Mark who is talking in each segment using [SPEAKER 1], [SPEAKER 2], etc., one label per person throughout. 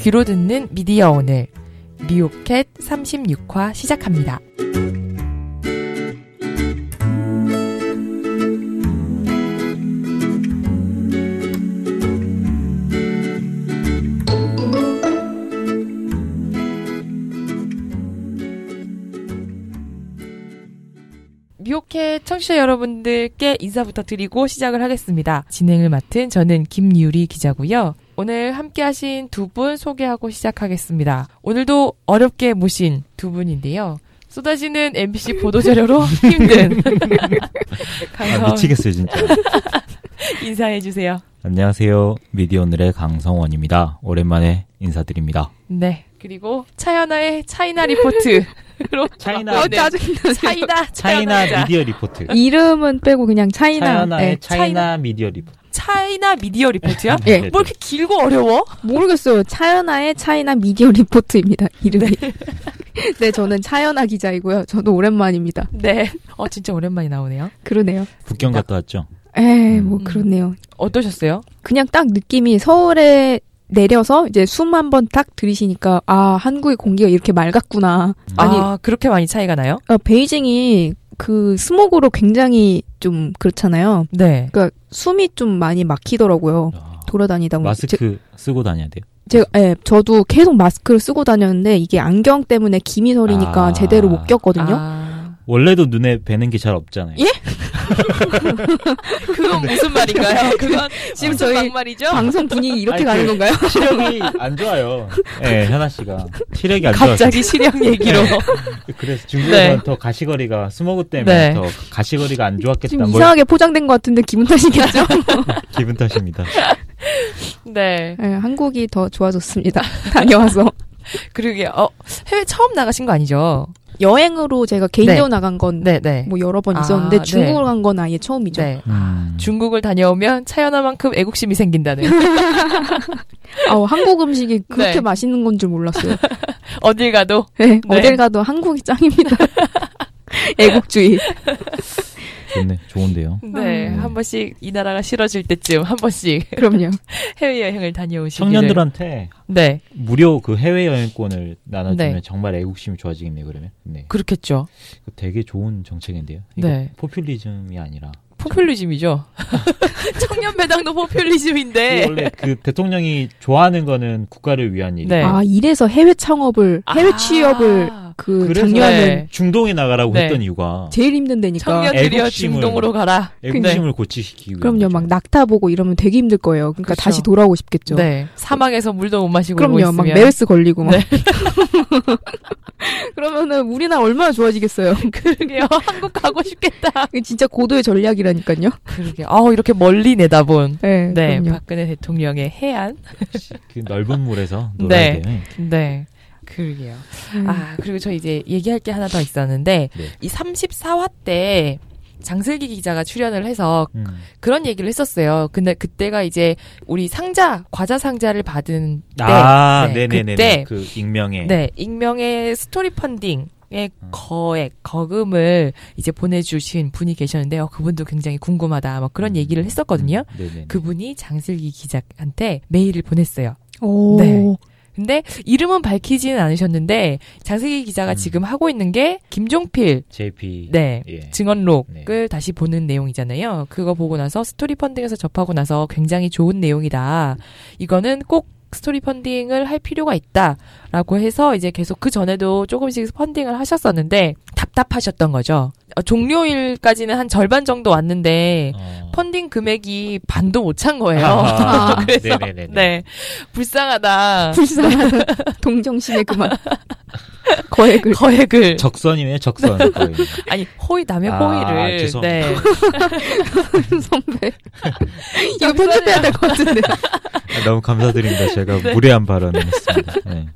[SPEAKER 1] 귀로 듣는 미디어 오늘 미오캣 36화 시작합니다. 미오캣 청취자 여러분들께 인사부터 드리고 시작을 하겠습니다. 진행을 맡은 저는 김유리 기자고요. 오늘 함께하신 두 분 소개하고 시작하겠습니다. 오늘도 어렵게 모신 두 분인데요. 쏟아지는 MBC 보도자료로 힘든
[SPEAKER 2] 아,
[SPEAKER 1] 강성
[SPEAKER 2] 미치겠어요 진짜.
[SPEAKER 1] 인사해 주세요.
[SPEAKER 2] 안녕하세요 미디어 오늘의 강성원입니다. 오랜만에 인사드립니다.
[SPEAKER 1] 네. 그리고 차연아의 차이나 리포트로
[SPEAKER 2] 차이나 네.
[SPEAKER 1] 어, 짜증 차이나 차이나
[SPEAKER 2] 차이나 네.
[SPEAKER 1] 자
[SPEAKER 2] 미디어 리포트.
[SPEAKER 3] 이름은 빼고 그냥 차이나.
[SPEAKER 2] 음, 차이나의 네,
[SPEAKER 3] 예.
[SPEAKER 2] 차이나, 미디어 리포트.
[SPEAKER 1] 차이나 미디어 리포트야?
[SPEAKER 3] 예.
[SPEAKER 2] 네,
[SPEAKER 1] 뭐
[SPEAKER 2] 네.
[SPEAKER 1] 이렇게 길고 어려워?
[SPEAKER 3] 모르겠어요. 차연아의 차이나 미디어 리포트입니다. 이름이. 네, 저는 차연아 기자이고요. 저도 오랜만입니다.
[SPEAKER 1] 네. 어 진짜 오랜만에 나오네요.
[SPEAKER 3] 그러네요.
[SPEAKER 2] 북경 갔다 왔죠.
[SPEAKER 3] 에이, 뭐
[SPEAKER 1] 음.
[SPEAKER 3] 그렇네요.
[SPEAKER 1] 어떠셨어요?
[SPEAKER 3] 그냥 딱 느낌이 서울에 내려서 이제 숨 한 번 탁 들이시니까 아 한국의 공기가 이렇게 맑았구나. 아니
[SPEAKER 1] 아, 그렇게 많이 차이가 나요?
[SPEAKER 3] 어, 베이징이 그 스모그로 굉장히 좀 그렇잖아요.
[SPEAKER 1] 네.
[SPEAKER 3] 그러니까 숨이 좀 많이 막히더라고요.
[SPEAKER 2] 아,
[SPEAKER 3] 돌아다니다 보면 제-
[SPEAKER 2] 마스크 쓰고 다녀야 돼요.
[SPEAKER 3] 제가 예, 저도 계속 마스크를 쓰고 다녔는데 이게 안경 때문에 김이 서리니까
[SPEAKER 2] 아.
[SPEAKER 3] 제대로 못 꼈거든요.
[SPEAKER 1] 아,
[SPEAKER 2] 원래도 눈에 뵈는 게 잘 없잖아요.
[SPEAKER 3] 예?
[SPEAKER 1] 그건 무슨 말인가요? 그건
[SPEAKER 3] 지금 저희
[SPEAKER 1] 말이죠?
[SPEAKER 3] 방송 분위기 이렇게
[SPEAKER 2] 아니,
[SPEAKER 3] 가는
[SPEAKER 2] 그-
[SPEAKER 3] 건가요?
[SPEAKER 2] 시력이 안 좋아요. 네, 현아 씨가 시력이 안 네. 좋아서
[SPEAKER 1] 갑자기 시력 얘기로.
[SPEAKER 2] 그래서 중국에서는
[SPEAKER 1] 네.
[SPEAKER 2] 더 가시거리가 스모그 때문에
[SPEAKER 1] 네.
[SPEAKER 2] 더 가시거리가 안 좋았겠다.
[SPEAKER 3] 지금
[SPEAKER 2] 뭐
[SPEAKER 3] 이상하게 포장된 것 같은데 기분 탓이겠죠?
[SPEAKER 2] 기분 탓입니다.
[SPEAKER 1] 네.
[SPEAKER 3] 예, 한국이 더 좋아졌습니다. 다녀와서
[SPEAKER 1] 그러게, 어, 해외 처음 나가신 거 아니죠?
[SPEAKER 3] 여행으로 제가 개인적으로 나간 건 뭐
[SPEAKER 1] 네, 네.
[SPEAKER 3] 여러 번
[SPEAKER 1] 아,
[SPEAKER 3] 있었는데
[SPEAKER 1] 네.
[SPEAKER 3] 중국으로 간 건 아예 처음이죠.
[SPEAKER 1] 네.
[SPEAKER 2] 음.
[SPEAKER 1] 중국을 다녀오면 차연아만큼 애국심이 생긴다는.
[SPEAKER 3] 아우, 한국 음식이 그렇게
[SPEAKER 1] 네.
[SPEAKER 3] 맛있는 건 줄 몰랐어요.
[SPEAKER 1] 어딜 가도.
[SPEAKER 3] 네,
[SPEAKER 1] 네.
[SPEAKER 3] 어딜 가도 한국이 짱입니다. 애국주의.
[SPEAKER 2] 좋네, 좋은데요.
[SPEAKER 1] 네.
[SPEAKER 2] 음.
[SPEAKER 1] 한 번씩 이 나라가 싫어질 때쯤 한 번씩
[SPEAKER 3] 그럼요.
[SPEAKER 1] 해외여행을 다녀오시기를.
[SPEAKER 2] 청년들한테
[SPEAKER 1] 네.
[SPEAKER 2] 무료 그 해외 여행권을 나눠주면
[SPEAKER 1] 네.
[SPEAKER 2] 정말 애국심이 좋아지겠네요. 그러면 네,
[SPEAKER 1] 그렇겠죠.
[SPEAKER 2] 그 되게 좋은 정책인데요. 이거
[SPEAKER 1] 네.
[SPEAKER 2] 포퓰리즘이 아니라
[SPEAKER 1] 포퓰리즘이죠. 청년 배당도
[SPEAKER 2] 그
[SPEAKER 1] 포퓰리즘인데.
[SPEAKER 2] 원래 그 대통령이 좋아하는 거는 국가를 위한 일.
[SPEAKER 1] 네. 아.
[SPEAKER 3] 아, 이래서 해외 창업을, 해외 취업을 그
[SPEAKER 2] 그래서
[SPEAKER 3] 작년에
[SPEAKER 1] 네.
[SPEAKER 2] 중동에 나가라고
[SPEAKER 1] 네.
[SPEAKER 2] 했던 이유가
[SPEAKER 3] 제일 힘든 데니까. 네,
[SPEAKER 1] 청년들이여
[SPEAKER 2] 애국심을-
[SPEAKER 1] 중동으로 가라.
[SPEAKER 2] 애국심을 고치시키기 위한
[SPEAKER 3] 그럼요.
[SPEAKER 2] 거죠.
[SPEAKER 3] 막 낙타 보고 이러면 되게 힘들 거예요. 그러니까
[SPEAKER 1] 그렇죠.
[SPEAKER 3] 다시 돌아오고 싶겠죠.
[SPEAKER 1] 네. 사막에서 물도 못 마시고 그럼요,
[SPEAKER 3] 그럼요.
[SPEAKER 1] 있으면.
[SPEAKER 3] 막 메르스 걸리고 막.
[SPEAKER 1] 네.
[SPEAKER 3] 그러면은 우리나라 얼마나 좋아지겠어요.
[SPEAKER 1] 그러게요. 한국 가고 싶겠다.
[SPEAKER 3] 이게 진짜 고도의 전략이라니까요.
[SPEAKER 1] 그러게. 아 이렇게 멀리 내다본.
[SPEAKER 3] 네,
[SPEAKER 1] 네.
[SPEAKER 3] 그럼요.
[SPEAKER 1] 박근혜 대통령의 해안.
[SPEAKER 2] 그 넓은 물에서 놀아야
[SPEAKER 1] 네.
[SPEAKER 2] 돼요.
[SPEAKER 1] 네. 그러게요.
[SPEAKER 3] 음.
[SPEAKER 1] 아 그리고 저 이제 얘기할 게 하나 더 있었는데
[SPEAKER 2] 네.
[SPEAKER 1] 이 34화 때 장슬기 기자가 출연을 해서
[SPEAKER 2] 음.
[SPEAKER 1] 그런 얘기를 했었어요. 근데 그때가 이제 우리 상자 과자 상자를 받은 때
[SPEAKER 2] 아,
[SPEAKER 1] 네,
[SPEAKER 2] 네, 네, 네,
[SPEAKER 1] 그때-
[SPEAKER 2] 네. 그 익명의
[SPEAKER 1] 네, 익명의 스토리 펀딩의
[SPEAKER 2] 음.
[SPEAKER 1] 거액, 거금을 이제 보내주신 분이 계셨는데요. 그분도 굉장히 궁금하다, 뭐 그런
[SPEAKER 2] 음.
[SPEAKER 1] 얘기를 했었거든요.
[SPEAKER 2] 음, 네, 네, 네.
[SPEAKER 1] 그분이 장슬기 기자한테 메일을 보냈어요.
[SPEAKER 3] 오.
[SPEAKER 1] 네. 근데 이름은 밝히지는 않으셨는데 장슬기 기자가
[SPEAKER 2] 음.
[SPEAKER 1] 지금 하고 있는 게 김종필
[SPEAKER 2] JP
[SPEAKER 1] 네.
[SPEAKER 2] 예.
[SPEAKER 1] 증언록을 다시 보는 내용이잖아요. 그거 보고 나서 스토리 펀딩에서 접하고 나서 굉장히 좋은 내용이다. 이거는 꼭 스토리 펀딩을 할 필요가 있다라고 해서 이제 계속 그 전에도 조금씩 펀딩을 하셨었는데 답답하셨던 거죠. 어, 종료일까지는 한 절반 정도 왔는데
[SPEAKER 2] 어.
[SPEAKER 1] 펀딩 금액이 반도 못 찬 거예요.
[SPEAKER 2] 아,
[SPEAKER 1] 그래서
[SPEAKER 2] 네, 네, 네, 네.
[SPEAKER 1] 네 불쌍하다.
[SPEAKER 3] 불쌍한 동정심에 그만. 거액을.
[SPEAKER 1] 거액을
[SPEAKER 2] 적선이네, 적선. 거의.
[SPEAKER 1] 아니 호의 남의
[SPEAKER 2] 아,
[SPEAKER 1] 호의를
[SPEAKER 2] 죄송합니다.
[SPEAKER 1] 네.
[SPEAKER 3] 선배. 이거 편집해야 될 것 같은데.
[SPEAKER 2] 아, 너무 감사드립니다. 제가
[SPEAKER 1] 네.
[SPEAKER 2] 무례한 발언을 했습니다. 네.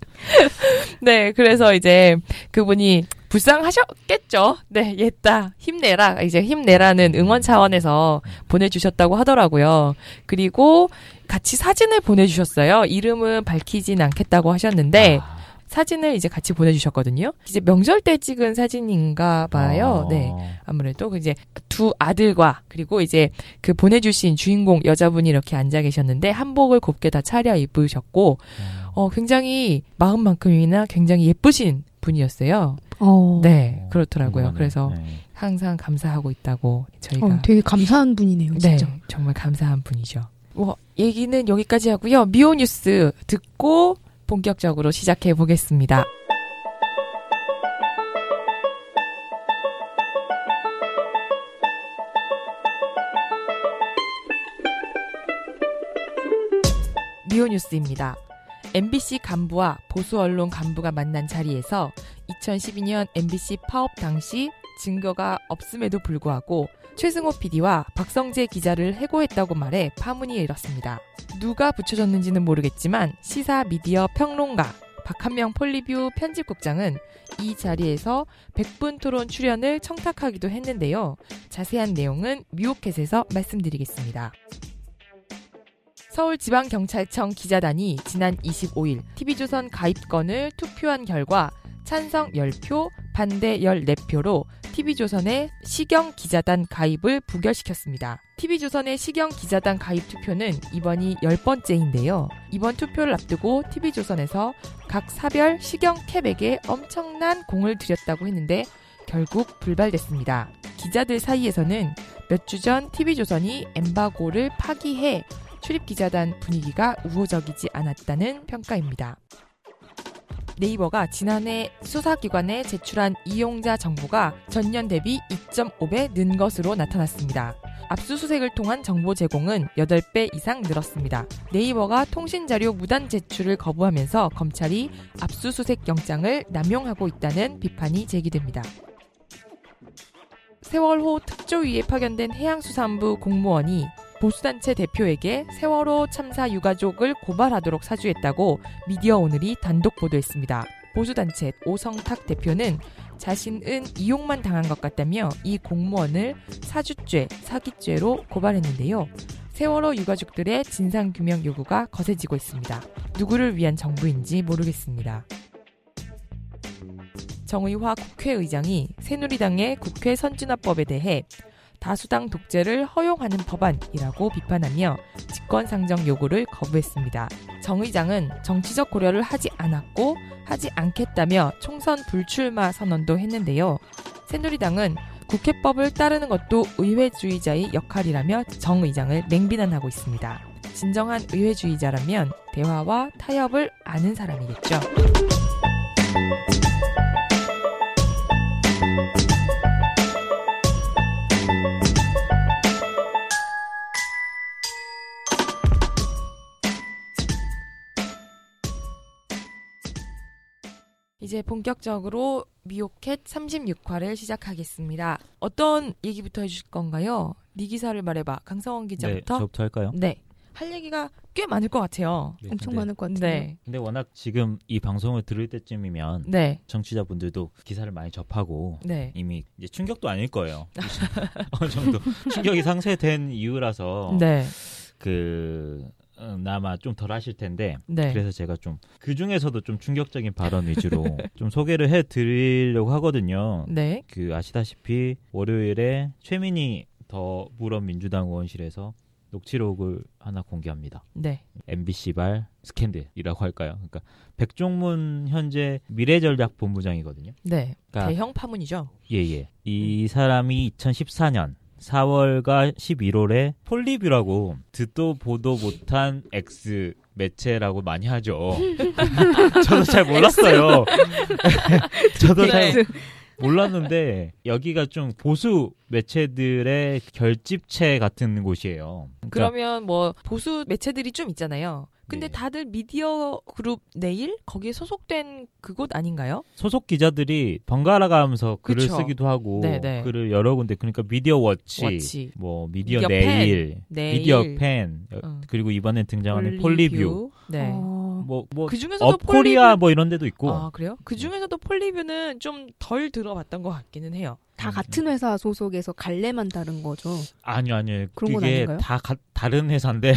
[SPEAKER 1] 네, 그래서 이제 그분이 불쌍하셨겠죠. 네, 옛다 힘내라 이제 힘내라는 응원 차원에서 보내주셨다고 하더라고요. 그리고 같이 사진을 보내주셨어요. 이름은 밝히진 않겠다고 하셨는데
[SPEAKER 2] 아.
[SPEAKER 1] 사진을 이제 같이 보내주셨거든요. 이제 명절 때 찍은 사진인가 봐요.
[SPEAKER 2] 어.
[SPEAKER 1] 네. 아무래도 이제 두 아들과 그리고 이제 그 보내주신 주인공 여자분이 이렇게 앉아 계셨는데 한복을 곱게 다 차려 입으셨고
[SPEAKER 2] 어.
[SPEAKER 1] 어, 굉장히 마음만큼이나 굉장히 예쁘신 분이었어요.
[SPEAKER 3] 어.
[SPEAKER 1] 네,
[SPEAKER 2] 어,
[SPEAKER 1] 그렇더라고요.
[SPEAKER 2] 궁금하네.
[SPEAKER 1] 그래서
[SPEAKER 2] 네.
[SPEAKER 1] 항상 감사하고 있다고 저희가
[SPEAKER 3] 어, 되게 감사한 분이네요,
[SPEAKER 1] 네,
[SPEAKER 3] 진짜.
[SPEAKER 1] 정말 감사한 분이죠. 뭐 얘기는 여기까지 하고요. 미오 뉴스 듣고 본격적으로 시작해 보겠습니다. 미오 뉴스입니다. MBC 간부와 보수 언론 간부가 만난 자리에서 2012년 MBC 파업 당시 증거가 없음에도 불구하고 최승호 PD와 박성재 기자를 해고했다고 말해 파문이 일었습니다. 누가 붙여졌는지는 모르겠지만 시사 미디어 평론가 박한명 폴리뷰 편집국장은 이 자리에서 100분 토론 출연을 청탁하기도 했는데요. 자세한 내용은 뮤오켓에서 말씀드리겠습니다. 서울지방경찰청 기자단이 지난 25일 TV조선 가입건을 투표한 결과 찬성 10표, 반대 14표로 TV조선의 시경 기자단 가입을 부결시켰습니다. TV조선의 시경 기자단 가입 투표는 이번이 10번째인데요. 이번 투표를 앞두고 TV조선에서 각 사별 시경 캡에게 엄청난 공을 들였다고 했는데 결국 불발됐습니다. 기자들 사이에서는 몇 주 전 TV조선이 엠바고를 파기해 출입 기자단 분위기가 우호적이지 않았다는 평가입니다. 네이버가 지난해 수사기관에 제출한 이용자 정보가 전년 대비 2.5배 는 것으로 나타났습니다. 압수수색을 통한 정보 제공은 8배 이상 늘었습니다. 네이버가 통신자료 무단 제출을 거부하면서 검찰이 압수수색 영장을 남용하고 있다는 비판이 제기됩니다. 세월호 특조위에 파견된 해양수산부 공무원이 보수단체 대표에게 세월호 참사 유가족을 고발하도록 사주했다고 미디어 오늘이 단독 보도했습니다. 보수단체 오성탁 대표는 자신은 이용만 당한 것 같다며 이 공무원을 사주죄, 사기죄로 고발했는데요. 세월호 유가족들의 진상규명 요구가 거세지고 있습니다. 누구를 위한 정부인지 모르겠습니다. 정의화 국회의장이 새누리당의 국회 선진화법에 대해 다수당 독재를 허용하는 법안이라고 비판하며 직권상정 요구를 거부했습니다. 정 의장은 정치적 고려를 하지 않았고 하지 않겠다며 총선 불출마 선언도 했는데요. 새누리당은 국회법을 따르는 것도 의회주의자의 역할이라며 정 의장을 맹비난하고 있습니다. 진정한 의회주의자라면 대화와 타협을 아는 사람이겠죠. 이제 본격적으로 미오캣 36화를 시작하겠습니다. 어떤 얘기부터 해주실 건가요? 네 기사를 말해봐. 강성원
[SPEAKER 2] 네,
[SPEAKER 1] 기자부터.
[SPEAKER 2] 저부터 할까요?
[SPEAKER 1] 네. 할 얘기가 꽤 많을 것 같아요.
[SPEAKER 2] 네,
[SPEAKER 3] 엄청
[SPEAKER 2] 근데-
[SPEAKER 3] 많을 것 같은데.
[SPEAKER 1] 네.
[SPEAKER 2] 근데 워낙 지금 이 방송을 들을 때쯤이면
[SPEAKER 1] 네.
[SPEAKER 2] 정치자분들도 기사를 많이 접하고
[SPEAKER 1] 네.
[SPEAKER 2] 이미 이제 충격도 아닐 거예요. 어느 정도 충격이 상쇄된 이유라서
[SPEAKER 1] 네.
[SPEAKER 2] 그 어, 나마 좀 덜 하실 텐데
[SPEAKER 1] 네.
[SPEAKER 2] 그래서 제가 좀 그 중에서도 좀 충격적인 발언 위주로 좀 소개를 해드리려고 하거든요.
[SPEAKER 1] 네.
[SPEAKER 2] 그 아시다시피 월요일에 최민희 더 물어민주당 의원실에서 녹취록을 하나 공개합니다.
[SPEAKER 1] 네.
[SPEAKER 2] MBC발 스캔들이라고 할까요? 그러니까 백종문 현재 미래전략본부장이거든요.
[SPEAKER 1] 네.
[SPEAKER 2] 그러니까
[SPEAKER 1] 대형 파문이죠.
[SPEAKER 2] 예예. 이 사람이 2014년 4월과 11월에 폴리뷰라고 듣도 보도 못한 X 매체라고 많이 하죠. 저도 잘 몰랐어요. 저도 잘
[SPEAKER 3] 네.
[SPEAKER 2] 몰랐는데 여기가 좀 보수 매체들의 결집체 같은 곳이에요. 그러니까
[SPEAKER 1] 그러면뭐 보수 매체들이 좀 있잖아요. 근데
[SPEAKER 2] 네.
[SPEAKER 1] 다들 미디어 그룹 내일 거기에 소속된 그곳 아닌가요?
[SPEAKER 2] 소속 기자들이 번갈아 가면서 글을
[SPEAKER 1] 그쵸.
[SPEAKER 2] 쓰기도 하고
[SPEAKER 1] 네, 네.
[SPEAKER 2] 글을 여러 군데 그러니까 미디어 워치,
[SPEAKER 1] 워치.
[SPEAKER 2] 뭐 미디어,
[SPEAKER 1] 미디어
[SPEAKER 2] 네일,
[SPEAKER 1] 내일.
[SPEAKER 2] 미디어 펜 여-
[SPEAKER 1] 어.
[SPEAKER 2] 그리고 이번에 등장하는 폴리뷰,
[SPEAKER 1] 폴리뷰. 네.
[SPEAKER 3] 어,
[SPEAKER 2] 뭐뭐
[SPEAKER 1] 그 중에서도
[SPEAKER 2] 업코리아
[SPEAKER 1] 폴리뷰
[SPEAKER 2] 뭐 이런 데도 있고
[SPEAKER 1] 아 그래요? 그 중에서도 폴리뷰는 좀 덜 들어봤던 것 같기는 해요.
[SPEAKER 2] 음.
[SPEAKER 3] 다 같은 회사 소속에서 갈래만 다른 거죠.
[SPEAKER 2] 아니요, 아니요.
[SPEAKER 3] 그런 건
[SPEAKER 2] 이게
[SPEAKER 3] 아닌가요?
[SPEAKER 2] 다 가- 다른 회사인데.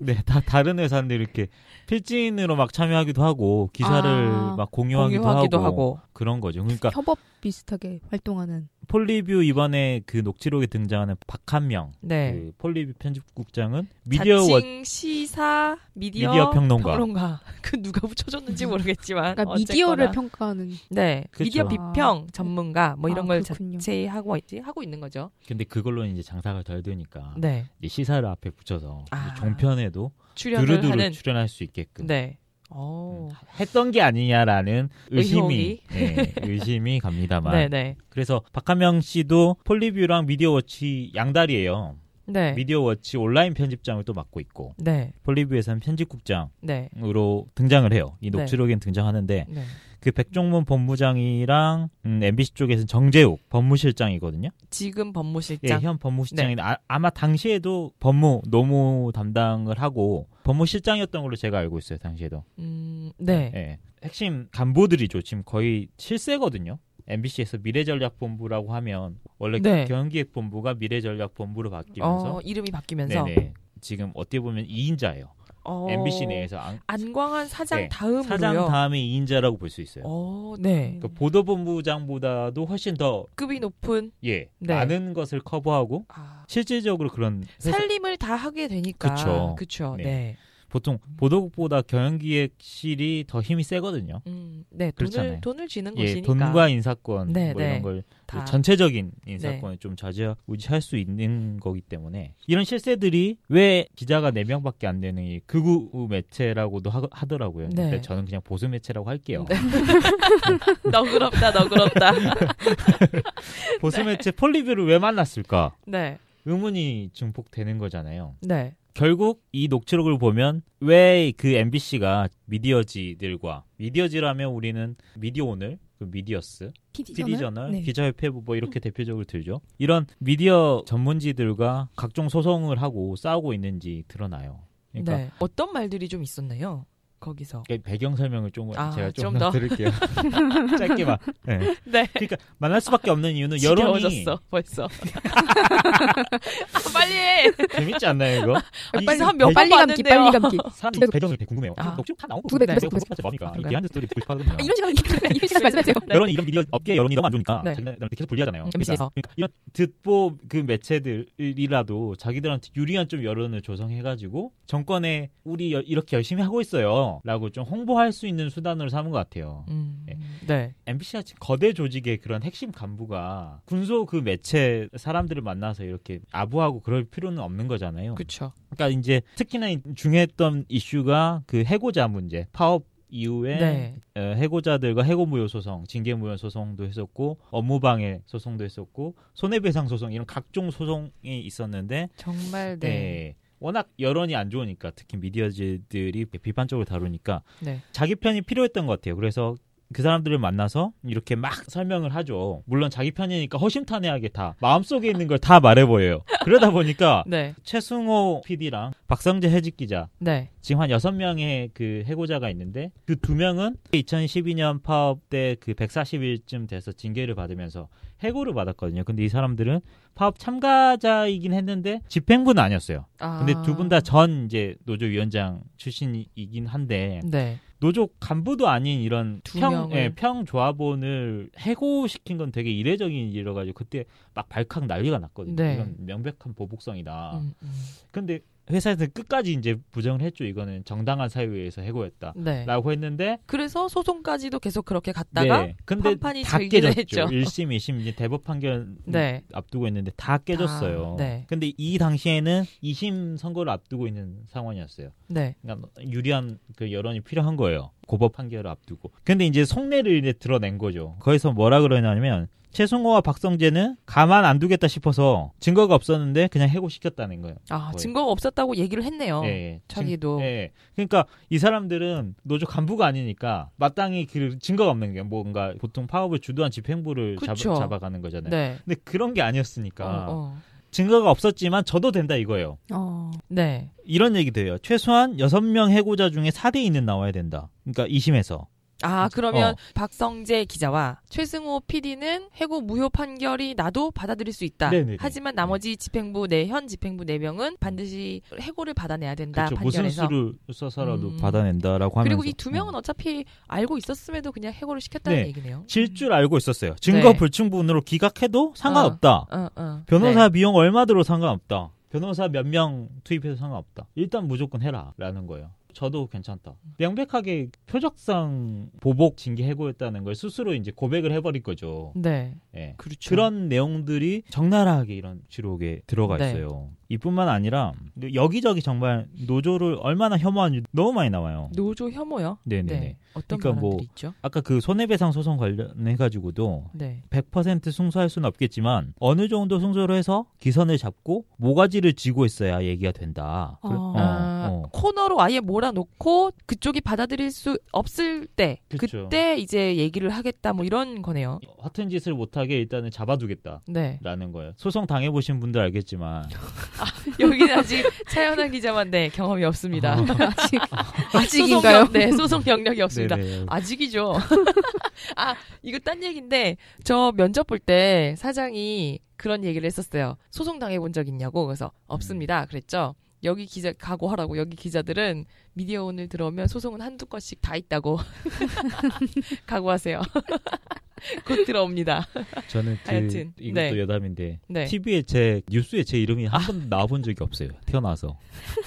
[SPEAKER 2] 네, 다 다른 회사인데 이렇게 필진으로 막 참여하기도 하고 기사를
[SPEAKER 3] 아,
[SPEAKER 2] 막 공유하기도,
[SPEAKER 1] 공유하기도
[SPEAKER 2] 하고,
[SPEAKER 1] 하고.
[SPEAKER 2] 그런 거죠. 그러니까
[SPEAKER 3] 협업 비슷하게 활동하는
[SPEAKER 2] 폴리뷰 이번에 그 녹취록에 등장하는 박한명
[SPEAKER 1] 네.
[SPEAKER 2] 그 폴리뷰 편집국장은 미디어 워-
[SPEAKER 1] 자칭 시사 미디어,
[SPEAKER 2] 미디어 평론가. 음.
[SPEAKER 1] 그 누가 붙여줬는지 모르겠지만
[SPEAKER 3] 그러니까
[SPEAKER 1] 어쨌거나.
[SPEAKER 3] 미디어를 평가하는
[SPEAKER 1] 네
[SPEAKER 2] 그쵸.
[SPEAKER 1] 미디어 비평 전문가 뭐 이런
[SPEAKER 3] 아,
[SPEAKER 1] 걸
[SPEAKER 3] 그렇군요.
[SPEAKER 1] 자체히 하고 있지 하고 있는 거죠.
[SPEAKER 2] 근데 그걸로 이제 장사가 잘 되니까
[SPEAKER 1] 네
[SPEAKER 2] 이제 시사를 앞에 붙여서 이제
[SPEAKER 1] 아.
[SPEAKER 2] 종편에도
[SPEAKER 1] 출연을
[SPEAKER 2] 두루두루
[SPEAKER 1] 하는
[SPEAKER 2] 출연할 수 있게끔
[SPEAKER 1] 네. 어.
[SPEAKER 2] 음, 했던 게 아니냐라는 의심이
[SPEAKER 1] 의혹이.
[SPEAKER 2] 네, 의심이 갑니다만
[SPEAKER 1] 네네.
[SPEAKER 2] 그래서 박한명 씨도 폴리뷰랑 미디어워치 양다리예요.
[SPEAKER 1] 네.
[SPEAKER 2] 미디어워치 온라인 편집장을 또 맡고 있고
[SPEAKER 1] 네.
[SPEAKER 2] 폴리뷰에서는 편집국장으로
[SPEAKER 1] 네.
[SPEAKER 2] 등장을 해요. 이
[SPEAKER 1] 네.
[SPEAKER 2] 녹취록엔 등장하는데
[SPEAKER 1] 네.
[SPEAKER 2] 그 백종문 법무장이랑 음, MBC 쪽에서는 정재욱 법무실장이거든요.
[SPEAKER 1] 지금
[SPEAKER 2] 예,
[SPEAKER 1] 법무실장. 네.
[SPEAKER 2] 현 법무실장인데 아, 마 당시에도 법무 노무 담당을 하고 법무실장이었던 걸로 제가 알고 있어요. 당시에도.
[SPEAKER 1] 음, 네.
[SPEAKER 2] 예. 핵심 간부들이죠. 지금 거의 실세거든요. MBC에서 미래전략본부라고 하면 원래
[SPEAKER 1] 네.
[SPEAKER 2] 경기획본부가 미래전략본부로 바뀌면서
[SPEAKER 1] 어, 이름이 바뀌면서
[SPEAKER 2] 네네. 지금 어떻게 보면 2인자예요.
[SPEAKER 1] 어,
[SPEAKER 2] MBC 내에서 안-
[SPEAKER 1] 안광한 사장
[SPEAKER 2] 네.
[SPEAKER 1] 다음으로요.
[SPEAKER 2] 사장 다음에 2인자라고 볼 수 있어요.
[SPEAKER 1] 어, 네.
[SPEAKER 2] 그 보도본부장보다도 훨씬 더
[SPEAKER 1] 급이 높은
[SPEAKER 2] 예,
[SPEAKER 1] 네.
[SPEAKER 2] 많은 것을 커버하고
[SPEAKER 1] 아,
[SPEAKER 2] 실질적으로 그런 회사-
[SPEAKER 1] 살림을 다 하게 되니까.
[SPEAKER 2] 그쵸.
[SPEAKER 1] 그쵸.
[SPEAKER 2] 네.
[SPEAKER 1] 네.
[SPEAKER 2] 보통 보도국보다 경영기획실이 더 힘이 세거든요.
[SPEAKER 1] 음, 네.
[SPEAKER 2] 그렇잖아요.
[SPEAKER 1] 돈을 돈을 지는
[SPEAKER 2] 예,
[SPEAKER 1] 곳이니까.
[SPEAKER 2] 돈과 인사권
[SPEAKER 1] 네,
[SPEAKER 2] 뭐
[SPEAKER 1] 네.
[SPEAKER 2] 이런 걸
[SPEAKER 1] 다. 네.
[SPEAKER 2] 전체적인 인사권을 좀 좌지우지할 수 있는 거기 때문에 이런 실세들이 왜 기자가 4명밖에 안 되는 이 극우 매체라고도 하, 하더라고요.
[SPEAKER 1] 네.
[SPEAKER 2] 근데 저는 그냥 보수 매체라고 할게요.
[SPEAKER 1] 너그럽다, 너그럽다.
[SPEAKER 2] 보수 매체 폴리뷰를 왜 만났을까?
[SPEAKER 1] 네.
[SPEAKER 2] 의문이 증폭되는 거잖아요.
[SPEAKER 1] 네.
[SPEAKER 2] 결국 이 녹취록을 보면 왜 그 MBC가 미디어지들과 미디어지라면 우리는 미디어오늘, 그 미디어스, 피디저널,
[SPEAKER 3] 네.
[SPEAKER 2] 기자협회부 뭐 이렇게 대표적으로 들죠. 이런 미디어 전문지들과 각종 소송을 하고 싸우고 있는지 드러나요. 그러니까
[SPEAKER 1] 네. 어떤 말들이 좀 있었나요? 거기서.
[SPEAKER 2] 그 배경 설명을 조금
[SPEAKER 1] 아,
[SPEAKER 2] 제가
[SPEAKER 1] 좀
[SPEAKER 2] 좀
[SPEAKER 1] 더.
[SPEAKER 2] 더 드릴게요. 짧게만. 네.
[SPEAKER 1] 네.
[SPEAKER 2] 그러니까 만날 수밖에 없는 이유는 여론이
[SPEAKER 1] 지겨워졌어, 벌써. 아, 빨리 해!
[SPEAKER 2] 재밌지 않나요 이거? 이
[SPEAKER 1] 빨리 한 몇-
[SPEAKER 3] 빨리 감기,
[SPEAKER 1] 봤는데요.
[SPEAKER 3] 빨리 감기.
[SPEAKER 2] 사람
[SPEAKER 3] 계속-
[SPEAKER 2] 배경이 되게 궁금해요.
[SPEAKER 1] 아.
[SPEAKER 2] 녹취록 다 나온 거
[SPEAKER 3] 두 배,
[SPEAKER 2] 보니까
[SPEAKER 1] 계속,
[SPEAKER 2] 이거
[SPEAKER 3] 계속,
[SPEAKER 2] 궁금하지 뭡니까?
[SPEAKER 3] 계속.
[SPEAKER 2] 이 비하인드 스토리 보고 싶거든요.
[SPEAKER 3] 이런 시간 이런 시간 말씀하세요.
[SPEAKER 1] 네.
[SPEAKER 2] 여론 이런 미디어 업계 여론이 너무 안 좋으니까
[SPEAKER 1] 네.
[SPEAKER 2] 자기들한테 계속 불리하잖아요.
[SPEAKER 1] MBC에서.
[SPEAKER 2] 그러니까 이런 듣보 그 매체들이라도 자기들한테 유리한 좀 여론을 조성해가지고 정권에 우리 여- 이렇게 열심히 하고 있어요라고 좀 홍보할 수 있는 수단으로 삼은 것 같아요.
[SPEAKER 1] 음, 네.
[SPEAKER 2] MBC가 거대 조직의 그런 핵심 간부가 군소 그 매체 사람들을 만나서 이렇게 아부하고 그럴 필요는 없는 거잖아요.
[SPEAKER 1] 그쵸.
[SPEAKER 2] 그러니까 이제 특히나 이- 중요했던 이슈가 그 해고자 문제, 파업 이후에
[SPEAKER 1] 네.
[SPEAKER 2] 어, 해고자들과 해고무효 소송, 징계무효 소송도 했었고 업무방해 소송도 했었고 손해배상 소송 이런 각종 소송이 있었는데
[SPEAKER 1] 정말,
[SPEAKER 2] 네.
[SPEAKER 1] 네.
[SPEAKER 2] 워낙 여론이 안 좋으니까 특히 미디어들이 비판적으로 다루니까
[SPEAKER 1] 네.
[SPEAKER 2] 자기 편이 필요했던 것 같아요. 그래서 그 사람들을 만나서 이렇게 막 설명을 하죠. 물론 자기 편이니까 허심탄회하게 다 마음속에 있는 걸 다 말해버려요. 그러다 보니까
[SPEAKER 1] 네.
[SPEAKER 2] 최승호 PD랑 박성재 해직 기자
[SPEAKER 1] 네.
[SPEAKER 2] 지금 한 여섯 명의 그 해고자가 있는데 그 두 명은 2012년 파업 때 그 140일쯤 돼서 징계를 받으면서 해고를 받았거든요. 근데 이 사람들은 파업 참가자이긴 했는데 집행부는 아니었어요.
[SPEAKER 1] 아.
[SPEAKER 2] 근데 두 분 다 전 이제 노조 위원장 출신이긴 한데
[SPEAKER 1] 네.
[SPEAKER 2] 노조 간부도 아닌 이런
[SPEAKER 1] 두
[SPEAKER 2] 평
[SPEAKER 1] 명을.
[SPEAKER 2] 예, 평조합원을 해고시킨 건 되게 이례적인 일이라 가지고 그때 막 발칵 난리가 났거든요.
[SPEAKER 1] 네.
[SPEAKER 2] 이건 명백한 보복성이다.
[SPEAKER 1] 음, 음.
[SPEAKER 2] 근데 회사에서 끝까지 이제 부정을 했죠. 이거는 정당한 사유에 의해서 해고했다.
[SPEAKER 1] 네.
[SPEAKER 2] 라고 했는데
[SPEAKER 1] 그래서 소송까지도 계속 그렇게 갔다가
[SPEAKER 2] 네. 근데
[SPEAKER 1] 판판이
[SPEAKER 2] 다
[SPEAKER 1] 즐기려 했죠.
[SPEAKER 2] 깨졌죠. 1심, 2심 이제 대법 판결
[SPEAKER 1] 네.
[SPEAKER 2] 앞두고 있는데 다 깨졌어요.
[SPEAKER 1] 다, 네.
[SPEAKER 2] 근데 이 당시에는 2심 선고를 앞두고 있는 상황이었어요.
[SPEAKER 1] 네.
[SPEAKER 2] 그러니까 유리한 그 여론이 필요한 거예요. 고법 판결을 앞두고. 근데 이제 속내를 이제 드러낸 거죠. 거기서 뭐라 그러냐면 최승호와 박성재는 가만 안 두겠다 싶어서 증거가 없었는데 그냥 해고시켰다는 거예요.
[SPEAKER 1] 아,
[SPEAKER 2] 거의.
[SPEAKER 1] 증거가 없었다고 얘기를 했네요.
[SPEAKER 2] 예, 예.
[SPEAKER 1] 자기도.
[SPEAKER 2] 증- 예. 그러니까 이 사람들은 노조 간부가 아니니까 마땅히 그 증거가 없는 게 뭔가 보통 파업을 주도한 집행부를 잡,
[SPEAKER 1] 그쵸.
[SPEAKER 2] 아가는 거잖아요.
[SPEAKER 1] 네.
[SPEAKER 2] 근데 그런 게 아니었으니까
[SPEAKER 1] 어, 어.
[SPEAKER 2] 증거가 없었지만 저도 된다 이거예요.
[SPEAKER 3] 어.
[SPEAKER 1] 네.
[SPEAKER 2] 이런 얘기 돼요. 최소한 여섯 명 해고자 중에 4대인은 나와야 된다. 그러니까 2심에서.
[SPEAKER 1] 아, 그러면
[SPEAKER 2] 어.
[SPEAKER 1] 박성재 기자와 최승호 PD는 해고 무효 판결이 나도 받아들일 수 있다.
[SPEAKER 2] 네네네.
[SPEAKER 1] 하지만 나머지 집행부 내 현 집행부 네 명은 반드시 해고를 받아내야 된다.
[SPEAKER 2] 그렇죠. 무슨
[SPEAKER 1] 판결에서.
[SPEAKER 2] 수를 써서라도
[SPEAKER 1] 음.
[SPEAKER 2] 받아낸다라고 하면서 음.
[SPEAKER 1] 그리고 이 두 명은 어차피 알고 있었음에도 그냥 해고를 시켰다는
[SPEAKER 2] 네.
[SPEAKER 1] 얘기네요.
[SPEAKER 2] 질 줄 알고 있었어요. 증거
[SPEAKER 1] 네.
[SPEAKER 2] 불충분으로 기각해도 상관없다.
[SPEAKER 1] 어, 어.
[SPEAKER 2] 변호사 비용 얼마 들어 상관없다. 변호사 몇 명 투입해도 상관없다. 일단 무조건 해라라는 거예요. 저도 괜찮다. 명백하게 표적상 보복 징계 해고였다는 걸 스스로 이제 고백을 해버릴 거죠.
[SPEAKER 1] 네. 네.
[SPEAKER 2] 예.
[SPEAKER 1] 그렇죠.
[SPEAKER 2] 그런 내용들이 적나라하게 이런 기록에 들어가
[SPEAKER 1] 네.
[SPEAKER 2] 있어요. 이뿐만 아니라 그 여기저기 정말 노조를 얼마나 혐오하는지 너무 많이 나와요.
[SPEAKER 1] 노조 혐오요.
[SPEAKER 2] 네네네.
[SPEAKER 1] 어떤
[SPEAKER 2] 그러니까 뭐-
[SPEAKER 1] 발언들이 있죠?
[SPEAKER 2] 아까 그 손해배상 소송 관련해가지고도
[SPEAKER 1] 네.
[SPEAKER 2] 100% 승소할 수는 없겠지만 어느 정도 승소를 해서 기선을 잡고 모가지를 쥐고 있어야 얘기가 된다.
[SPEAKER 3] 아.
[SPEAKER 2] 그래- 어,
[SPEAKER 1] 아,
[SPEAKER 2] 어.
[SPEAKER 1] 코너로 아예 몰아놓고 그쪽이 받아들일 수 없을 때
[SPEAKER 2] 그쵸.
[SPEAKER 1] 그때 이제 얘기를 하겠다 뭐 이런 거네요.
[SPEAKER 2] 허튼 짓을 못하게 일단은 잡아두겠다.
[SPEAKER 1] 네.
[SPEAKER 2] 라는 거예요. 소송 당해보신 분들 알겠지만
[SPEAKER 1] 여기는 아직 차연한 기자만 네 경험이 없습니다.
[SPEAKER 2] 어.
[SPEAKER 3] 아직
[SPEAKER 1] 소송
[SPEAKER 3] 아직인가요?
[SPEAKER 1] 경- 네 소송 경력이 없습니다.
[SPEAKER 2] 네네.
[SPEAKER 1] 아직이죠. 아 이거 딴 얘기인데 저 면접 볼 때 사장이 그런 얘기를 했었어요. 소송 당해본 적 있냐고 그래서 없습니다. 그랬죠. 여기 기자 각오하라고 여기 기자들은 미디어 오늘 들어오면 소송은 한두 건씩 다 있다고 각오하세요. 곧 들어옵니다.
[SPEAKER 2] 저는 그
[SPEAKER 1] 아, 하여튼,
[SPEAKER 2] 이것도
[SPEAKER 1] 네.
[SPEAKER 2] 여담인데
[SPEAKER 1] 네.
[SPEAKER 2] TV에 제 뉴스에 제 이름이 한 번도 나와본 적이 없어요. 태어나서.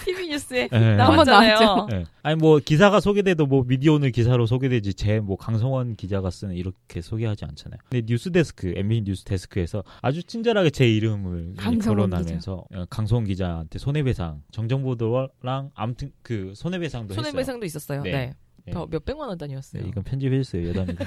[SPEAKER 1] TV 뉴스에
[SPEAKER 2] 예.
[SPEAKER 3] 한번
[SPEAKER 1] 나왔잖아요.
[SPEAKER 3] 나왔죠.
[SPEAKER 2] 예. 아니 뭐 기사가 소개돼도 뭐 미디어오늘 기사로 소개되지 제 뭐 강성원 기자가 쓰는 이렇게 소개하지 않잖아요. 근데 뉴스데스크 MBC 뉴스데스크에서 아주 친절하게 제 이름을
[SPEAKER 3] 강성원
[SPEAKER 2] 거론하면서 어, 강성원 기자한테 손해배상 정정보도랑 아무튼 그 손해배상도 했어요.
[SPEAKER 1] 손해배상도 있었어요.
[SPEAKER 2] 네.
[SPEAKER 1] 네.
[SPEAKER 2] 예.
[SPEAKER 1] 더 몇백만 원 단위였어요. 네.
[SPEAKER 2] 네, 이건 편집해주세요 여담이고.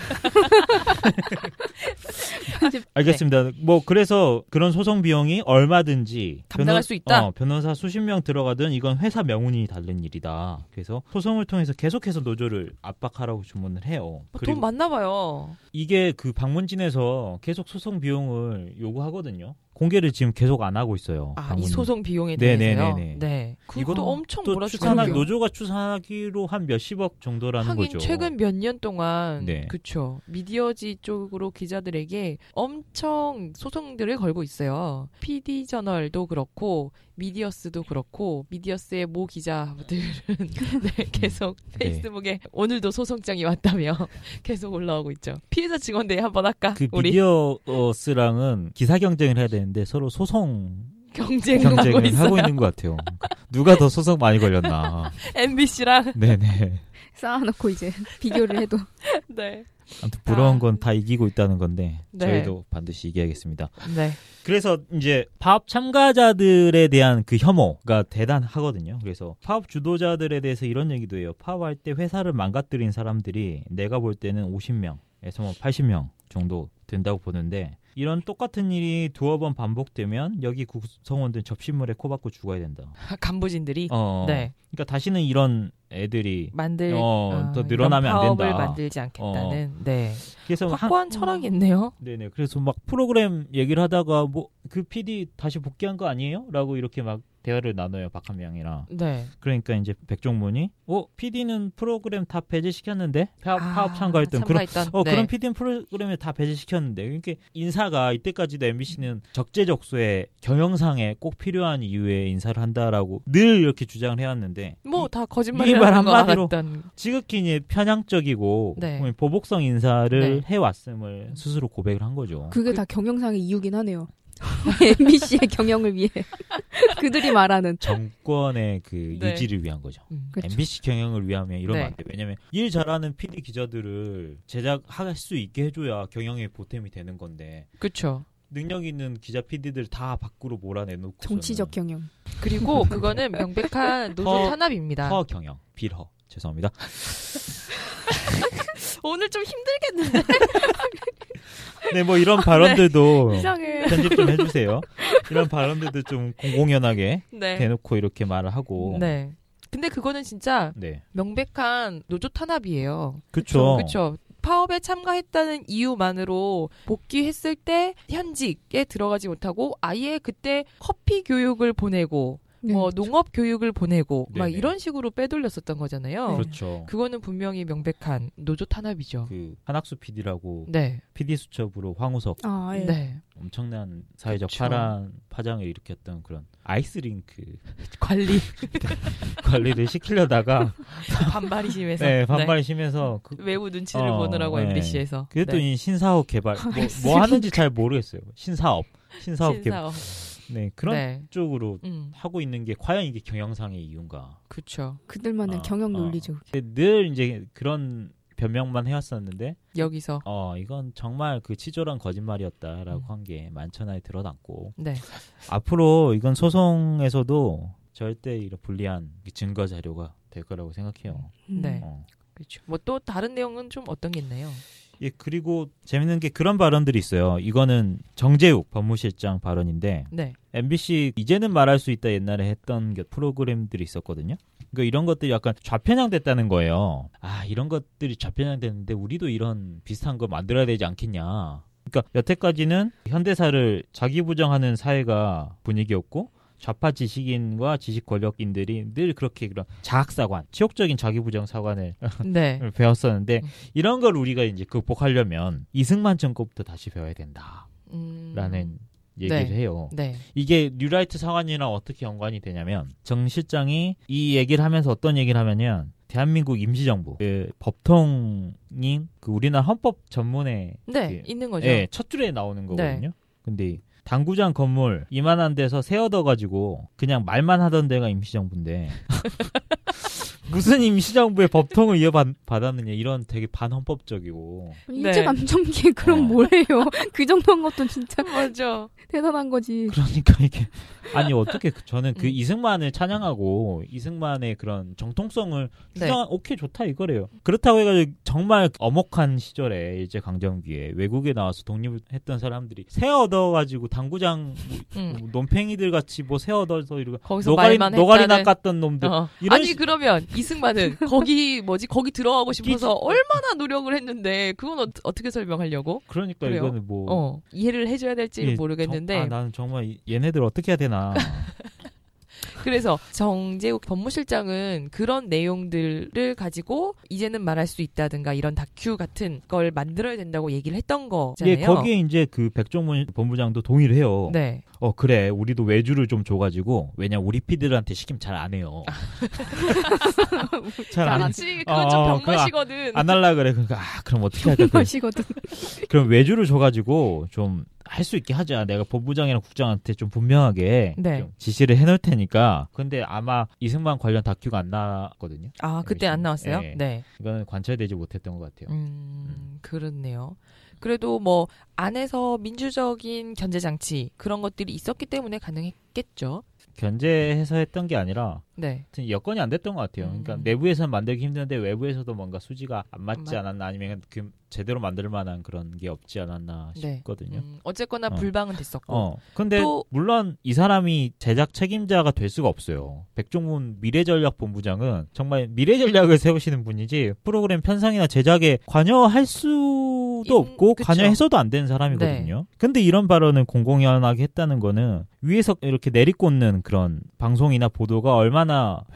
[SPEAKER 2] 알겠습니다. 뭐 그래서 그런 소송 비용이 얼마든지
[SPEAKER 1] 감당할 수 있다?
[SPEAKER 2] 어, 변호사 수십 명 들어가든 이건 회사 명운이 달린 일이다. 그래서 소송을 통해서 계속해서 노조를 압박하라고 주문을 해요.
[SPEAKER 1] 뭐
[SPEAKER 2] 그리고
[SPEAKER 1] 돈 많나 봐요.
[SPEAKER 2] 이게 그 방문진에서 계속 소송 비용을 요구하거든요. 공개를 지금 계속 안 하고 있어요.
[SPEAKER 1] 아, 이
[SPEAKER 2] 방문진.
[SPEAKER 1] 소송 비용에
[SPEAKER 2] 네네네네.
[SPEAKER 1] 대해서요. 네. 그것도
[SPEAKER 2] 이것도
[SPEAKER 1] 엄청
[SPEAKER 2] 또
[SPEAKER 1] 몰아주고
[SPEAKER 2] 추산한
[SPEAKER 1] 있고요.
[SPEAKER 2] 노조가 추산하기로 한 몇십억 정도라는
[SPEAKER 1] 하긴
[SPEAKER 2] 거죠.
[SPEAKER 1] 최근 몇 년 동안
[SPEAKER 2] 네.
[SPEAKER 1] 그쵸 미디어지 쪽으로 기자들에게 엄청 소송들을 걸고 있어요. PD 저널도 그렇고 미디어스도 그렇고 미디어스의 모 기자들은 네,
[SPEAKER 2] 음.
[SPEAKER 1] 계속 페이스북에 오늘도 소송장이 왔다며 계속 올라오고 있죠. 피해자 증언대회 한번 할까?
[SPEAKER 2] 그
[SPEAKER 1] 우리
[SPEAKER 2] 미디어스랑은 기사 경쟁을 해야 되는데 서로 소송
[SPEAKER 1] 경쟁을, 하고
[SPEAKER 2] 경쟁을
[SPEAKER 1] 있어요.
[SPEAKER 2] 하고 있는 것 같아요. 누가 더 소송 많이 걸렸나.
[SPEAKER 1] MBC랑
[SPEAKER 2] 네네.
[SPEAKER 3] 쌓아놓고 이제 비교를 해도
[SPEAKER 1] 네.
[SPEAKER 2] 아무튼 부러운
[SPEAKER 1] 아.
[SPEAKER 2] 건 다 이기고 있다는 건데
[SPEAKER 1] 네.
[SPEAKER 2] 저희도 반드시 이겨야겠습니다.
[SPEAKER 1] 네.
[SPEAKER 2] 그래서 이제 파업 참가자들에 대한 그 혐오가 대단하거든요. 그래서 파업 주도자들에 대해서 이런 얘기도 해요. 파업할 때 회사를 망가뜨린 사람들이 내가 볼 때는 50명에서 뭐 80명 정도 된다고 보는데 이런 똑같은 일이 두어 번 반복되면 여기 구성원들 접신물에 코박고 죽어야 된다.
[SPEAKER 1] 아, 간부진들이
[SPEAKER 2] 어,
[SPEAKER 1] 네
[SPEAKER 2] 그러니까 다시는 이런 애들이
[SPEAKER 1] 만들
[SPEAKER 2] 어,
[SPEAKER 1] 어,
[SPEAKER 2] 더
[SPEAKER 1] 이런
[SPEAKER 2] 늘어나면 안
[SPEAKER 1] 파업을
[SPEAKER 2] 된다.
[SPEAKER 1] 만들지 않겠다는 네
[SPEAKER 2] 그래서 한-
[SPEAKER 1] 확고한 철학이 있네요.
[SPEAKER 2] 네네. 그래서 막 프로그램 얘기를 하다가 뭐 그 PD 다시 복귀한 거 아니에요? 라고 이렇게 막 대화를 나눠요 박한명이랑.
[SPEAKER 1] 네
[SPEAKER 2] 그러니까 이제 백종문이 어 PD는 프로그램 다 배제시켰는데 파업,
[SPEAKER 1] 아,
[SPEAKER 2] 파업 참가했던 그런
[SPEAKER 1] 참가했던,
[SPEAKER 2] 어
[SPEAKER 1] 네.
[SPEAKER 2] 그런 PD는 프로그램에 다 배제시켰는데 그러니까 인사가 이때까지도 MBC는 적재적소에 경영상에 꼭 필요한 이유에 인사를 한다라고 늘 이렇게 주장을 해왔는데
[SPEAKER 1] 뭐다
[SPEAKER 2] 이 말
[SPEAKER 1] 거짓말이라는 거
[SPEAKER 2] 한마디로.
[SPEAKER 1] 알았던
[SPEAKER 2] 지극히 이제 편향적이고 뭐
[SPEAKER 1] 네.
[SPEAKER 2] 보복성 인사를
[SPEAKER 1] 네.
[SPEAKER 2] 해왔음을 스스로 고백을 한 거죠.
[SPEAKER 3] 그게 다 경영상의 이유긴 하네요. MBC의 경영을 위해 그들이 말하는
[SPEAKER 2] 정권의 그
[SPEAKER 1] 네.
[SPEAKER 2] 유지를 위한 거죠.
[SPEAKER 1] 음.
[SPEAKER 3] 그렇죠.
[SPEAKER 2] MBC 경영을 위하면 이러면
[SPEAKER 1] 네.
[SPEAKER 2] 안 돼. 왜냐면 일 잘하는 PD 기자들을 제작할 수 있게 해줘야 경영에 보탬이 되는 건데
[SPEAKER 1] 그렇죠.
[SPEAKER 2] 능력 있는 기자 PD들 다 밖으로 몰아내놓고
[SPEAKER 3] 정치적 경영.
[SPEAKER 1] 그리고 그거는 명백한 노조
[SPEAKER 2] 더-
[SPEAKER 1] 탄압입니다.
[SPEAKER 2] 허 경영 빌허 죄송합니다.
[SPEAKER 1] 오늘 좀 힘들게
[SPEAKER 2] 네 뭐 이런 발언들도
[SPEAKER 1] 이상해.
[SPEAKER 2] 편집 좀 해주세요. 이런 발언들도 좀 공공연하게
[SPEAKER 1] 네.
[SPEAKER 2] 대놓고 이렇게 말을 하고 네,
[SPEAKER 1] 네. 근데 그거는 진짜 명백한 노조 탄압이에요.
[SPEAKER 2] 그렇죠.
[SPEAKER 1] 그렇죠. 파업에 참가했다는 이유만으로 복귀했을 때 현직에 들어가지 못하고 아예 그때 커피 교육을 보내고
[SPEAKER 3] 네.
[SPEAKER 1] 뭐 농업 교육을 보내고 막
[SPEAKER 2] 네네.
[SPEAKER 1] 이런 식으로 빼돌렸었던 거잖아요.
[SPEAKER 2] 그렇죠.
[SPEAKER 1] 그거는 분명히 명백한 노조 탄압이죠.
[SPEAKER 2] 그 한학수 PD라고
[SPEAKER 1] 네.
[SPEAKER 2] PD 수첩으로 황우석
[SPEAKER 3] 아, 예.
[SPEAKER 1] 네.
[SPEAKER 2] 엄청난 사회적
[SPEAKER 1] 그쵸.
[SPEAKER 2] 파란 파장을 일으켰던 그런 아이스링크
[SPEAKER 1] 관리
[SPEAKER 2] 관리를 시키려다가
[SPEAKER 1] 반발이 심해서
[SPEAKER 2] 네, 반발이 심해서 그,
[SPEAKER 1] 네. 외부 눈치를
[SPEAKER 2] 어,
[SPEAKER 1] 보느라고
[SPEAKER 2] 네.
[SPEAKER 1] MBC에서
[SPEAKER 2] 그게 또 이 신사업 개발 뭐, 뭐 하는지 잘 모르겠어요. 신사업, 신사업 개발
[SPEAKER 1] 신사업.
[SPEAKER 2] 네 그런
[SPEAKER 1] 네.
[SPEAKER 2] 쪽으로
[SPEAKER 1] 음.
[SPEAKER 2] 하고 있는 게 과연 이게 경영상의 이유인가?
[SPEAKER 1] 그렇죠.
[SPEAKER 3] 그들만의
[SPEAKER 2] 어,
[SPEAKER 3] 경영
[SPEAKER 2] 어.
[SPEAKER 3] 논리죠. 그게.
[SPEAKER 2] 근데 늘 이제 그런 변명만 해왔었는데
[SPEAKER 1] 여기서
[SPEAKER 2] 어 이건 정말 그 치졸한 거짓말이었다라고
[SPEAKER 1] 음.
[SPEAKER 2] 한 게 만천하에 드러났고
[SPEAKER 1] 네.
[SPEAKER 2] 앞으로 이건 소송에서도 절대 이런 불리한 증거 자료가 될 거라고 생각해요.
[SPEAKER 3] 음.
[SPEAKER 1] 네.
[SPEAKER 2] 어.
[SPEAKER 1] 그렇죠. 뭐 또 다른 내용은 좀 어떤 게 있나요?
[SPEAKER 2] 예 그리고 재밌는 게 그런 발언들이 있어요. 이거는 정재욱 법무실장 발언인데
[SPEAKER 1] 네.
[SPEAKER 2] MBC 이제는 말할 수 있다 옛날에 했던 게 프로그램들이 있었거든요. 그러니까 이런 것들이 약간 좌편향됐다는 거예요. 아 이런 것들이 좌편향됐는데 우리도 이런 비슷한 거 만들어야 되지 않겠냐. 그러니까 여태까지는 현대사를 자기 부정하는 사회가 분위기였고 좌파 지식인과 지식 권력인들이 늘 그렇게 그런 자학사관, 치욕적인 자기 부정 사관을
[SPEAKER 1] 네.
[SPEAKER 2] 배웠었는데
[SPEAKER 1] 음.
[SPEAKER 2] 이런 걸 우리가 이제 극복하려면 이승만 정권부터 다시 배워야 된다라는
[SPEAKER 1] 음.
[SPEAKER 2] 얘기를
[SPEAKER 1] 네.
[SPEAKER 2] 해요.
[SPEAKER 1] 네.
[SPEAKER 2] 이게 뉴라이트 상황이랑 어떻게 연관이 되냐면 정 실장이 이 얘기를 하면서 어떤 얘기를 하냐면 대한민국 임시정부 그 법통인 그 우리나라 헌법 전문에
[SPEAKER 1] 네.
[SPEAKER 2] 예.
[SPEAKER 1] 있는 거죠. 네.
[SPEAKER 2] 예, 첫 줄에 나오는 거거든요. 근데 당구장 건물 이만한 데서 세워둬 가지고 그냥 말만 하던 데가 임시정부인데 무슨 임시정부의 법통을 이어받았느냐 이런 되게 반헌법적이고
[SPEAKER 3] 일제 감정기에
[SPEAKER 2] 어.
[SPEAKER 3] 그럼 뭐예요? 그 정도인 것도 진짜
[SPEAKER 1] 맞아.
[SPEAKER 3] 대단한 거지.
[SPEAKER 2] 그러니까 이게 아니 어떻게 그- 저는 그
[SPEAKER 1] 음.
[SPEAKER 2] 이승만을 찬양하고 이승만의 그런 정통성을
[SPEAKER 1] 네.
[SPEAKER 2] 주장 오케이 좋다 이거래요. 그렇다고 해가지고 정말 엄혹한 시절에 일제 강점기에 외국에 나와서 독립했던 사람들이 새 얻어가지고 당구장
[SPEAKER 1] 음.
[SPEAKER 2] 논팽이들 같이 뭐 새 얻어서 이러고
[SPEAKER 1] 거기서
[SPEAKER 2] 노가리
[SPEAKER 1] 말만
[SPEAKER 2] 노가리
[SPEAKER 1] 했다는-
[SPEAKER 2] 낚았던 놈들
[SPEAKER 1] 어.
[SPEAKER 2] 네. 이런
[SPEAKER 1] 아니
[SPEAKER 2] 시-
[SPEAKER 1] 그러면 이승만은 거기 뭐지 거기 들어가고 싶어서 얼마나 노력을 했는데 그건 어, 어떻게 설명하려고?
[SPEAKER 2] 그러니까
[SPEAKER 1] 그래요.
[SPEAKER 2] 이거는 뭐
[SPEAKER 1] 어 이해를 해줘야 될지
[SPEAKER 2] 예,
[SPEAKER 1] 모르겠는데
[SPEAKER 2] 정- 아, 나는 정말 이- 얘네들 어떻게 해야 되나
[SPEAKER 1] 그래서 정재욱 법무실장은 그런 내용들을 가지고 이제는 말할 수 있다든가 이런 다큐 같은 걸 만들어야 된다고 얘기를 했던 거잖아요.
[SPEAKER 2] 예, 거기에 이제 그 백종문 본부장도 동의를 해요.
[SPEAKER 1] 네.
[SPEAKER 2] 어 그래 우리도 외주를 좀 줘가지고 왜냐 우리 피디들한테 시키면 잘 안 해요.
[SPEAKER 1] 아,
[SPEAKER 2] 잘
[SPEAKER 3] 아,
[SPEAKER 2] 안
[SPEAKER 3] 네.
[SPEAKER 1] 그렇지. 그건 좀
[SPEAKER 2] 어, 어,
[SPEAKER 1] 병맛이거든.
[SPEAKER 2] 안 할라 그래. 그러니까 아 그럼 어떻게 할까? 그래.
[SPEAKER 3] 맛이거든.
[SPEAKER 2] 그럼 외주를 줘가지고 좀 할 수 있게 하자. 내가 본부장이랑 국장한테 좀 분명하게
[SPEAKER 1] 네.
[SPEAKER 2] 좀 지시를 해놓을 테니까. 근데 아마 이승만 관련 다큐가 안 나왔거든요.
[SPEAKER 1] 아 그때 안 나왔어요?
[SPEAKER 2] 예.
[SPEAKER 1] 네.
[SPEAKER 2] 이거는 관찰되지 못했던 것 같아요.
[SPEAKER 1] 음, 그렇네요. 그래도 뭐 안에서 민주적인 견제 장치 그런 것들이 있었기 때문에 가능했겠죠.
[SPEAKER 2] 견제해서 했던 게 아니라.
[SPEAKER 1] 네.
[SPEAKER 2] 하여튼 여건이 안 됐던 것 같아요. 그러니까
[SPEAKER 1] 음.
[SPEAKER 2] 내부에서는 만들기 힘드는데 외부에서도 뭔가 수지가 안 맞지
[SPEAKER 1] 맞-
[SPEAKER 2] 않았나 아니면 그 제대로 만들 만한 그런 게 없지 않았나
[SPEAKER 1] 네.
[SPEAKER 2] 싶거든요.
[SPEAKER 1] 음, 어쨌거나
[SPEAKER 2] 어.
[SPEAKER 1] 불방은 됐었고.
[SPEAKER 2] 어. 근데
[SPEAKER 1] 또-
[SPEAKER 2] 물론 이 사람이 제작 책임자가 될 수가 없어요. 백종문 미래전략 본부장은 정말 미래 전략을 세우시는 분이지 프로그램 편성이나 제작에 관여할 수도
[SPEAKER 1] 인-
[SPEAKER 2] 없고
[SPEAKER 1] 음, 그쵸. 네.
[SPEAKER 2] 관여해서도 안 되는 사람이거든요. 근데 이런 발언을 공공연하게 했다는 거는 위에서 이렇게 내리꽂는 그런 방송이나 보도가 얼마나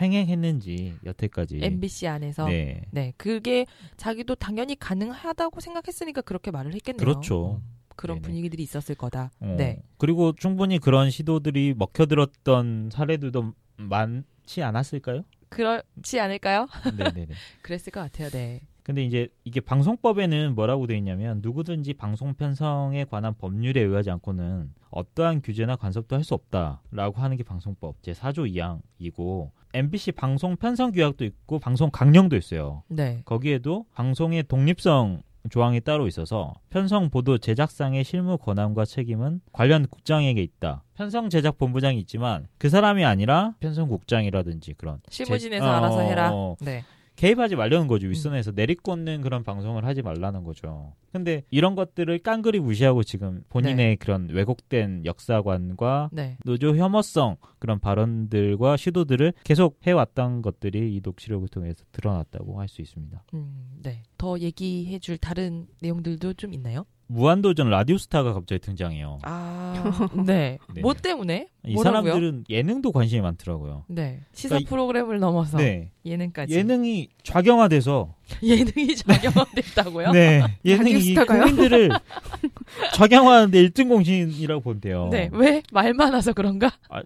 [SPEAKER 2] 횡행했는지 여태까지
[SPEAKER 1] MBC 안에서 네.
[SPEAKER 2] 네.
[SPEAKER 1] 그게 자기도 당연히 가능하다고 생각했으니까 그렇게 말을 했겠네요.
[SPEAKER 2] 그렇죠.
[SPEAKER 1] 그런
[SPEAKER 2] 네네.
[SPEAKER 1] 분위기들이 있었을 거다.
[SPEAKER 2] 어,
[SPEAKER 1] 네.
[SPEAKER 2] 그리고 충분히 그런 시도들이 먹혀들었던 사례들도 많지 않았을까요?
[SPEAKER 1] 그렇지 않을까요?
[SPEAKER 2] 네네네.
[SPEAKER 1] 그랬을 것 같아요. 네.
[SPEAKER 2] 근데 이제 이게 방송법에는 뭐라고 돼 있냐면 누구든지 방송 편성에 관한 법률에 의하지 않고는 어떠한 규제나 간섭도 할 수 없다라고 하는 게 방송법 제 4조 2항이고 MBC 방송 편성 규약도 있고 방송 강령도 있어요.
[SPEAKER 1] 네.
[SPEAKER 2] 거기에도 방송의 독립성 조항이 따로 있어서 편성 보도 제작상의 실무 권한과 책임은 관련 국장에게 있다. 편성 제작 본부장이 있지만 그 사람이 아니라 편성 국장이라든지 그런
[SPEAKER 1] 실무진에서
[SPEAKER 2] 제-
[SPEAKER 1] 알아서
[SPEAKER 2] 어,
[SPEAKER 1] 해라.
[SPEAKER 2] 어,
[SPEAKER 1] 네.
[SPEAKER 2] 개입하지 말라는 거죠.
[SPEAKER 1] 음.
[SPEAKER 2] 윗선에서 내리꽂는 그런 방송을 하지 말라는 거죠. 근데 이런 것들을 깡그리 무시하고 지금 본인의 그런 왜곡된 역사관과
[SPEAKER 1] 네.
[SPEAKER 2] 노조 혐오성 그런 발언들과 시도들을 계속 해왔던 것들이 이 녹취록을 통해서 드러났다고 할 수 있습니다.
[SPEAKER 1] 음, 네. 더 얘기해 줄 다른 내용들도 좀 있나요?
[SPEAKER 2] 무한도전 라디오스타가 갑자기 등장해요.
[SPEAKER 1] 아, 네.
[SPEAKER 2] 네.
[SPEAKER 1] 뭐 때문에?
[SPEAKER 2] 이
[SPEAKER 1] 뭐라고요?
[SPEAKER 2] 사람들은 예능도 관심이 많더라고요.
[SPEAKER 1] 네. 시사
[SPEAKER 2] 그러니까 이-
[SPEAKER 1] 프로그램을 넘어서
[SPEAKER 2] 네.
[SPEAKER 1] 예능까지.
[SPEAKER 2] 예능이 좌경화돼서
[SPEAKER 1] 예능이 작용됐다고요?
[SPEAKER 2] 네. 예능이 이
[SPEAKER 3] 라디오스타가요?
[SPEAKER 2] 국민들을 좌경화하는데 1등 공신이라고 본대요.
[SPEAKER 1] 네. 왜? 말 많아서 그런가?
[SPEAKER 2] 아,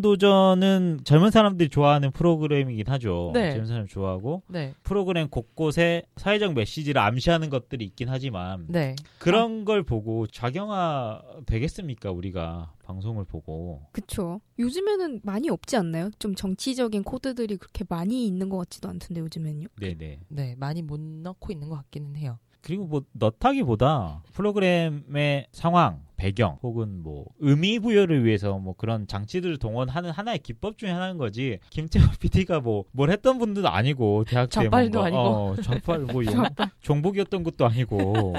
[SPEAKER 2] 무한도전은 젊은 사람들이 좋아하는 프로그램이긴 하죠.
[SPEAKER 1] 네.
[SPEAKER 2] 젊은 사람 좋아하고
[SPEAKER 1] 네.
[SPEAKER 2] 프로그램 곳곳에 사회적 메시지를 암시하는 것들이 있긴 하지만
[SPEAKER 1] 네.
[SPEAKER 2] 그런 걸 보고 좌경화 되겠습니까 우리가 방송을 보고
[SPEAKER 3] 그쵸. 요즘에는 많이 없지 않나요? 좀 정치적인 코드들이 그렇게 많이 있는 것 같지도 않던데 요즘엔요.
[SPEAKER 2] 네네
[SPEAKER 1] 네. 많이 못 넣고 있는 것 같기는 해요.
[SPEAKER 2] 그리고 뭐 넣다기보다 프로그램의 상황 배경 혹은 뭐 의미 부여를 위해서 뭐 그런 장치들을 동원하는 하나의 기법 중에 하나인 거지 김태호 PD가 뭐 뭘 했던 분도 아니고 대학 때
[SPEAKER 1] 좌빨도
[SPEAKER 2] 뭔가,
[SPEAKER 1] 아니고.
[SPEAKER 2] 어, 좌빨 뭐 이런 종복이었던 것도 아니고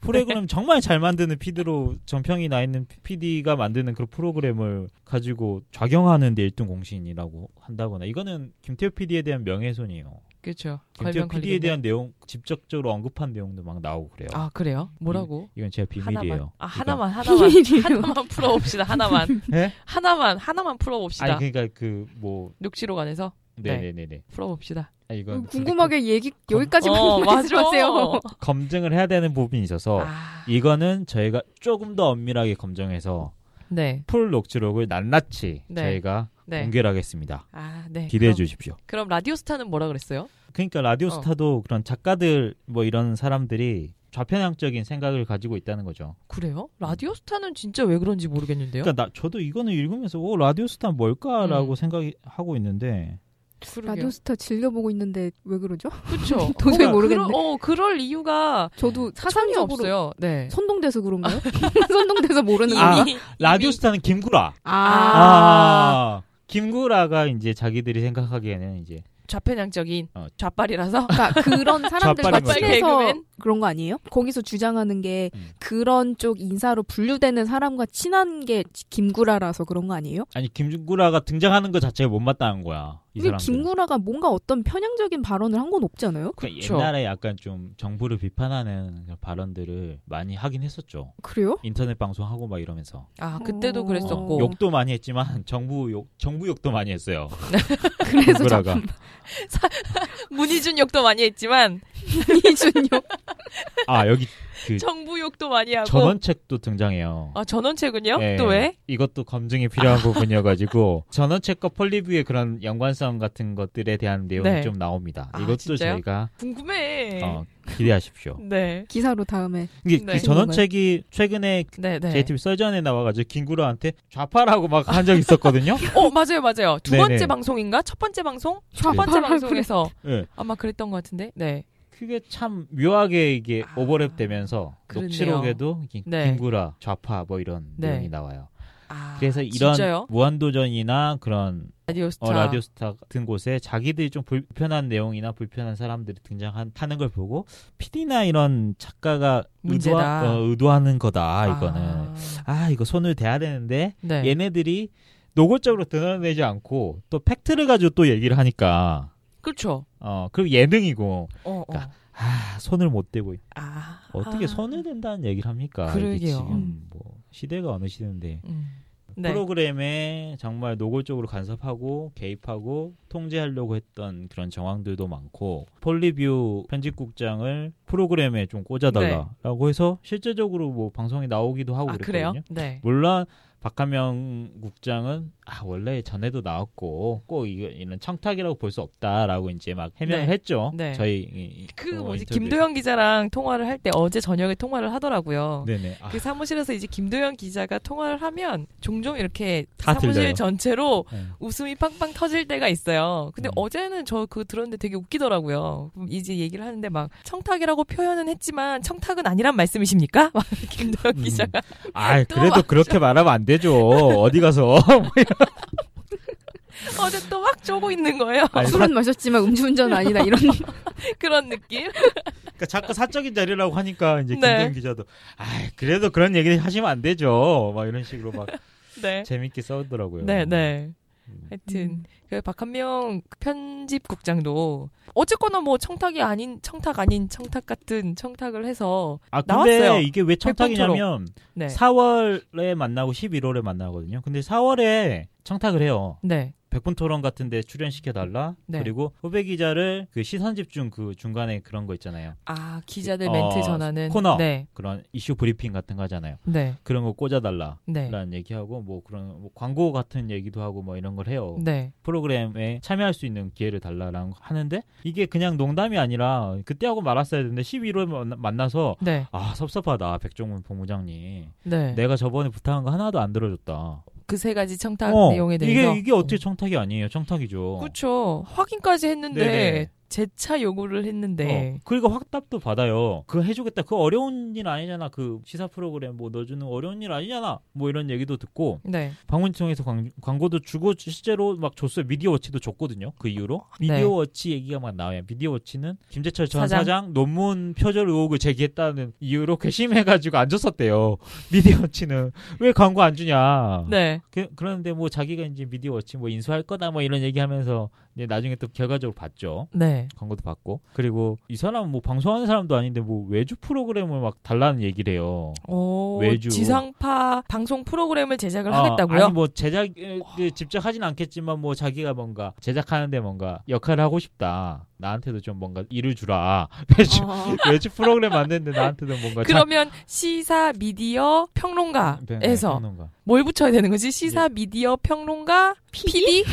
[SPEAKER 2] 프로그램 정말 잘 만드는 PD로 정평이 나 있는 PD가 만드는 그런 프로그램을 가지고 좌경하는데 일등 공신이라고 한다거나 이거는 김태호 PD에 대한 명예훼손이에요.
[SPEAKER 1] 그렇죠.
[SPEAKER 2] 김태호
[SPEAKER 1] 걸면
[SPEAKER 2] PD에
[SPEAKER 1] 걸리겠네.
[SPEAKER 2] 대한 내용 직접적으로 언급한 내용도 막 나오고 그래요.
[SPEAKER 1] 아, 그래요? 뭐라고?
[SPEAKER 2] 이건 제가
[SPEAKER 1] 하나만.
[SPEAKER 2] 비밀이에요.
[SPEAKER 1] 아,
[SPEAKER 2] 그러니까-
[SPEAKER 1] 하나만 하나만
[SPEAKER 3] 비밀이에요.
[SPEAKER 1] 하나만 풀어 봅시다. 하나만.
[SPEAKER 2] 예?
[SPEAKER 1] 하나만 하나만 풀어 봅시다.
[SPEAKER 2] 아니 그러니까 그 뭐
[SPEAKER 1] 녹취록 안에서
[SPEAKER 2] 네네네네.
[SPEAKER 1] 풀어 봅시다. 어,
[SPEAKER 2] 아, 이건
[SPEAKER 3] 그
[SPEAKER 1] 음,
[SPEAKER 3] 궁금하게 얘기
[SPEAKER 2] 검-
[SPEAKER 3] 여기까지만 말씀하세요.
[SPEAKER 2] 검증을 해야 되는 부분이 있어서
[SPEAKER 1] 아.
[SPEAKER 2] 이거는 저희가 조금 더 엄밀하게 검증해서
[SPEAKER 1] 네.
[SPEAKER 2] 풀 녹취록을 낱낱이
[SPEAKER 1] 네.
[SPEAKER 2] 저희가
[SPEAKER 1] 네.
[SPEAKER 2] 공개를 하겠습니다.
[SPEAKER 1] 아, 네.
[SPEAKER 2] 기대해
[SPEAKER 1] 그럼-
[SPEAKER 2] 주십시오.
[SPEAKER 1] 그럼 라디오스타는 뭐라 그랬어요?
[SPEAKER 2] 그러니까 라디오스타도 그런 작가들 뭐 이런 사람들이 좌편향적인 생각을 가지고 있다는 거죠.
[SPEAKER 1] 그래요? 라디오스타는 진짜 왜 그런지 모르겠는데요.
[SPEAKER 2] 그러니까 나 저도 이거는 읽으면서 오 라디오스타 뭘까라고
[SPEAKER 1] 음.
[SPEAKER 2] 생각이 하고 있는데
[SPEAKER 1] 그러게요.
[SPEAKER 3] 라디오스타 즐겨보고 있는데 왜 그러죠?
[SPEAKER 1] 그쵸?
[SPEAKER 3] 도저히
[SPEAKER 1] 어,
[SPEAKER 3] 모르겠네.
[SPEAKER 1] 그럴- 어, 그럴 이유가
[SPEAKER 3] 저도
[SPEAKER 1] 사상이
[SPEAKER 3] 사상적으로
[SPEAKER 1] 없어요. 네.
[SPEAKER 3] 선동돼서 그런가요? 선동돼서 모르는
[SPEAKER 2] 아.
[SPEAKER 3] 건가?
[SPEAKER 2] 라디오스타는 김구라.
[SPEAKER 3] 아.
[SPEAKER 2] 아. 김구라가 이제 자기들이 생각하기에는 이제
[SPEAKER 1] 좌편향적인
[SPEAKER 2] 어.
[SPEAKER 1] 좌빨이라서
[SPEAKER 3] 그러니까 그런 사람들과
[SPEAKER 2] 좌빨인 거죠.
[SPEAKER 3] 친해서
[SPEAKER 1] 개그맨?
[SPEAKER 3] 그런 거 아니에요? 거기서 주장하는 게
[SPEAKER 2] 음.
[SPEAKER 3] 그런 쪽 인사로 분류되는 사람과 친한 게 김구라라서 그런 거 아니에요?
[SPEAKER 2] 아니 김구라가 등장하는 것 자체가 못마땅한 거야. 이
[SPEAKER 3] 근데
[SPEAKER 2] 사람들.
[SPEAKER 3] 김구라가 뭔가 어떤 편향적인 발언을 한 건 없잖아요?
[SPEAKER 2] 그러니까
[SPEAKER 1] 그쵸.
[SPEAKER 2] 옛날에 약간 좀 정부를 비판하는 그런 발언들을 많이 하긴 했었죠.
[SPEAKER 3] 그래요?
[SPEAKER 2] 인터넷 방송하고 막 이러면서
[SPEAKER 1] 아, 그때도
[SPEAKER 3] 어.
[SPEAKER 2] 어,
[SPEAKER 1] 그랬었고.
[SPEAKER 2] 욕도 많이 했지만 정부 욕 정부 욕도 많이 했어요.
[SPEAKER 3] 그래서
[SPEAKER 2] 김구라가
[SPEAKER 1] 문희준 욕도 많이 했지만
[SPEAKER 3] 이준요
[SPEAKER 2] 아 여기 그
[SPEAKER 1] 정부 욕도 많이 하고.
[SPEAKER 2] 전원책도 등장해요.
[SPEAKER 1] 아, 전원책은요?
[SPEAKER 2] 예,
[SPEAKER 1] 또 왜? 아.
[SPEAKER 2] 이것도 검증이 필요한 부분이어가지고 전원책과 폴리뷰의 그런 연관성 같은 것들에 대한 내용이
[SPEAKER 1] 네.
[SPEAKER 2] 좀 나옵니다.
[SPEAKER 1] 아,
[SPEAKER 2] 이것도
[SPEAKER 1] 진짜요?
[SPEAKER 2] 저희가
[SPEAKER 1] 궁금해.
[SPEAKER 2] 어, 기대하십시오.
[SPEAKER 1] 네.
[SPEAKER 3] 기사로 다음에
[SPEAKER 2] 이게
[SPEAKER 1] 네.
[SPEAKER 2] 그 전원책이 최근에
[SPEAKER 1] 네, 네.
[SPEAKER 2] JTBC 서전에 나와가지고 김구라한테 좌파라고 막 한 적 있었거든요.
[SPEAKER 1] 어, 맞아요, 맞아요. 두
[SPEAKER 2] 네네.
[SPEAKER 1] 번째 방송인가? 첫 번째 방송? 첫
[SPEAKER 2] 네.
[SPEAKER 1] 번째 방송에서
[SPEAKER 2] 예.
[SPEAKER 1] 아마 그랬던 것 같은데. 네.
[SPEAKER 2] 그게 참 묘하게 이게
[SPEAKER 1] 아,
[SPEAKER 2] 오버랩되면서
[SPEAKER 1] 그렇네요.
[SPEAKER 2] 녹취록에도 이게
[SPEAKER 1] 네.
[SPEAKER 2] 김구라 좌파 뭐 이런
[SPEAKER 1] 네.
[SPEAKER 2] 내용이 나와요.
[SPEAKER 1] 아,
[SPEAKER 2] 그래서 이런
[SPEAKER 1] 진짜요?
[SPEAKER 2] 무한도전이나 그런
[SPEAKER 1] 라디오스타.
[SPEAKER 2] 어, 라디오스타 같은 곳에 자기들이 좀 불편한 내용이나 불편한 사람들이 등장하는 걸 보고 PD나 이런 작가가
[SPEAKER 1] 문제다.
[SPEAKER 2] 의도하, 어, 의도하는 거다
[SPEAKER 1] 아.
[SPEAKER 2] 이거는 아 이거 손을 대야 되는데
[SPEAKER 1] 네.
[SPEAKER 2] 얘네들이 노골적으로 드러내지 않고 또 팩트를 가지고 또 얘기를 하니까
[SPEAKER 1] 그렇죠.
[SPEAKER 2] 어 그리고 예능이고
[SPEAKER 1] 어, 어.
[SPEAKER 2] 그러니까 아 손을 못 대고 있-
[SPEAKER 1] 아.
[SPEAKER 2] 어떻게
[SPEAKER 1] 아.
[SPEAKER 2] 손을 댄다는 얘기를 합니까 이게
[SPEAKER 1] 그러게요.
[SPEAKER 2] 지금 뭐 시대가 어느 시대인데
[SPEAKER 1] 음. 네.
[SPEAKER 2] 프로그램에 정말 노골적으로 간섭하고 개입하고 통제하려고 했던 그런 정황들도 많고 폴리뷰 편집국장을 프로그램에 좀 꽂아달라라고 해서 실제적으로 뭐 방송에 나오기도 하고
[SPEAKER 1] 네. 아,
[SPEAKER 2] 그랬거든요. 뭐
[SPEAKER 1] 그래요? 네.
[SPEAKER 2] 물론 박하명 국장은 아 원래 전에도 나왔고 꼭 이거 이런 청탁이라고 볼 수 없다라고 이제 막 해명을
[SPEAKER 1] 네.
[SPEAKER 2] 했죠.
[SPEAKER 1] 네.
[SPEAKER 2] 저희 이- 이-
[SPEAKER 1] 그
[SPEAKER 2] 어,
[SPEAKER 1] 뭐지
[SPEAKER 2] 인터뷰에서.
[SPEAKER 1] 김도영 기자랑 통화를 할 때 어제 저녁에 통화를 하더라고요.
[SPEAKER 2] 네네. 아,
[SPEAKER 1] 그 사무실에서 이제 김도영 기자가 통화를 하면 종종 이렇게
[SPEAKER 2] 다
[SPEAKER 1] 사무실
[SPEAKER 2] 들려요.
[SPEAKER 1] 전체로
[SPEAKER 2] 네.
[SPEAKER 1] 웃음이 빵빵 터질 때가 있어요. 근데
[SPEAKER 2] 음.
[SPEAKER 1] 어제는 저 그거 들었는데 되게 웃기더라고요. 그럼 이제 얘기를 하는데 막 청탁이라고 표현은 했지만 청탁은 아니란 말씀이십니까? 막 김도영
[SPEAKER 2] 음.
[SPEAKER 1] 기자가
[SPEAKER 2] 아
[SPEAKER 1] 또
[SPEAKER 2] 그래도
[SPEAKER 1] 맞죠.
[SPEAKER 2] 그렇게 말하면 안 되죠. 어디 가서
[SPEAKER 1] 어제 또 막 쪼고 있는 거예요.
[SPEAKER 2] 아니, 사-
[SPEAKER 3] 술은 마셨지만 음주운전 은 아니다 이런
[SPEAKER 1] 그런 느낌?
[SPEAKER 2] 그러니까 자꾸 사적인 자리라고 하니까 이제
[SPEAKER 1] 네.
[SPEAKER 2] 김정 기자도 아 그래도 그런 얘기 하시면 안 되죠. 막 이런 식으로 막
[SPEAKER 1] 네.
[SPEAKER 2] 재밌게 싸우더라고요. 음.
[SPEAKER 1] 네, 네. 하여튼 그 박한명 편집국장도 어쨌거나 뭐 청탁이 아닌 청탁 아닌 청탁 같은 청탁을 해서
[SPEAKER 2] 아 근데
[SPEAKER 1] 나왔어요.
[SPEAKER 2] 이게 왜 청탁이냐면
[SPEAKER 1] 네.
[SPEAKER 2] 4월에 만나고 11월에 만나거든요. 근데 4월에 청탁을 해요.
[SPEAKER 1] 네.
[SPEAKER 2] 백분 토론 같은데 출연시켜 달라.
[SPEAKER 1] 네.
[SPEAKER 2] 그리고 후배 기자를 그 시선 집중 그 중간에 그런 거 있잖아요.
[SPEAKER 1] 아 기자들
[SPEAKER 2] 어,
[SPEAKER 1] 멘트 전하는
[SPEAKER 2] 코너.
[SPEAKER 1] 네.
[SPEAKER 2] 그런 이슈 브리핑 같은 거 하잖아요.
[SPEAKER 1] 네.
[SPEAKER 2] 그런 거 꽂아 달라.
[SPEAKER 1] 네.
[SPEAKER 2] 라는 얘기하고 뭐 그런 뭐 광고 같은 얘기도 하고 뭐 이런 걸 해요.
[SPEAKER 1] 네.
[SPEAKER 2] 프로그램에 참여할 수 있는 기회를 달라라고 하는데 이게 그냥 농담이 아니라 그때 하고 말았어야 되는데 11월에 만나서
[SPEAKER 1] 네.
[SPEAKER 2] 아 섭섭하다 백종원 본부장님
[SPEAKER 1] 네.
[SPEAKER 2] 내가 저번에 부탁한 거 하나도 안 들어줬다.
[SPEAKER 1] 그 세 가지 청탁
[SPEAKER 2] 어,
[SPEAKER 1] 내용에 대해서
[SPEAKER 2] 이게 이게 어떻게 청탁이 아니에요? 청탁이죠.
[SPEAKER 1] 그렇죠. 확인까지 했는데
[SPEAKER 2] 네네.
[SPEAKER 1] 재차 요구를 했는데
[SPEAKER 2] 어, 그리고 확답도 받아요. 그거 해주겠다. 그 어려운 일 아니잖아. 그 시사 프로그램 뭐 넣어주는 어려운 일 아니잖아. 뭐 이런 얘기도 듣고
[SPEAKER 1] 네.
[SPEAKER 2] 방문청에서 광, 광고도 주고 실제로 막 줬어요. 미디어워치도 줬거든요. 그 이후로
[SPEAKER 1] 네.
[SPEAKER 2] 미디어워치 얘기가 막 나와요. 미디어워치는 김재철 전
[SPEAKER 1] 사장.
[SPEAKER 2] 사장, 논문 표절 의혹을 제기했다는 이유로 괘씸해가지고 안 줬었대요. 미디어워치는 왜 광고 안 주냐.
[SPEAKER 1] 네.
[SPEAKER 2] 그, 그런데 뭐 자기가 이제 미디어워치 뭐 인수할 거다 뭐 이런 얘기하면서 이제 나중에 또 결과적으로 봤죠.
[SPEAKER 1] 네.
[SPEAKER 2] 광고도 받고 그리고 이 사람은 뭐 방송하는 사람도 아닌데 뭐 외주 프로그램을 막 달라는 얘기를 해요.
[SPEAKER 1] 어,
[SPEAKER 2] 외주.
[SPEAKER 1] 지상파 방송 프로그램을 제작을
[SPEAKER 2] 아,
[SPEAKER 1] 하겠다고요?
[SPEAKER 2] 아니 뭐 제작 에, 그, 집착하진 않겠지만 뭐 자기가 뭔가 제작하는데 뭔가 역할을 하고 싶다. 나한테도 좀 뭔가 일을 주라. 외주
[SPEAKER 1] 어,
[SPEAKER 2] 외주 프로그램 만드는데 나한테도 뭔가 자-
[SPEAKER 1] 그러면 시사 미디어
[SPEAKER 2] 네,
[SPEAKER 1] 평론가에서
[SPEAKER 2] 평론가.
[SPEAKER 1] 뭘 붙여야 되는 거지?
[SPEAKER 2] 예.
[SPEAKER 1] 시사 미디어 평론가 PD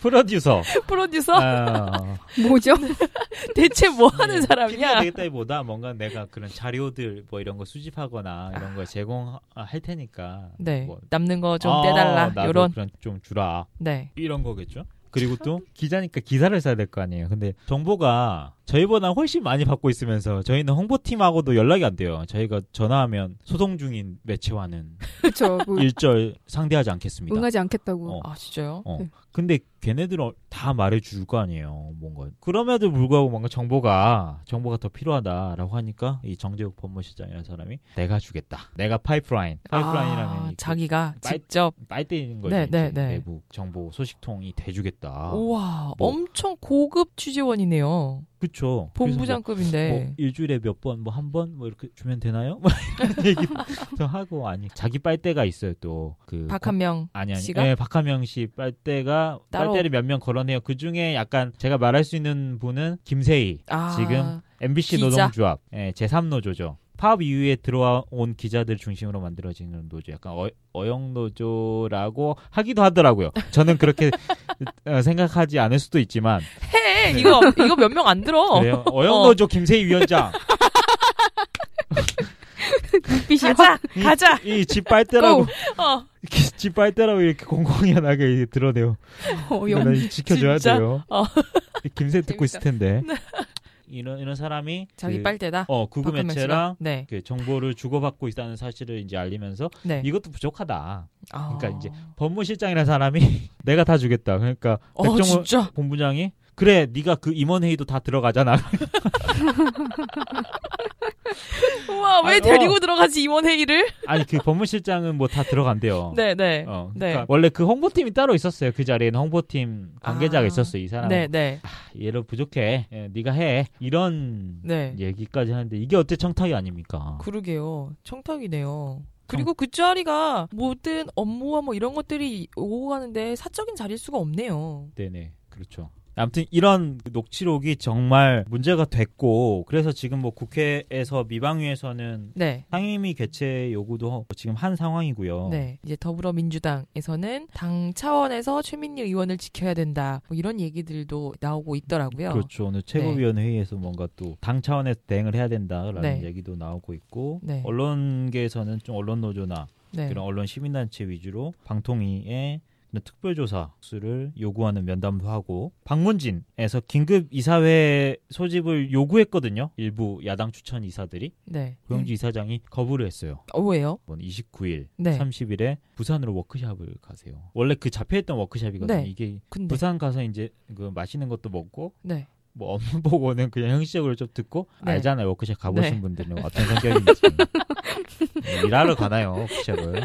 [SPEAKER 2] 프로듀서
[SPEAKER 1] 프로듀서
[SPEAKER 2] 아,
[SPEAKER 3] 뭐죠?
[SPEAKER 1] 대체 뭐 하는
[SPEAKER 2] 네, PD가
[SPEAKER 1] 사람이야?
[SPEAKER 2] 되겠다기보다 뭔가 내가 그런 자료들 뭐 이런 거 수집하거나 이런 걸 제공할 테니까
[SPEAKER 1] 아. 네.
[SPEAKER 2] 뭐.
[SPEAKER 1] 남는 거 좀
[SPEAKER 2] 아,
[SPEAKER 1] 떼달라.
[SPEAKER 2] 나도
[SPEAKER 1] 요런.
[SPEAKER 2] 그런 좀 주라.
[SPEAKER 1] 네.
[SPEAKER 2] 이런 거겠죠. 그리고 또 기자니까 기사를 써야 될 거 아니에요. 근데 정보가 저희보다 훨씬 많이 받고 있으면서 저희는 홍보팀하고도 연락이 안 돼요. 저희가 전화하면 소송 중인 매체와는
[SPEAKER 3] 그렇죠. 뭐
[SPEAKER 2] 일절 상대하지 않겠습니다.
[SPEAKER 3] 응하지 않겠다고.
[SPEAKER 2] 어.
[SPEAKER 1] 아, 진짜요?
[SPEAKER 2] 어.
[SPEAKER 3] 네.
[SPEAKER 2] 근데 걔네들은 어- 다 말해줄 거 아니에요. 뭔가 그럼에도 불구하고 뭔가 정보가 정보가 더 필요하다라고 하니까 이 정재욱 법무실장이라는 사람이 내가 주겠다. 내가 파이프라인 파이프라인이라는
[SPEAKER 1] 아,
[SPEAKER 2] 이
[SPEAKER 1] 자기가
[SPEAKER 2] 빨-
[SPEAKER 1] 직접
[SPEAKER 2] 빨대인 거지.
[SPEAKER 1] 네,
[SPEAKER 2] 이제
[SPEAKER 1] 네, 네.
[SPEAKER 2] 내부 정보 소식통이 돼주겠다.
[SPEAKER 1] 우와,
[SPEAKER 2] 뭐.
[SPEAKER 1] 엄청 고급 취재원이네요.
[SPEAKER 2] 그쵸. 그래서 뭐,
[SPEAKER 1] 본부장급인데.
[SPEAKER 2] 뭐 일주일에 몇 번 뭐 한 번 뭐 이렇게 주면 되나요? 뭐 이런 얘기도 하고 아니 자기 빨대가 있어요 또 그
[SPEAKER 1] 박한명
[SPEAKER 2] 아니 아니
[SPEAKER 1] 씨가?
[SPEAKER 2] 예, 박하명 씨 빨대가
[SPEAKER 1] 따로.
[SPEAKER 2] 빨대를 몇 명 걸어내요. 그 중에 약간 제가 말할 수 있는 분은 김세희
[SPEAKER 1] 아,
[SPEAKER 2] 지금 MBC
[SPEAKER 1] 기자.
[SPEAKER 2] 노동조합 예, 제3노조죠. 파업 이후에 들어온 기자들 중심으로 만들어지는 노조, 약간 어, 어영 노조라고 하기도 하더라고요. 저는 그렇게 어, 생각하지 않을 수도 있지만 네.
[SPEAKER 1] 해 네, 이거 이거 몇 명 안 들어.
[SPEAKER 2] 그래요. 어영 노조 김세희 위원장
[SPEAKER 3] 눈빛이
[SPEAKER 1] 가자
[SPEAKER 2] 이-
[SPEAKER 1] 가자.
[SPEAKER 2] 이 집 빨대라고
[SPEAKER 1] 어,
[SPEAKER 2] 이렇게 집 빨대라고 이렇게 공공연하게 이렇게 드러내요. 그러니까
[SPEAKER 3] 확 어여.
[SPEAKER 2] 나 지켜줘야
[SPEAKER 1] 진짜?
[SPEAKER 2] 돼요.
[SPEAKER 1] 어.
[SPEAKER 2] 김세
[SPEAKER 1] 재밌다. 네.
[SPEAKER 2] 듣고 있을 텐데. 이런 이런 사람이
[SPEAKER 1] 자기
[SPEAKER 2] 그,
[SPEAKER 1] 빨대다.
[SPEAKER 2] 어 구구
[SPEAKER 1] 박한명
[SPEAKER 2] 매체랑
[SPEAKER 1] 씨가? 네,
[SPEAKER 2] 그 정보를 주고받고 있다는 사실을 이제 알리면서
[SPEAKER 1] 네.
[SPEAKER 2] 이것도 부족하다.
[SPEAKER 1] 아.
[SPEAKER 2] 그러니까 이제 법무실장이라는 사람이 내가 다 주겠다. 그러니까
[SPEAKER 1] 어
[SPEAKER 2] 백종원
[SPEAKER 1] 진짜
[SPEAKER 2] 본부장이 그래 네가 그 임원회의도 다 들어가잖아.
[SPEAKER 1] 우와 왜
[SPEAKER 2] 아니,
[SPEAKER 1] 데리고 들어가지 임원 회의를?
[SPEAKER 2] 아니 그 법무실장은 뭐 다 들어간대요.
[SPEAKER 1] 네, 네,
[SPEAKER 2] 어, 그러니까
[SPEAKER 1] 네,
[SPEAKER 2] 원래 그 홍보팀이 따로 있었어요. 그 자리에는 홍보팀 관계자가
[SPEAKER 1] 아.
[SPEAKER 2] 있었어요. 이 사람
[SPEAKER 1] 네, 네,
[SPEAKER 2] 얘로 부족해. 예, 네가 해. 이런
[SPEAKER 1] 네.
[SPEAKER 2] 얘기까지 하는데 이게 어때 청탁이 아닙니까?
[SPEAKER 1] 그러게요. 청탁이네요. 그리고 그 자리가 모든 업무와 뭐 이런 것들이 오고 가는데 사적인 자리일 수가 없네요.
[SPEAKER 2] 네네 그렇죠. 아무튼 이런 그 녹취록이 정말 문제가 됐고 그래서 지금 뭐 국회에서 미방위에서는
[SPEAKER 1] 네.
[SPEAKER 2] 상임위 개최 요구도 지금 한 상황이고요.
[SPEAKER 1] 네. 이제 더불어민주당에서는 당 차원에서 최민희 의원을 지켜야 된다. 뭐 이런 얘기들도 나오고 있더라고요.
[SPEAKER 2] 그렇죠. 오늘 최고위원회의에서 뭔가 또 당 차원에서 대응을 해야 된다라는
[SPEAKER 1] 네.
[SPEAKER 2] 얘기도 나오고 있고
[SPEAKER 1] 네.
[SPEAKER 2] 언론계에서는 좀 언론 노조나
[SPEAKER 1] 네.
[SPEAKER 2] 그런 언론 시민단체 위주로 방통위에 그런 특별조사 수를 요구하는 면담도 하고 방문진에서 긴급 이사회 소집을 요구했거든요. 일부 야당 추천 이사들이
[SPEAKER 1] 네.
[SPEAKER 2] 고영주 이사장이 거부를 했어요.
[SPEAKER 1] 어, 왜요?
[SPEAKER 2] 이번 29일,
[SPEAKER 1] 네.
[SPEAKER 2] 30일에 부산으로 워크샵을 가세요. 원래 그 잡혀있던 워크샵이거든요.
[SPEAKER 1] 네.
[SPEAKER 2] 이게
[SPEAKER 1] 근데
[SPEAKER 2] 부산 가서 이제 그 맛있는 것도 먹고
[SPEAKER 1] 네.
[SPEAKER 2] 뭐 업무 보고는 그냥 형식적으로 좀 듣고
[SPEAKER 1] 네.
[SPEAKER 2] 알잖아요. 워크숍 가보신
[SPEAKER 1] 네.
[SPEAKER 2] 음, 분들은 어떤 성격인지 일하러 가나요 워크숍을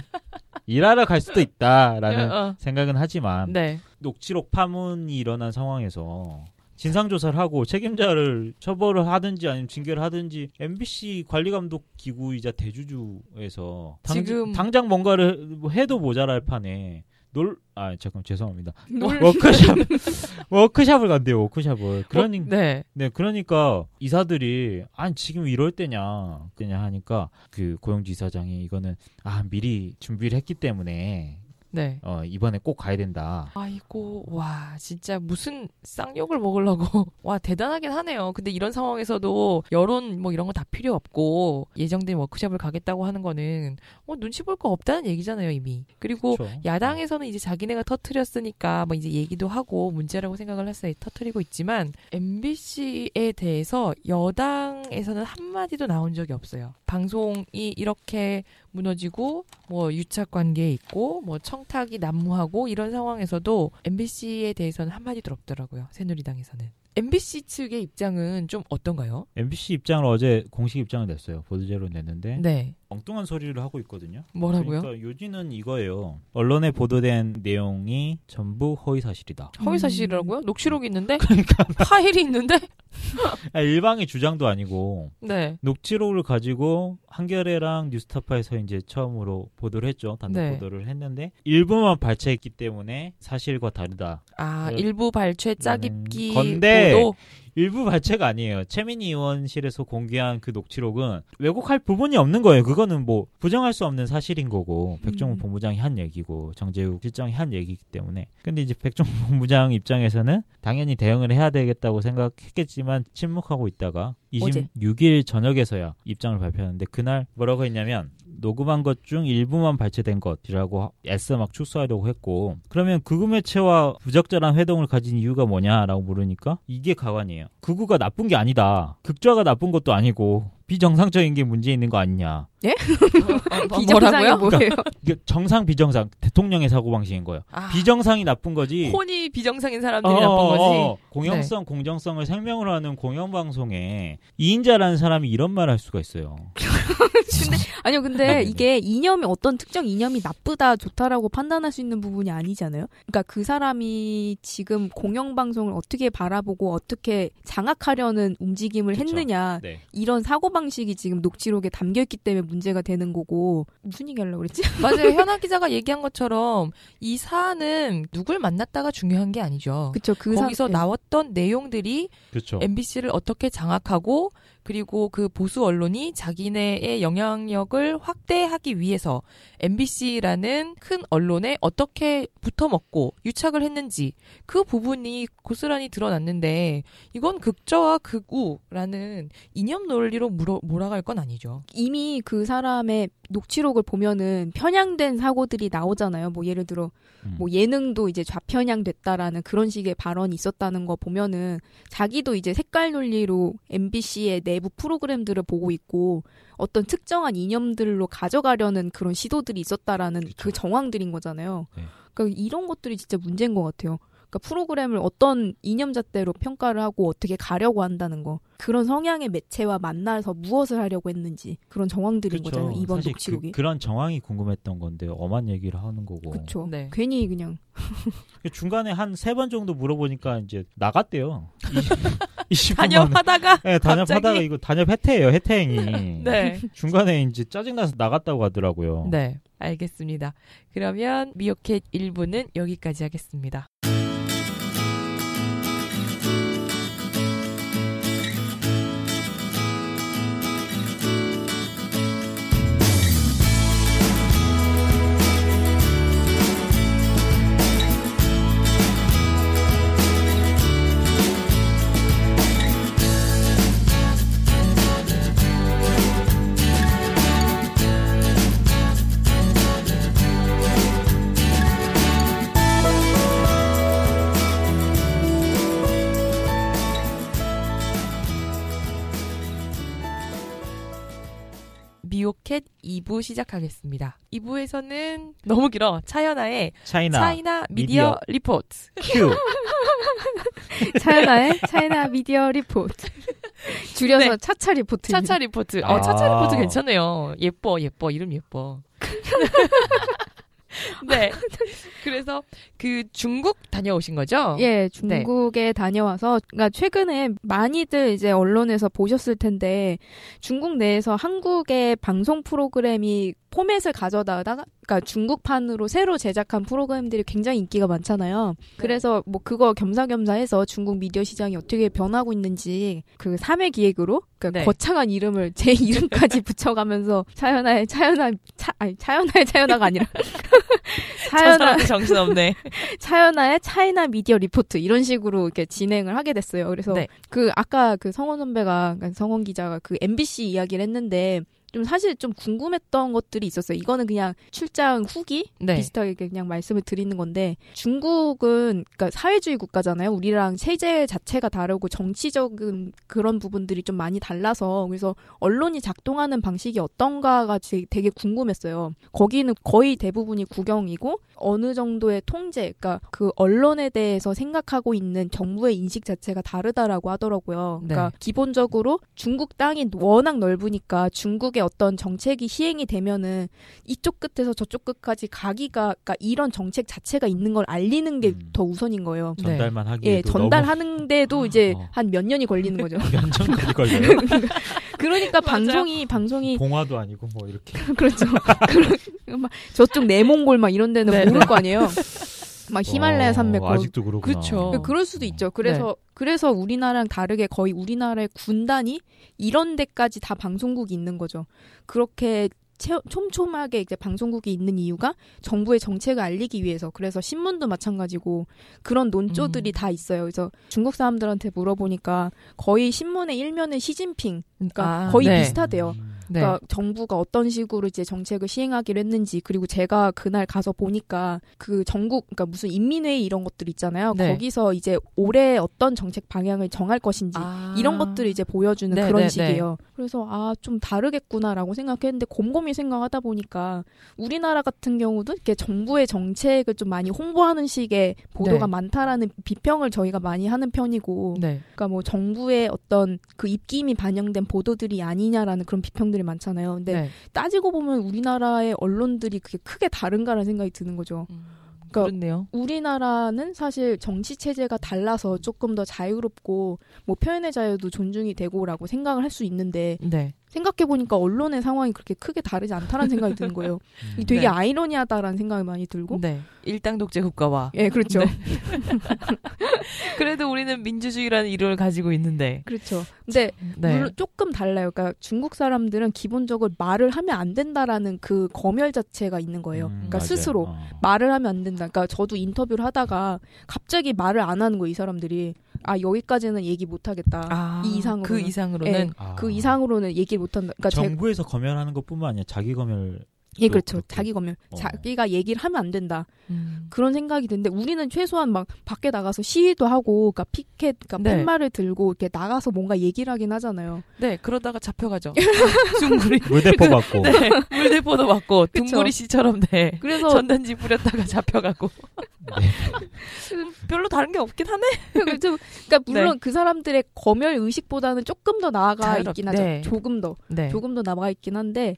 [SPEAKER 2] 일하러 갈 수도 있다라는
[SPEAKER 1] 어,
[SPEAKER 2] 생각은 하지만
[SPEAKER 1] 네.
[SPEAKER 2] 녹취록 파문이 일어난 상황에서 진상 조사를 하고 책임자를 처벌을 하든지 아니면 징계를 하든지 MBC 관리 감독 기구이자 대주주에서 당,
[SPEAKER 1] 지금-
[SPEAKER 2] 당장 뭔가를 뭐 해도 모자랄 판에 놀 아 잠깐 죄송합니다
[SPEAKER 1] 놀-
[SPEAKER 2] 워크샵 워크샵을 간대요 워크샵을 그러니
[SPEAKER 1] 네.
[SPEAKER 2] 네, 그러니까 이사들이 아니 지금 이럴 때냐 그냥 하니까 그 고용주 이사장이 이거는 아 미리 준비를 했기 때문에
[SPEAKER 1] 네.
[SPEAKER 2] 어 이번에 꼭 가야 된다.
[SPEAKER 1] 아이고 와 진짜 무슨 쌍욕을 먹으려고 와 대단하긴 하네요. 근데 이런 상황에서도 여론 뭐 이런 거 다 필요 없고 예정된 워크숍을 가겠다고 하는 거는 어, 눈치 볼 거 없다는 얘기잖아요 이미. 그리고
[SPEAKER 2] 그렇죠.
[SPEAKER 1] 뭐 야당에서는 이제 자기네가 터트렸으니까 뭐 이제 얘기도 하고 문제라고 생각을 해서 터트리고 있지만 MBC에 대해서 여당에서는 한마디도 나온 적이 없어요. 방송이 이렇게 무너지고 뭐 유착 관계에 있고 뭐 청탁이 난무하고 이런 상황에서도 MBC에 대해서는 한마디도 없더라고요. 새누리당에서는. MBC 측의 입장은 좀 어떤가요?
[SPEAKER 2] MBC 입장을 어제 공식 입장을 냈어요. 보도자료 를 냈는데
[SPEAKER 1] 네.
[SPEAKER 2] 엉뚱한 소리를 하고 있거든요.
[SPEAKER 1] 뭐라고요?
[SPEAKER 2] 그러니까 요지는 이거예요. 언론에 보도된 내용이 전부 허위 사실이다.
[SPEAKER 1] 허위 사실이라고요?
[SPEAKER 2] 음.
[SPEAKER 1] 녹취록이 있는데?
[SPEAKER 2] 그러니까.
[SPEAKER 1] 파일이 있는데?
[SPEAKER 2] 아, 일방의 주장도 아니고
[SPEAKER 1] 네.
[SPEAKER 2] 녹취록을 가지고 한겨레랑 뉴스타파에서 이제 처음으로 보도를 했죠. 단독
[SPEAKER 1] 네.
[SPEAKER 2] 보도를 했는데 일부만 발췌했기 때문에 사실과 다르다.
[SPEAKER 1] 아,
[SPEAKER 2] 네.
[SPEAKER 1] 일부 발췌 짜깁기
[SPEAKER 2] 건데. 어,
[SPEAKER 1] 보도.
[SPEAKER 2] 일부 발췌가 아니에요. 최민희 의원실에서 공개한 그 녹취록은 왜곡할 부분이 없는 거예요. 그거는 뭐 부정할 수 없는 사실인 거고 백종원
[SPEAKER 3] 음.
[SPEAKER 2] 본부장이 한 얘기고 정재욱 실장이 한 얘기이기 때문에. 근데 이제 백종원 본부장 입장에서는 당연히 대응을 해야 되겠다고 생각했겠지만 침묵하고 있다가
[SPEAKER 1] 어제.
[SPEAKER 2] 26일 저녁에서야 입장을 발표하는데 그날 뭐라고 했냐면 녹음한 것 중 일부만 발췌된 것이라고 애써 막 축소하려고 했고 그러면 극우 매체와 부적절한 회동을 가진 이유가 뭐냐라고 물으니까 이게 가관이에요. 극우가 나쁜 게 아니다. 극좌가 나쁜 것도 아니고 비정상적인 게 문제 있는 거 아니냐. 어, 뭐,
[SPEAKER 3] 비정상이 뭐예요?
[SPEAKER 2] 이게 정상 비정상 대통령의 사고 방식인 거예요.
[SPEAKER 1] 아,
[SPEAKER 2] 비정상이 나쁜 거지.
[SPEAKER 1] 혼이 비정상인 사람들이 나쁜 거지.
[SPEAKER 2] 어, 공영성,
[SPEAKER 3] 네.
[SPEAKER 2] 공정성을 생명으로 하는 공영방송에 이인자라는 사람이 이런 말 할 수가 있어요.
[SPEAKER 3] 근데, 아니요, 근데 이게 이념이 어떤 특정 이념이 나쁘다, 좋다라고 판단할 수 있는 부분이 아니잖아요? 그러니까 그 사람이 지금 공영방송을 어떻게 바라보고 어떻게 장악하려는 움직임을
[SPEAKER 2] 그쵸.
[SPEAKER 3] 했느냐,
[SPEAKER 2] 네.
[SPEAKER 3] 이런 사고방식이 지금 녹취록에 담겨있기 때문에 문제가 되는 거고, 무슨 얘기 하려고 그랬지?
[SPEAKER 1] 맞아요. 현아 기자가 얘기한 것처럼 이 사안은 누굴 만났다가 중요한 게 아니죠.
[SPEAKER 3] 그쵸, 그
[SPEAKER 1] 어, 거기서
[SPEAKER 3] 사-
[SPEAKER 1] 나왔던 내용들이
[SPEAKER 2] 그렇죠.
[SPEAKER 1] MBC를 어떻게 장악하고 그리고 그 보수 언론이 자기네의 영향력을 확대하기 위해서 MBC라는 큰 언론에 어떻게 붙어먹고 유착을 했는지 그 부분이 고스란히 드러났는데 이건 극저와 극우라는 이념 논리로 물어, 몰아갈 건 아니죠.
[SPEAKER 3] 이미 그 사람의 녹취록을 보면은 편향된 사고들이 나오잖아요. 뭐 예를 들어
[SPEAKER 2] 음.
[SPEAKER 3] 뭐 예능도 이제 좌편향됐다라는 그런 식의 발언이 있었다는 거 보면은 자기도 이제 색깔 논리로 MBC의 내부 프로그램들을 보고 있고 어떤 특정한 이념들로 가져가려는 그런 시도들이 있었다라는 그
[SPEAKER 2] 그렇죠.
[SPEAKER 3] 정황들인 거잖아요.
[SPEAKER 2] 네.
[SPEAKER 3] 그러니까 이런 것들이 진짜 문제인 것 같아요. 그러니까 프로그램을 어떤 이념 잣대로 평가를 하고 어떻게 가려고 한다는 거 그런 성향의 매체와 만나서 무엇을 하려고 했는지 그런 정황들인
[SPEAKER 2] 그렇죠.
[SPEAKER 3] 거잖아요. 이번
[SPEAKER 2] 사실
[SPEAKER 3] 녹취록이.
[SPEAKER 2] 그, 런 정황이 궁금했던 건데 엄한 얘기를 하는 거고.
[SPEAKER 3] 그렇죠.
[SPEAKER 1] 네.
[SPEAKER 3] 괜히 그냥
[SPEAKER 2] 중간에 한 세 번 정도 물어보니까 이제 나갔대요. 20분만.
[SPEAKER 1] 단협하다가
[SPEAKER 2] 네, 단협하다가
[SPEAKER 1] 갑자기?
[SPEAKER 2] 이거 단협 해태예요. 해태행이.
[SPEAKER 1] 네.
[SPEAKER 2] 중간에 이제 짜증나서 나갔다고 하더라고요.
[SPEAKER 1] 네. 알겠습니다. 그러면 미어캣 1부는 여기까지 하겠습니다. 미오캣 2부 시작하겠습니다. 2부에서는 너무 길어. 차연아의
[SPEAKER 2] 차이나.
[SPEAKER 1] 차이나 미디어,
[SPEAKER 2] 미디어.
[SPEAKER 1] 리포트.
[SPEAKER 2] 큐.
[SPEAKER 3] 네. 차이나의 차이나 미디어 리포트 줄여서
[SPEAKER 1] 네.
[SPEAKER 3] 차차 리포트
[SPEAKER 1] 차차 리포트.
[SPEAKER 2] 아.
[SPEAKER 1] 어, 차차 리포트 괜찮네요. 예뻐, 예뻐. 이름 예뻐. 네. 그래서 그 중국 다녀오신 거죠?
[SPEAKER 3] 예, 중국에 다녀와서 그러니까 최근에 많이들 이제 언론에서 보셨을 텐데 중국 내에서 한국의 방송 프로그램이 포맷을 가져다가 그러니까 중국판으로 새로 제작한 프로그램들이 굉장히 인기가 많잖아요.
[SPEAKER 1] 네.
[SPEAKER 3] 그래서 뭐 그거 겸사겸사해서 중국 미디어 시장이 어떻게 변하고 있는지 그 3회 기획으로 그러니까
[SPEAKER 1] 네.
[SPEAKER 3] 거창한 이름을 제 이름까지 붙여가면서 차연아의 차연아 차 아니 차연아의 차연아가 아니라
[SPEAKER 1] 네. 저
[SPEAKER 3] 차연아
[SPEAKER 1] 사람도 정신없네.
[SPEAKER 3] 차연아의 차이나 미디어 리포트 이런 식으로 이렇게 진행을 하게 됐어요. 그래서
[SPEAKER 1] 네.
[SPEAKER 3] 그 아까 그 성원 선배가 그러니까 성원 기자가 그 MBC 이야기를 했는데 좀 사실 좀 궁금했던 것들이 있었어요. 이거는 그냥 출장 후기
[SPEAKER 1] 네.
[SPEAKER 3] 비슷하게 그냥 말씀을 드리는 건데 중국은 그러니까 사회주의 국가잖아요. 우리랑 체제 자체가 다르고 정치적인 그런 부분들이 좀 많이 달라서 그래서 언론이 작동하는 방식이 어떤가가 제- 되게 궁금했어요. 거기는 거의 대부분이 국영이고 어느 정도의 통제, 그러니까 그 언론에 대해서 생각하고 있는 정부의 인식 자체가 다르다라고 하더라고요.
[SPEAKER 1] 네.
[SPEAKER 3] 그러니까 기본적으로 중국 땅이 워낙 넓으니까 중국의 어떤 정책이 시행이 되면은 이쪽 끝에서 저쪽 끝까지 가기가 그러니까 이런 정책 자체가 있는 걸 알리는 게
[SPEAKER 2] 음.
[SPEAKER 3] 더 우선인 거예요.
[SPEAKER 2] 전달만 하기에도
[SPEAKER 3] 예, 전달하는데도 이제
[SPEAKER 2] 어.
[SPEAKER 3] 한 몇 년이 걸리는 거죠.
[SPEAKER 2] 너무 연장까지 걸려요.
[SPEAKER 3] 그러니까
[SPEAKER 1] 맞아요.
[SPEAKER 3] 방송이 방송이
[SPEAKER 2] 봉화도 아니고 네? 뭐 이렇게
[SPEAKER 3] 그렇죠. 그런- 막 저쪽 내몽골 막 이런 데는
[SPEAKER 1] 네,
[SPEAKER 3] 모를
[SPEAKER 1] 네.
[SPEAKER 3] 거 아니에요. 막 히말라야
[SPEAKER 2] 어,
[SPEAKER 3] 산맥 거
[SPEAKER 2] 아직도 그렇구나.
[SPEAKER 1] 그쵸.
[SPEAKER 3] 그- 그럴 수도 있죠. 그래서 그래서 우리나라랑 다르게 거의 우리나라의 군단이 이런 데까지 다 방송국이 있는 거죠. 그렇게 체- 촘촘하게 이제 방송국이 있는 이유가 정부의 정책을 알리기 위해서. 그래서 신문도 마찬가지고 그런
[SPEAKER 1] 음.
[SPEAKER 3] 논조들이 다 있어요. 그래서 중국 사람들한테 물어보니까 거의 신문의 일면은 시진핑, 그러니까
[SPEAKER 1] 아,
[SPEAKER 3] 거의
[SPEAKER 1] 네.
[SPEAKER 3] 비슷하대요.
[SPEAKER 2] 음.
[SPEAKER 1] 네.
[SPEAKER 3] 그러니까 정부가 어떤 식으로 이제 정책을 시행하기로 했는지 그리고 제가 그날 가서 보니까 그 전국 그러니까 무슨 인민회의 이런 것들 있잖아요.
[SPEAKER 1] 네.
[SPEAKER 3] 거기서 이제 올해 어떤 정책 방향을 정할 것인지
[SPEAKER 1] 아.
[SPEAKER 3] 이런 것들을 이제 보여주는
[SPEAKER 1] 네,
[SPEAKER 3] 그런
[SPEAKER 1] 네,
[SPEAKER 3] 식이에요. 그래서 아 좀 다르겠구나라고 생각했는데 곰곰이 생각하다 보니까 우리나라 같은 경우도 이렇게 정부의 정책을 좀 많이 홍보하는 식의 보도가
[SPEAKER 1] 네.
[SPEAKER 3] 많다라는 비평을 저희가 많이 하는 편이고
[SPEAKER 1] 네.
[SPEAKER 3] 그러니까 뭐 정부의 어떤 그 입김이 반영된 보도들이 아니냐라는 그런 비평들이 많잖아요. 근데
[SPEAKER 1] 네.
[SPEAKER 3] 따지고 보면 우리나라의 언론들이 그게 크게 다른가라는 생각이 드는 거죠.
[SPEAKER 1] 그렇
[SPEAKER 3] 그러니까
[SPEAKER 1] 네요
[SPEAKER 3] 우리나라는 사실 정치 체제가 달라서 조금 더 자유롭고 뭐 표현의 자유도 존중이 되고라고 생각을 할 수 있는데
[SPEAKER 1] 네.
[SPEAKER 3] 생각해 보니까 언론의 상황이 그렇게 크게 다르지 않다라는 생각이 드는 거예요.
[SPEAKER 2] 음.
[SPEAKER 3] 이 되게
[SPEAKER 1] 네.
[SPEAKER 3] 아이러니하다라는 생각이 많이 들고.
[SPEAKER 1] 네. 일당 독재 국가와
[SPEAKER 3] 예, 그렇죠.
[SPEAKER 1] 네. 그래도 우리는 민주주의라는 이름을 가지고 있는데.
[SPEAKER 3] 그렇죠. 근데
[SPEAKER 1] 네.
[SPEAKER 3] 물론 조금 달라요. 그러니까 중국 사람들은 기본적으로 말을 하면 안 된다라는 그 검열 자체가 있는 거예요.
[SPEAKER 2] 음,
[SPEAKER 3] 그러니까
[SPEAKER 2] 맞아요.
[SPEAKER 3] 스스로
[SPEAKER 2] 어.
[SPEAKER 3] 말을 하면 안 된다. 그러니까 저도 인터뷰를 하다가 갑자기 말을 안 하는 거예요. 이 사람들이 아 여기까지는 얘기 못 하겠다.
[SPEAKER 1] 아,
[SPEAKER 3] 이 이상으로는.
[SPEAKER 1] 그 이상으로는
[SPEAKER 2] 아.
[SPEAKER 3] 그 이상으로는 얘기를 못 한다. 그러니까 제,
[SPEAKER 2] 정부에서 검열하는 것뿐만 아니라 자기 검열
[SPEAKER 3] 예 그렇죠.
[SPEAKER 2] 그렇게.
[SPEAKER 3] 자기 검열
[SPEAKER 2] 어.
[SPEAKER 3] 자기가 얘기를 하면 안 된다.
[SPEAKER 1] 음.
[SPEAKER 3] 그런 생각이 드는데 우리는 최소한 막 밖에 나가서 시위도 하고, 그러니까 피켓, 그러니까
[SPEAKER 1] 네.
[SPEAKER 3] 팻말을 들고 이렇게 나가서 뭔가 얘기를 하긴 하잖아요.
[SPEAKER 1] 네, 그러다가 잡혀가죠. 둥구리
[SPEAKER 2] 물대포 받고
[SPEAKER 1] 네, 물대포도 맞고 둥구리 씨처럼 네.
[SPEAKER 3] 그래서
[SPEAKER 1] 전단지 뿌렸다가 잡혀가고.
[SPEAKER 3] 네.
[SPEAKER 1] 음, 별로 다른 게 없긴 하네.
[SPEAKER 3] 그좀
[SPEAKER 1] 네.
[SPEAKER 3] 그러니까 물론 그 사람들의 검열 의식보다는 조금 더 나아가
[SPEAKER 1] 자유롭-
[SPEAKER 3] 있긴 하죠.
[SPEAKER 1] 네.
[SPEAKER 3] 조금 더.
[SPEAKER 1] 네.
[SPEAKER 3] 조금 더 나아가 있긴 한데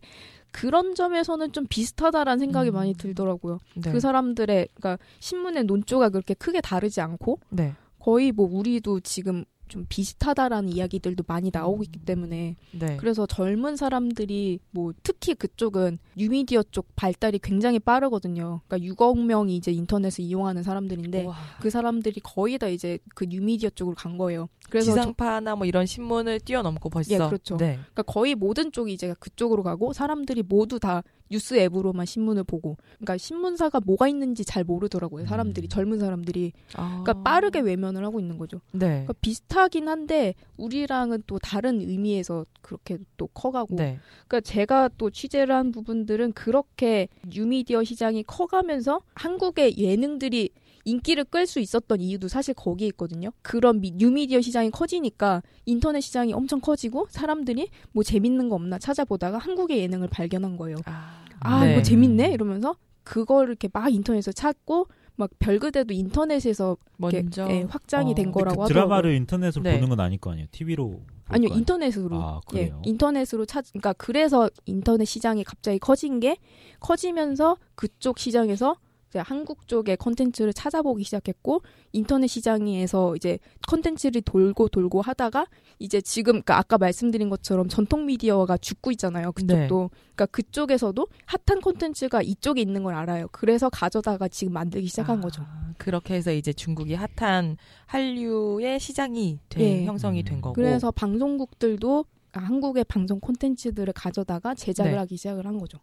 [SPEAKER 3] 그런 점에서는 좀 비슷하다라는 생각이
[SPEAKER 1] 음.
[SPEAKER 3] 많이 들더라고요.
[SPEAKER 1] 네.
[SPEAKER 3] 그 사람들의 그러니까 신문의 논조가 그렇게 크게 다르지 않고
[SPEAKER 1] 네.
[SPEAKER 3] 거의 뭐 우리도 지금 좀 비슷하다라는 이야기들도 많이 나오고 있기 때문에
[SPEAKER 1] 음. 네.
[SPEAKER 3] 그래서 젊은 사람들이 뭐 특히 그쪽은 뉴미디어 쪽 발달이 굉장히 빠르거든요. 그러니까 6억 명이 이제 인터넷을 이용하는 사람들인데
[SPEAKER 1] 와,
[SPEAKER 3] 그 사람들이 거의 다 이제 그 뉴미디어 쪽으로 간 거예요. 그래서 저-
[SPEAKER 1] 기상파나 뭐 이런 신문을 뛰어넘고 벌써.
[SPEAKER 3] 예, 그렇죠.
[SPEAKER 1] 네.
[SPEAKER 3] 그러니까 거의 모든 쪽이 이제 그쪽으로 가고 사람들이 모두 다 뉴스 앱으로만 신문을 보고 그러니까 신문사가 뭐가 있는지 잘 모르더라고요. 사람들이
[SPEAKER 2] 음.
[SPEAKER 3] 젊은 사람들이
[SPEAKER 1] 아.
[SPEAKER 3] 그러니까 빠르게 외면을 하고 있는 거죠.
[SPEAKER 1] 네.
[SPEAKER 3] 그러니까 비슷하긴 한데 우리랑은 또 다른 의미에서 그렇게 또 커가고
[SPEAKER 1] 네.
[SPEAKER 3] 그러니까 제가 또 취재를 한 부분들은 그렇게 뉴미디어 시장이 커가면서 한국의 예능들이 인기를 끌 수 있었던 이유도 사실 거기에 있거든요. 그런 미- 뉴미디어 시장이 커지니까 인터넷 시장이 엄청 커지고 사람들이 뭐 재밌는 거 없나 찾아보다가 한국의 예능을 발견한 거예요.
[SPEAKER 1] 아,
[SPEAKER 3] 아,
[SPEAKER 1] 네.
[SPEAKER 3] 이거 재밌네? 이러면서 그걸 이렇게 막 인터넷에서 찾고 막 별그대도 인터넷에서 이렇게,
[SPEAKER 1] 먼저
[SPEAKER 3] 예, 확장이
[SPEAKER 1] 어.
[SPEAKER 3] 된
[SPEAKER 1] 근데
[SPEAKER 3] 거라고
[SPEAKER 2] 그
[SPEAKER 3] 하더라고요.
[SPEAKER 2] 드라마를 인터넷으로
[SPEAKER 1] 네.
[SPEAKER 2] 보는 건 아닐 거 아니에요. TV로
[SPEAKER 3] 아니요 인터넷으로
[SPEAKER 2] 아,
[SPEAKER 3] 예,
[SPEAKER 2] 그래요?
[SPEAKER 3] 인터넷으로 찾, 그러니까 그래서 인터넷 시장이 갑자기 커진 게 커지면서 그쪽 시장에서 이제 한국 쪽의 컨텐츠를 찾아보기 시작했고 인터넷 시장에서 이제 컨텐츠를 돌고 돌고 하다가 이제 지금 그러니까 아까 말씀드린 것처럼 전통 미디어가 죽고
[SPEAKER 2] 네.
[SPEAKER 3] 있잖아요. 그쪽도 그러니까 그쪽에서도 핫한 컨텐츠가 이쪽에 있는 걸 알아요. 그래서 가져다가 지금 만들기 시작한
[SPEAKER 1] 아,
[SPEAKER 3] 거죠.
[SPEAKER 1] 그렇게 해서 이제 중국이 핫한 한류의 시장이 된
[SPEAKER 3] 예.
[SPEAKER 1] 형성이 된
[SPEAKER 2] 음.
[SPEAKER 1] 거고.
[SPEAKER 3] 그래서 방송국들도 아, 한국의 방송 콘텐츠들을 가져다가 제작을
[SPEAKER 1] 네.
[SPEAKER 3] 하기 시작을 한 거죠.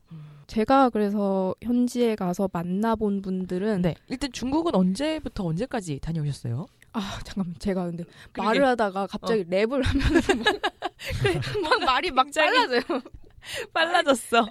[SPEAKER 3] 제가 그래서 현지에 가서 만나본 분들은
[SPEAKER 1] 네. 일단 중국은 언제부터 언제까지 다녀오셨어요?
[SPEAKER 3] 아 잠깐만 제가 근데
[SPEAKER 1] 그러게.
[SPEAKER 3] 말을 하다가 갑자기 랩을 하면서 네. 막, 어. 막 말이 막 잘라져요.
[SPEAKER 1] 빨라졌어.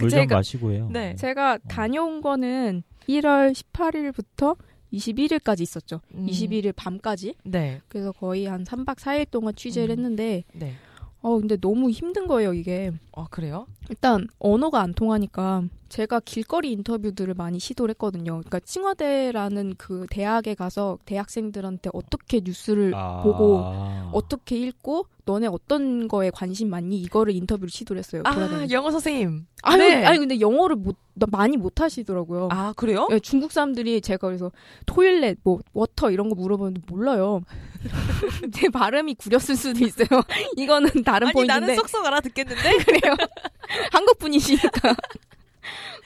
[SPEAKER 2] 물 좀
[SPEAKER 3] 제가-
[SPEAKER 2] 마시고 해요.
[SPEAKER 1] 네.
[SPEAKER 3] 제가 다녀온 거는 1월 18일부터 21일까지 있었죠. 21일 밤까지.
[SPEAKER 1] 음, 네.
[SPEAKER 3] 그래서 거의 한 3박 4일 동안 취재를
[SPEAKER 1] 음.
[SPEAKER 3] 했는데
[SPEAKER 1] 네.
[SPEAKER 3] 어 근데 너무 힘든 거예요, 이게.
[SPEAKER 1] 어 그래요?
[SPEAKER 3] 일단 언어가 안 통하니까 제가 길거리 인터뷰들을 많이 시도를 했거든요. 그러니까 칭화대라는 그 대학에 가서 대학생들한테 어떻게 뉴스를
[SPEAKER 2] 아.
[SPEAKER 3] 보고 어떻게 읽고 너네 어떤 거에 관심 많니 이거를 인터뷰를 시도를 했어요.
[SPEAKER 1] 아
[SPEAKER 3] 돌아다니면서.
[SPEAKER 1] 영어 선생님.
[SPEAKER 3] 아니,
[SPEAKER 1] 네.
[SPEAKER 3] 아니 근데 영어를 못, 나 많이 못 하시더라고요.
[SPEAKER 1] 아 그래요?
[SPEAKER 3] 예, 중국 사람들이 제가 그래서 토일렛, 뭐 워터 이런 거 물어보는데 몰라요. 제 발음이 구렸을 수도 있어요. 이거는 다른
[SPEAKER 1] 아니
[SPEAKER 3] 포인트인데
[SPEAKER 1] 나는 쏙쏙 알아듣겠는데.
[SPEAKER 3] 그래요. 한국 분이시니까.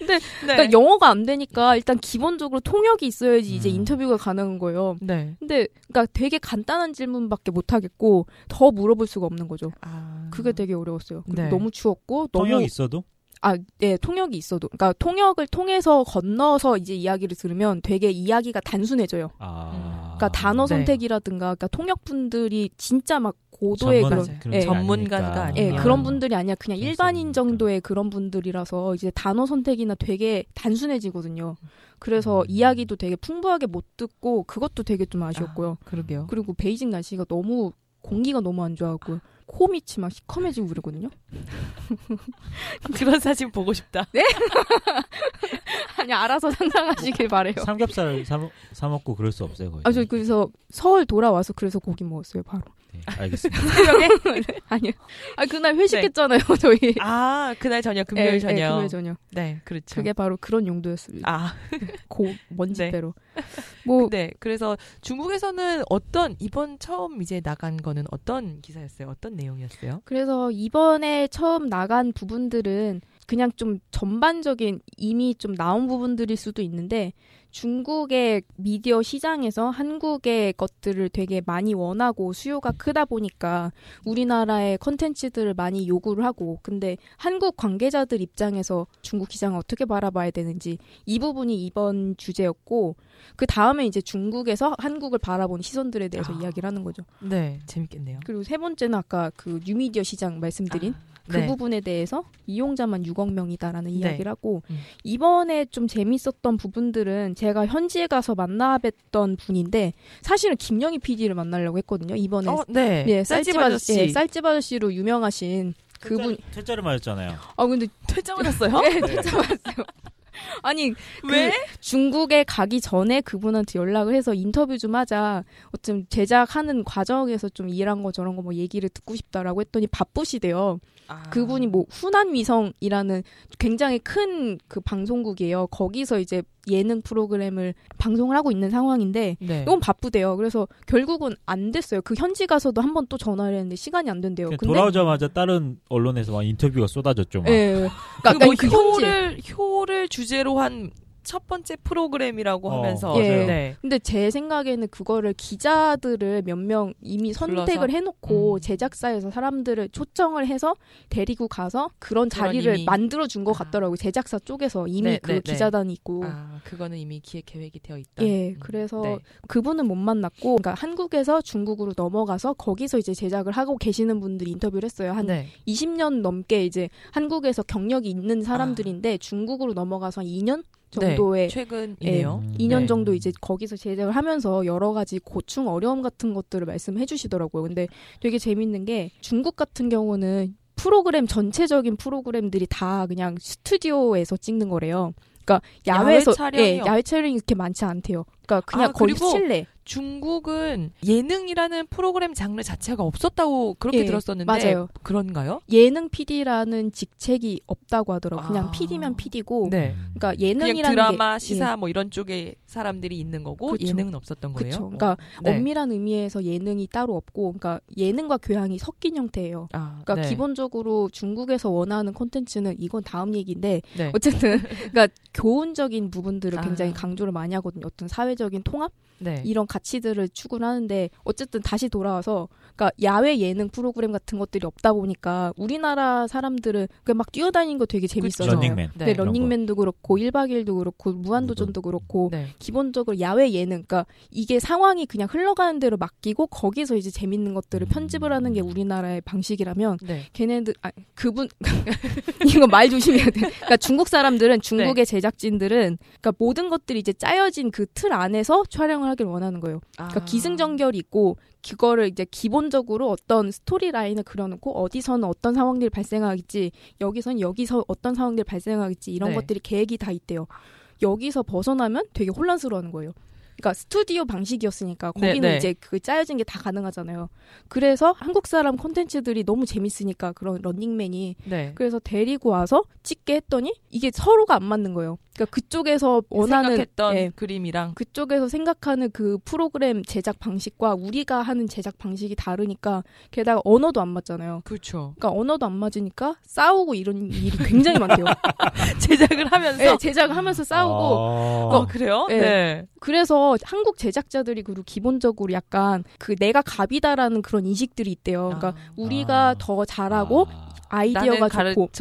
[SPEAKER 1] 네.
[SPEAKER 3] 그러니까 영어가 안 되니까 일단 기본적으로 통역이 있어야지 이제
[SPEAKER 2] 음.
[SPEAKER 3] 인터뷰가 가능한 거예요.
[SPEAKER 1] 네.
[SPEAKER 3] 근데 그러니까 되게 간단한 질문밖에 못 하겠고 더 물어볼 수가 없는 거죠.
[SPEAKER 1] 아
[SPEAKER 3] 그게 되게 어려웠어요. 그리고
[SPEAKER 1] 네.
[SPEAKER 3] 너무 추웠고 너무
[SPEAKER 2] 통역 있어도
[SPEAKER 3] 아, 네, 통역이 있어도 그러니까 통역을 통해서 건너서 이제 이야기를 들으면 되게 이야기가 단순해져요.
[SPEAKER 2] 아.
[SPEAKER 3] 그러니까 단어
[SPEAKER 1] 네.
[SPEAKER 3] 선택이라든가 그러니까 통역분들이 진짜 막 고도의
[SPEAKER 2] 전문
[SPEAKER 3] 그런
[SPEAKER 1] 맞아요.
[SPEAKER 2] 그런 게
[SPEAKER 3] 예.
[SPEAKER 1] 전문가가
[SPEAKER 2] 아니니까.
[SPEAKER 3] 예,
[SPEAKER 1] 아니면.
[SPEAKER 3] 그런 분들이 아니야. 그냥
[SPEAKER 2] 재밌어
[SPEAKER 3] 일반인
[SPEAKER 2] 보이니까.
[SPEAKER 3] 정도의 그런 분들이라서 이제 단어 선택이나 되게 단순해지거든요. 그래서
[SPEAKER 2] 음.
[SPEAKER 3] 이야기도 되게 풍부하게 못 듣고 그것도 되게 좀 아쉬웠고요.
[SPEAKER 1] 그러게요.
[SPEAKER 3] 그리고 베이징 날씨가 너무 공기가 너무 안 좋아하고 코 밑이 막 시커매지고 그러거든요.
[SPEAKER 1] 그런 사진 보고 싶다.
[SPEAKER 3] 아니 알아서 상상하시길 바래요.
[SPEAKER 2] 삼겹살 사, 사 먹고 그럴 수 없어요, 거의.
[SPEAKER 3] 아 저 그래서 서울 돌아와서 그래서 고기 먹었어요 바로.
[SPEAKER 2] 네, 알겠습니다.
[SPEAKER 1] 새벽에?
[SPEAKER 3] 아니요. 아 그날 회식했잖아요 저희.
[SPEAKER 1] 아 그날 저녁
[SPEAKER 3] 예,
[SPEAKER 1] 금요일
[SPEAKER 3] 예,
[SPEAKER 1] 저녁.
[SPEAKER 3] 네. 금요일 저녁.
[SPEAKER 1] 네 그렇죠.
[SPEAKER 3] 그게 바로 그런 용도였습니다.
[SPEAKER 1] 아
[SPEAKER 3] 고 먼지
[SPEAKER 1] 네.
[SPEAKER 3] 배로. 뭐
[SPEAKER 1] 네. 그래서 중국에서는 어떤 이번 처음 이제 나간 거는 어떤 기사였어요? 어떤 내용이었어요?
[SPEAKER 3] 그래서 이번에 처음 나간 부분들은 그냥 좀 전반적인 이미 좀 나온 부분들일 수도 있는데 중국의 미디어 시장에서 한국의 것들을 되게 많이 원하고 수요가 크다 보니까 우리나라의 컨텐츠들을 많이 요구를 하고 근데 한국 관계자들 입장에서 중국 시장을 어떻게 바라봐야 되는지 이 부분이 이번 주제였고 그 다음에 이제 중국에서 한국을 바라보는 시선들에 대해서
[SPEAKER 1] 아.
[SPEAKER 3] 이야기를 하는 거죠.
[SPEAKER 1] 네 재밌겠네요.
[SPEAKER 3] 그리고 세 번째는 아까 그 뉴미디어 시장 말씀드린 그
[SPEAKER 1] 네.
[SPEAKER 3] 부분에 대해서 이용자만 6억 명이다라는
[SPEAKER 1] 네.
[SPEAKER 3] 이야기를 하고
[SPEAKER 1] 음.
[SPEAKER 3] 이번에 좀 재밌었던 부분들은 제가 현지에 가서 만나뵀던 분인데 사실은 김영희 PD를 만나려고 했거든요 이번에
[SPEAKER 1] 어, 네.
[SPEAKER 3] 예,
[SPEAKER 1] 쌀집
[SPEAKER 3] 쌀집
[SPEAKER 1] 아저씨.
[SPEAKER 3] 아저씨 예, 쌀집 아저씨로 유명하신 그분
[SPEAKER 2] 퇴짜- 퇴짜를 맞았잖아요.
[SPEAKER 3] 아 근데
[SPEAKER 1] 퇴짜 맞았어요? 네.
[SPEAKER 3] 예 진짜 맞았어요 아니 그
[SPEAKER 1] 왜?
[SPEAKER 3] 중국에 가기 전에 그분한테 연락을 해서 인터뷰 좀 하자 어쩜 제작하는 과정에서 좀 일한 거 저런 거 뭐 얘기를 듣고 싶다라고 했더니 바쁘시대요
[SPEAKER 1] 아.
[SPEAKER 3] 그분이 뭐 후난위성이라는 굉장히 큰 그 방송국이에요. 거기서 이제 예능 프로그램을 방송을 하고 있는 상황인데
[SPEAKER 1] 네.
[SPEAKER 3] 너무 바쁘대요. 그래서 결국은 안 됐어요. 그 현지 가서도 한 번 또 전화를 했는데 시간이 안 된대요.
[SPEAKER 2] 그냥
[SPEAKER 3] 근데
[SPEAKER 2] 돌아오자마자 다른 언론에서 막 인터뷰가 쏟아졌죠. 막.
[SPEAKER 3] 예, 예.
[SPEAKER 1] 그
[SPEAKER 3] 그러니까
[SPEAKER 1] 뭐
[SPEAKER 3] 그 현지.
[SPEAKER 1] 효를 효를 주제로 한 첫 번째 프로그램이라고
[SPEAKER 2] 어,
[SPEAKER 1] 하면서
[SPEAKER 2] 맞아요.
[SPEAKER 3] 예.
[SPEAKER 1] 네.
[SPEAKER 3] 근데 제 생각에는 그거를 기자들을 몇 명 이미 선택을
[SPEAKER 1] 불러서?
[SPEAKER 3] 해놓고
[SPEAKER 1] 음.
[SPEAKER 3] 제작사에서 사람들을 초청을 해서 데리고 가서 그런
[SPEAKER 1] 그런
[SPEAKER 3] 자리를
[SPEAKER 1] 이미-
[SPEAKER 3] 만들어 준 것
[SPEAKER 1] 아.
[SPEAKER 3] 같더라고요. 제작사 쪽에서 이미
[SPEAKER 1] 네,
[SPEAKER 3] 그
[SPEAKER 1] 네, 네.
[SPEAKER 3] 기자단이 있고.
[SPEAKER 1] 아 그거는 이미 기획 계획이 되어 있다.
[SPEAKER 3] 예,
[SPEAKER 1] 음,
[SPEAKER 3] 그래서
[SPEAKER 1] 네.
[SPEAKER 3] 그분은 못 만났고, 그러니까 한국에서 중국으로 넘어가서 거기서 이제 제작을 하고 계시는 분들이 인터뷰를 했어요. 한
[SPEAKER 1] 네.
[SPEAKER 3] 20년 넘게 이제 한국에서 경력이 있는 사람들인데 중국으로 넘어가서 한 2년
[SPEAKER 1] 아. 네.
[SPEAKER 3] 정도의 예.
[SPEAKER 1] 최근이네요.
[SPEAKER 2] 음.
[SPEAKER 3] 2년
[SPEAKER 1] 네.
[SPEAKER 3] 정도 이제 거기서 제작을 하면서 여러 가지 고충 어려움 같은 것들을 말씀해 주시더라고요. 근데 되게 재밌는 게 중국 같은 경우는 프로그램 전체적인 프로그램들이 다 그냥 스튜디오에서 찍는 거래요. 그러니까
[SPEAKER 1] 야외
[SPEAKER 3] 야외에서
[SPEAKER 1] 촬영이
[SPEAKER 3] 예,
[SPEAKER 1] 없-
[SPEAKER 3] 야외 촬영이 그렇게 많지 않대요. 그러니까 그냥
[SPEAKER 1] 아,
[SPEAKER 3] 거의
[SPEAKER 1] 그리고
[SPEAKER 3] 실내.
[SPEAKER 1] 중국은 예능이라는 프로그램 장르 자체가 없었다고 그렇게
[SPEAKER 3] 예,
[SPEAKER 1] 들었었는데
[SPEAKER 3] 맞아요.
[SPEAKER 1] 그런가요?
[SPEAKER 3] 예능 PD라는 직책이 없다고 하더라고. 요 그냥
[SPEAKER 1] 아.
[SPEAKER 3] PD면 PD고.
[SPEAKER 1] 네.
[SPEAKER 3] 그러니까
[SPEAKER 1] 그냥
[SPEAKER 3] 예능이라는
[SPEAKER 1] 드라마,
[SPEAKER 3] 게,
[SPEAKER 1] 시사 뭐 이런 쪽에 사람들이 있는 거고
[SPEAKER 3] 그쵸.
[SPEAKER 1] 예능은 없었던 거예요.
[SPEAKER 3] 그쵸. 그러니까
[SPEAKER 1] 네.
[SPEAKER 3] 엄밀한 의미에서 예능이 따로 없고, 그러니까 예능과 교양이 섞인 형태예요.
[SPEAKER 1] 아,
[SPEAKER 3] 그러니까
[SPEAKER 1] 네.
[SPEAKER 3] 기본적으로 중국에서 원하는 콘텐츠는 이건 다음 얘기인데
[SPEAKER 1] 네.
[SPEAKER 3] 어쨌든 그러니까 교훈적인 부분들을
[SPEAKER 1] 아.
[SPEAKER 3] 굉장히 강조를 많이 하거든요. 어떤 사회적인 통합
[SPEAKER 1] 네.
[SPEAKER 3] 이런 가치들을 추구를 하는데 어쨌든 다시 돌아와서 그러니까 야외 예능 프로그램 같은 것들이 없다 보니까 우리나라 사람들은 그막 뛰어다니는 거 되게 재밌어서
[SPEAKER 2] 런닝맨.
[SPEAKER 1] 네.
[SPEAKER 3] 네,
[SPEAKER 2] 런-
[SPEAKER 3] 런닝맨도 그렇고 1박 2일도 그렇고 무한도전도 그렇고
[SPEAKER 1] 네.
[SPEAKER 3] 기본적으로 야외 예능 그러니까 이게 상황이 그냥 흘러가는 대로 맡기고 거기서 이제 재밌는 것들을
[SPEAKER 2] 음.
[SPEAKER 3] 편집을 하는 게 우리나라의 방식이라면
[SPEAKER 1] 네.
[SPEAKER 3] 걔네들 아 그분 이거 말 조심해야 돼. 그러니까 중국 사람들은 중국의 제작진들은 그러니까 모든 것들이 이제 짜여진 그 틀 안에서 촬영을 하길 원하는 거예요. 그러니까
[SPEAKER 1] 아.
[SPEAKER 3] 기승전결이 있고 그거를 이제 기본적으로 어떤 스토리 라인을 그려놓고 어디서는 어떤 상황들이 발생하겠지 여기선 여기서 어떤 상황들이 발생하겠지 이런
[SPEAKER 1] 네.
[SPEAKER 3] 것들이 계획이 다 있대요. 여기서 벗어나면 되게 혼란스러워하는 거예요. 그러니까 스튜디오 방식이었으니까
[SPEAKER 1] 네,
[SPEAKER 3] 거기는
[SPEAKER 1] 네.
[SPEAKER 3] 이제 그 짜여진 게 다 가능하잖아요. 그래서 한국 사람 콘텐츠들이 너무 재밌으니까 그런 런닝맨이
[SPEAKER 1] 네.
[SPEAKER 3] 그래서 데리고 와서 찍게 했더니 이게 서로가 안 맞는 거예요. 그러니까 그쪽에서 원하는
[SPEAKER 1] 생각했던
[SPEAKER 3] 예.
[SPEAKER 1] 그림이랑
[SPEAKER 3] 그쪽에서 생각하는 그 프로그램 제작 방식과 우리가 하는 제작 방식이 다르니까 게다가 언어도 안 맞잖아요.
[SPEAKER 1] 그렇죠.
[SPEAKER 3] 그러니까 언어도 안 맞으니까 싸우고 이런 일이 굉장히 많대요.
[SPEAKER 1] 제작을 하면서
[SPEAKER 3] 예, 제작을 하면서 싸우고
[SPEAKER 1] 어,
[SPEAKER 2] 아,
[SPEAKER 1] 그래요?
[SPEAKER 3] 예.
[SPEAKER 1] 네.
[SPEAKER 3] 그래서 한국 제작자들이 그리고 기본적으로 약간 그 내가 갑이다라는 그런 인식들이 있대요. 그러니까
[SPEAKER 1] 아.
[SPEAKER 3] 우리가
[SPEAKER 2] 아.
[SPEAKER 3] 더 잘하고
[SPEAKER 2] 아.
[SPEAKER 1] 나는
[SPEAKER 3] 아이디어가 좋고 예.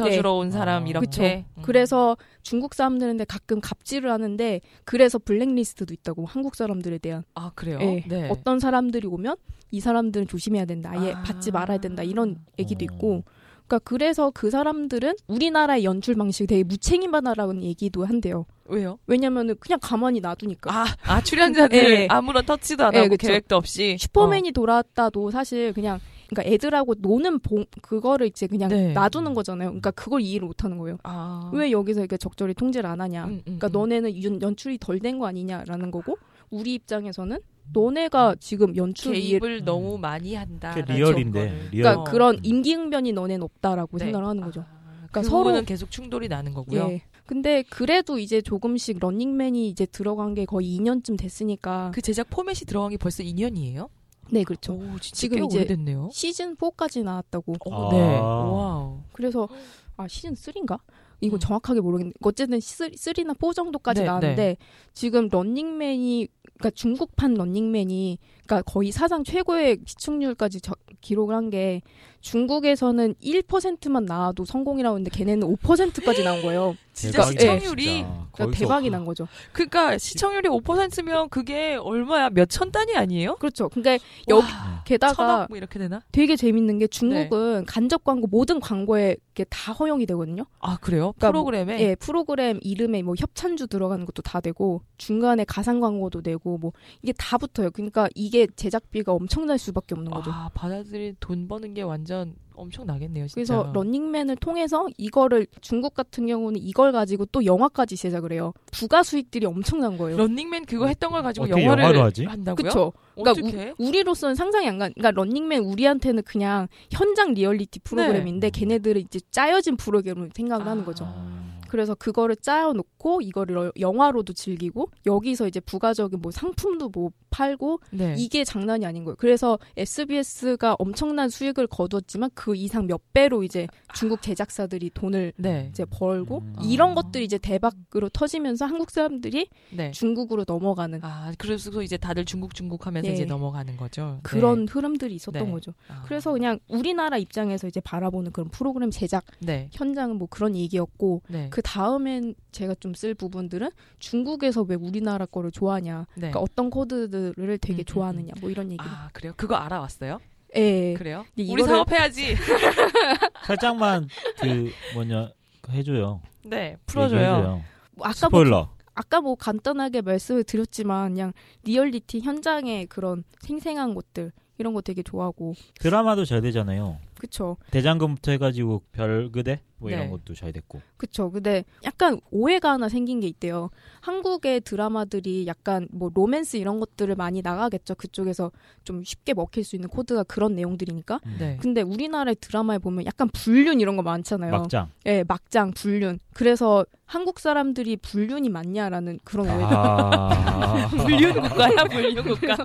[SPEAKER 1] 가르쳐 주러 온 사람
[SPEAKER 2] 아.
[SPEAKER 1] 이렇게. 음.
[SPEAKER 3] 그래서 중국 사람들한테 가끔 갑질을 하는데 그래서 블랙리스트도 있다고 한국 사람들에 대한
[SPEAKER 1] 아 그래요.
[SPEAKER 3] 예.
[SPEAKER 1] 네.
[SPEAKER 3] 어떤 사람들이 오면 이 사람들은 조심해야 된다 아예
[SPEAKER 1] 아.
[SPEAKER 3] 받지 말아야 된다 이런 얘기도
[SPEAKER 2] 어.
[SPEAKER 3] 있고 그러니까 그래서 그 사람들은 우리나라의 연출 방식이 되게 무책임하다라는 얘기도 한대요
[SPEAKER 1] 왜요?
[SPEAKER 3] 왜냐면은 그냥 가만히 놔두니까
[SPEAKER 1] 아, 아 출연자들
[SPEAKER 3] 예.
[SPEAKER 1] 아무런 터치도 안
[SPEAKER 3] 예,
[SPEAKER 1] 하고
[SPEAKER 3] 그쵸.
[SPEAKER 1] 계획도 없이
[SPEAKER 3] 슈퍼맨이 돌아왔다도 사실 그냥 그러니까 애들하고 노는 봉 그거를 이제 그냥
[SPEAKER 1] 네.
[SPEAKER 3] 놔두는 거잖아요 그러니까 그걸 이해를 못하는 거예요
[SPEAKER 1] 어. 아.
[SPEAKER 3] 왜 여기서 이렇게 적절히 통제를 안 하냐
[SPEAKER 1] 음, 음,
[SPEAKER 3] 그러니까
[SPEAKER 1] 음.
[SPEAKER 3] 너네는 연, 연출이 덜 된 거 아니냐라는 거고 우리 입장에서는 너네가 지금 연출 이해
[SPEAKER 1] 개입을 너무 많이 한다.
[SPEAKER 2] 그게 리얼인데. 리얼.
[SPEAKER 3] 그러니까
[SPEAKER 1] 어.
[SPEAKER 3] 그런 임기응변이 너넨 없다라고
[SPEAKER 1] 네.
[SPEAKER 3] 생각을 하는 거죠.
[SPEAKER 1] 그러니까
[SPEAKER 3] 그러니까
[SPEAKER 1] 서로는
[SPEAKER 3] 서로-
[SPEAKER 1] 계속 충돌이 나는 거고요.
[SPEAKER 3] 예. 근데 그래도 이제 조금씩 런닝맨이 이제 들어간 게 거의 2년쯤 됐으니까
[SPEAKER 1] 그 제작 포맷이 들어간 게 벌써 2년이에요?
[SPEAKER 3] 네 그렇죠.
[SPEAKER 1] 오, 진짜
[SPEAKER 3] 지금
[SPEAKER 1] 꽤
[SPEAKER 3] 이제-
[SPEAKER 1] 오래됐네요.
[SPEAKER 3] 어? 시즌 4까지 나왔다고.
[SPEAKER 1] 어,
[SPEAKER 2] 아.
[SPEAKER 1] 네. 와우.
[SPEAKER 3] 그래서 아 시즌 3인가? 이거
[SPEAKER 1] 음.
[SPEAKER 3] 정확하게 모르겠는데 어쨌든 3나 4 정도까지
[SPEAKER 1] 네,
[SPEAKER 3] 나왔는데 지금 런닝맨이 그러니까 중국판 런닝맨이 그러니까 거의 사상 최고의 시청률까지 저- 기록을 한 게 중국에서는 1%만 나와도 성공이라고 했는데 걔네는 5%까지 나온 거예요.
[SPEAKER 1] 진짜
[SPEAKER 2] 대박이다,
[SPEAKER 1] 시청률이
[SPEAKER 2] 진짜.
[SPEAKER 3] 그러니까
[SPEAKER 2] 거기서-
[SPEAKER 3] 대박이 난 거죠. 아.
[SPEAKER 1] 그러니까 시청률이 5%면 그게 얼마야? 몇 천 단위 아니에요?
[SPEAKER 3] 그렇죠. 근데
[SPEAKER 1] 여기
[SPEAKER 3] 여기
[SPEAKER 2] 아.
[SPEAKER 3] 게다가
[SPEAKER 1] 천억 뭐 네. 이렇게 되나?
[SPEAKER 3] 되게 재밌는 게 중국은 간접 광고 모든 광고에 이게 다 허용이 되거든요.
[SPEAKER 1] 아 그래요?
[SPEAKER 3] 그러니까 뭐-
[SPEAKER 1] 프로그램에
[SPEAKER 3] 예, 프로그램 이름에 뭐 협찬주 들어가는 것도 다 되고 중간에 가상 광고도 되고 뭐 이게 다 붙어요. 그러니까 이게 제작비가 엄청날 수밖에 없는 거죠.
[SPEAKER 1] 아 받아들인 돈 버는 게 완전 엄청 나겠네요. 진짜.
[SPEAKER 3] 그래서 런닝맨을 통해서 이거를 중국 같은 경우는 이걸 가지고 또 영화까지 제작을 해요. 부가 수익들이 엄청난 거예요.
[SPEAKER 1] 런닝맨 그거 했던 걸 가지고
[SPEAKER 2] 어떻게
[SPEAKER 1] 영화를
[SPEAKER 2] 영화로 하지?
[SPEAKER 1] 한다고요?
[SPEAKER 3] 그렇죠. 그러니까
[SPEAKER 1] 어떻게?
[SPEAKER 3] 우, 우리로서는 상상이 안 가. 그러니까 런닝맨 우리한테는 그냥 현장 리얼리티 프로그램인데
[SPEAKER 2] 네.
[SPEAKER 3] 걔네들은 이제 짜여진 프로그램을 생각을
[SPEAKER 1] 아.
[SPEAKER 3] 하는 거죠.
[SPEAKER 2] 아.
[SPEAKER 3] 그래서 그거를 짜여놓고 이거를 어- 영화로도 즐기고 여기서 이제 부가적인 뭐 상품도 뭐 팔고
[SPEAKER 1] 네.
[SPEAKER 3] 이게 장난이 아닌 거예요. 그래서 SBS가 엄청난 수익을 거두었지만 그 이상 몇 배로 이제 중국 제작사들이 돈을
[SPEAKER 1] 네.
[SPEAKER 3] 이제 벌고
[SPEAKER 2] 음.
[SPEAKER 1] 아.
[SPEAKER 3] 이런 것들이 이제 대박으로 터지면서 한국 사람들이
[SPEAKER 1] 네.
[SPEAKER 3] 중국으로 넘어가는
[SPEAKER 1] 아 그래서 이제 다들 중국 중국 하면서
[SPEAKER 3] 예.
[SPEAKER 1] 이제 넘어가는 거죠.
[SPEAKER 3] 그런 흐름들이 있었던
[SPEAKER 1] 네.
[SPEAKER 3] 거죠.
[SPEAKER 1] 네. 아.
[SPEAKER 3] 그래서 그냥 우리나라 입장에서 이제 바라보는 그런 프로그램 제작
[SPEAKER 1] 네.
[SPEAKER 3] 현장은 뭐 그런 얘기였고
[SPEAKER 1] 네.
[SPEAKER 3] 그 다음엔 제가 좀 쓸 부분들은 중국에서 왜 우리나라 거를 좋아하냐
[SPEAKER 1] 네.
[SPEAKER 3] 그러니까 어떤 코드들을
[SPEAKER 1] 음, 음,
[SPEAKER 3] 되게
[SPEAKER 1] 음.
[SPEAKER 3] 좋아하느냐 뭐 이런 얘기.
[SPEAKER 1] 아 그래요? 그거 알아왔어요?
[SPEAKER 3] 예.
[SPEAKER 1] 그래요?
[SPEAKER 3] 근데
[SPEAKER 1] 우리
[SPEAKER 3] 이거를-
[SPEAKER 1] 사업해야지.
[SPEAKER 2] 살짝만 그 뭐냐 해줘요.
[SPEAKER 1] 네. 풀어줘요.
[SPEAKER 2] 얘기해줘요.
[SPEAKER 3] 뭐 아까 뭐
[SPEAKER 2] 스포일러.
[SPEAKER 3] 아까 뭐 간단하게 말씀을 드렸지만 그냥 리얼리티 현장의 그런 생생한 것들 이런 거 되게 좋아하고
[SPEAKER 2] 드라마도 잘 되잖아요.
[SPEAKER 3] 그쵸.
[SPEAKER 2] 대장금부터 해가지고 별그대 뭐 이런
[SPEAKER 1] 네.
[SPEAKER 2] 것도 잘 됐고
[SPEAKER 3] 그쵸. 근데 약간 오해가 하나 생긴 게 있대요. 한국의 드라마들이 약간 뭐 로맨스 이런 것들을 많이 나가겠죠. 그쪽에서 좀 쉽게 먹힐 수 있는 코드가 그런 내용들이니까.
[SPEAKER 1] 네.
[SPEAKER 3] 근데 우리나라의 드라마에 보면 약간 불륜 이런 거 많잖아요.
[SPEAKER 2] 막장
[SPEAKER 3] 예, 막장, 불륜. 그래서 한국 사람들이 불륜이 많냐라는 그런 오해가.
[SPEAKER 2] 아.
[SPEAKER 1] 불륜 국가야 불륜 국가.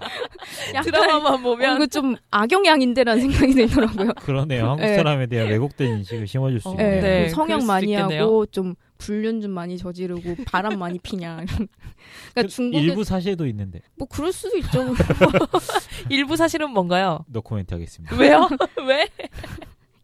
[SPEAKER 3] 약간
[SPEAKER 1] 드라마만
[SPEAKER 3] 어,
[SPEAKER 1] 보면
[SPEAKER 3] 이거 좀 악영향인데라는 생각이 들더라고요.
[SPEAKER 2] 그러네요 한국
[SPEAKER 3] 네.
[SPEAKER 2] 사람에 대한 왜곡된 인식을 심어줄 수
[SPEAKER 1] 어,
[SPEAKER 2] 어, 있네요
[SPEAKER 3] 예,
[SPEAKER 1] 네.
[SPEAKER 3] 뭐 성형
[SPEAKER 1] 그럴 수도
[SPEAKER 3] 많이
[SPEAKER 1] 있겠네요.
[SPEAKER 3] 하고 좀 불륜 좀 많이 저지르고 바람 많이 피냐. 그러니까
[SPEAKER 2] 그
[SPEAKER 3] 중국에
[SPEAKER 2] 일부 사실도 있는데
[SPEAKER 3] 뭐 그럴 수도 있죠.
[SPEAKER 1] 일부 사실은 뭔가요?
[SPEAKER 2] 너 코멘트 하겠습니다
[SPEAKER 1] 왜요? 왜?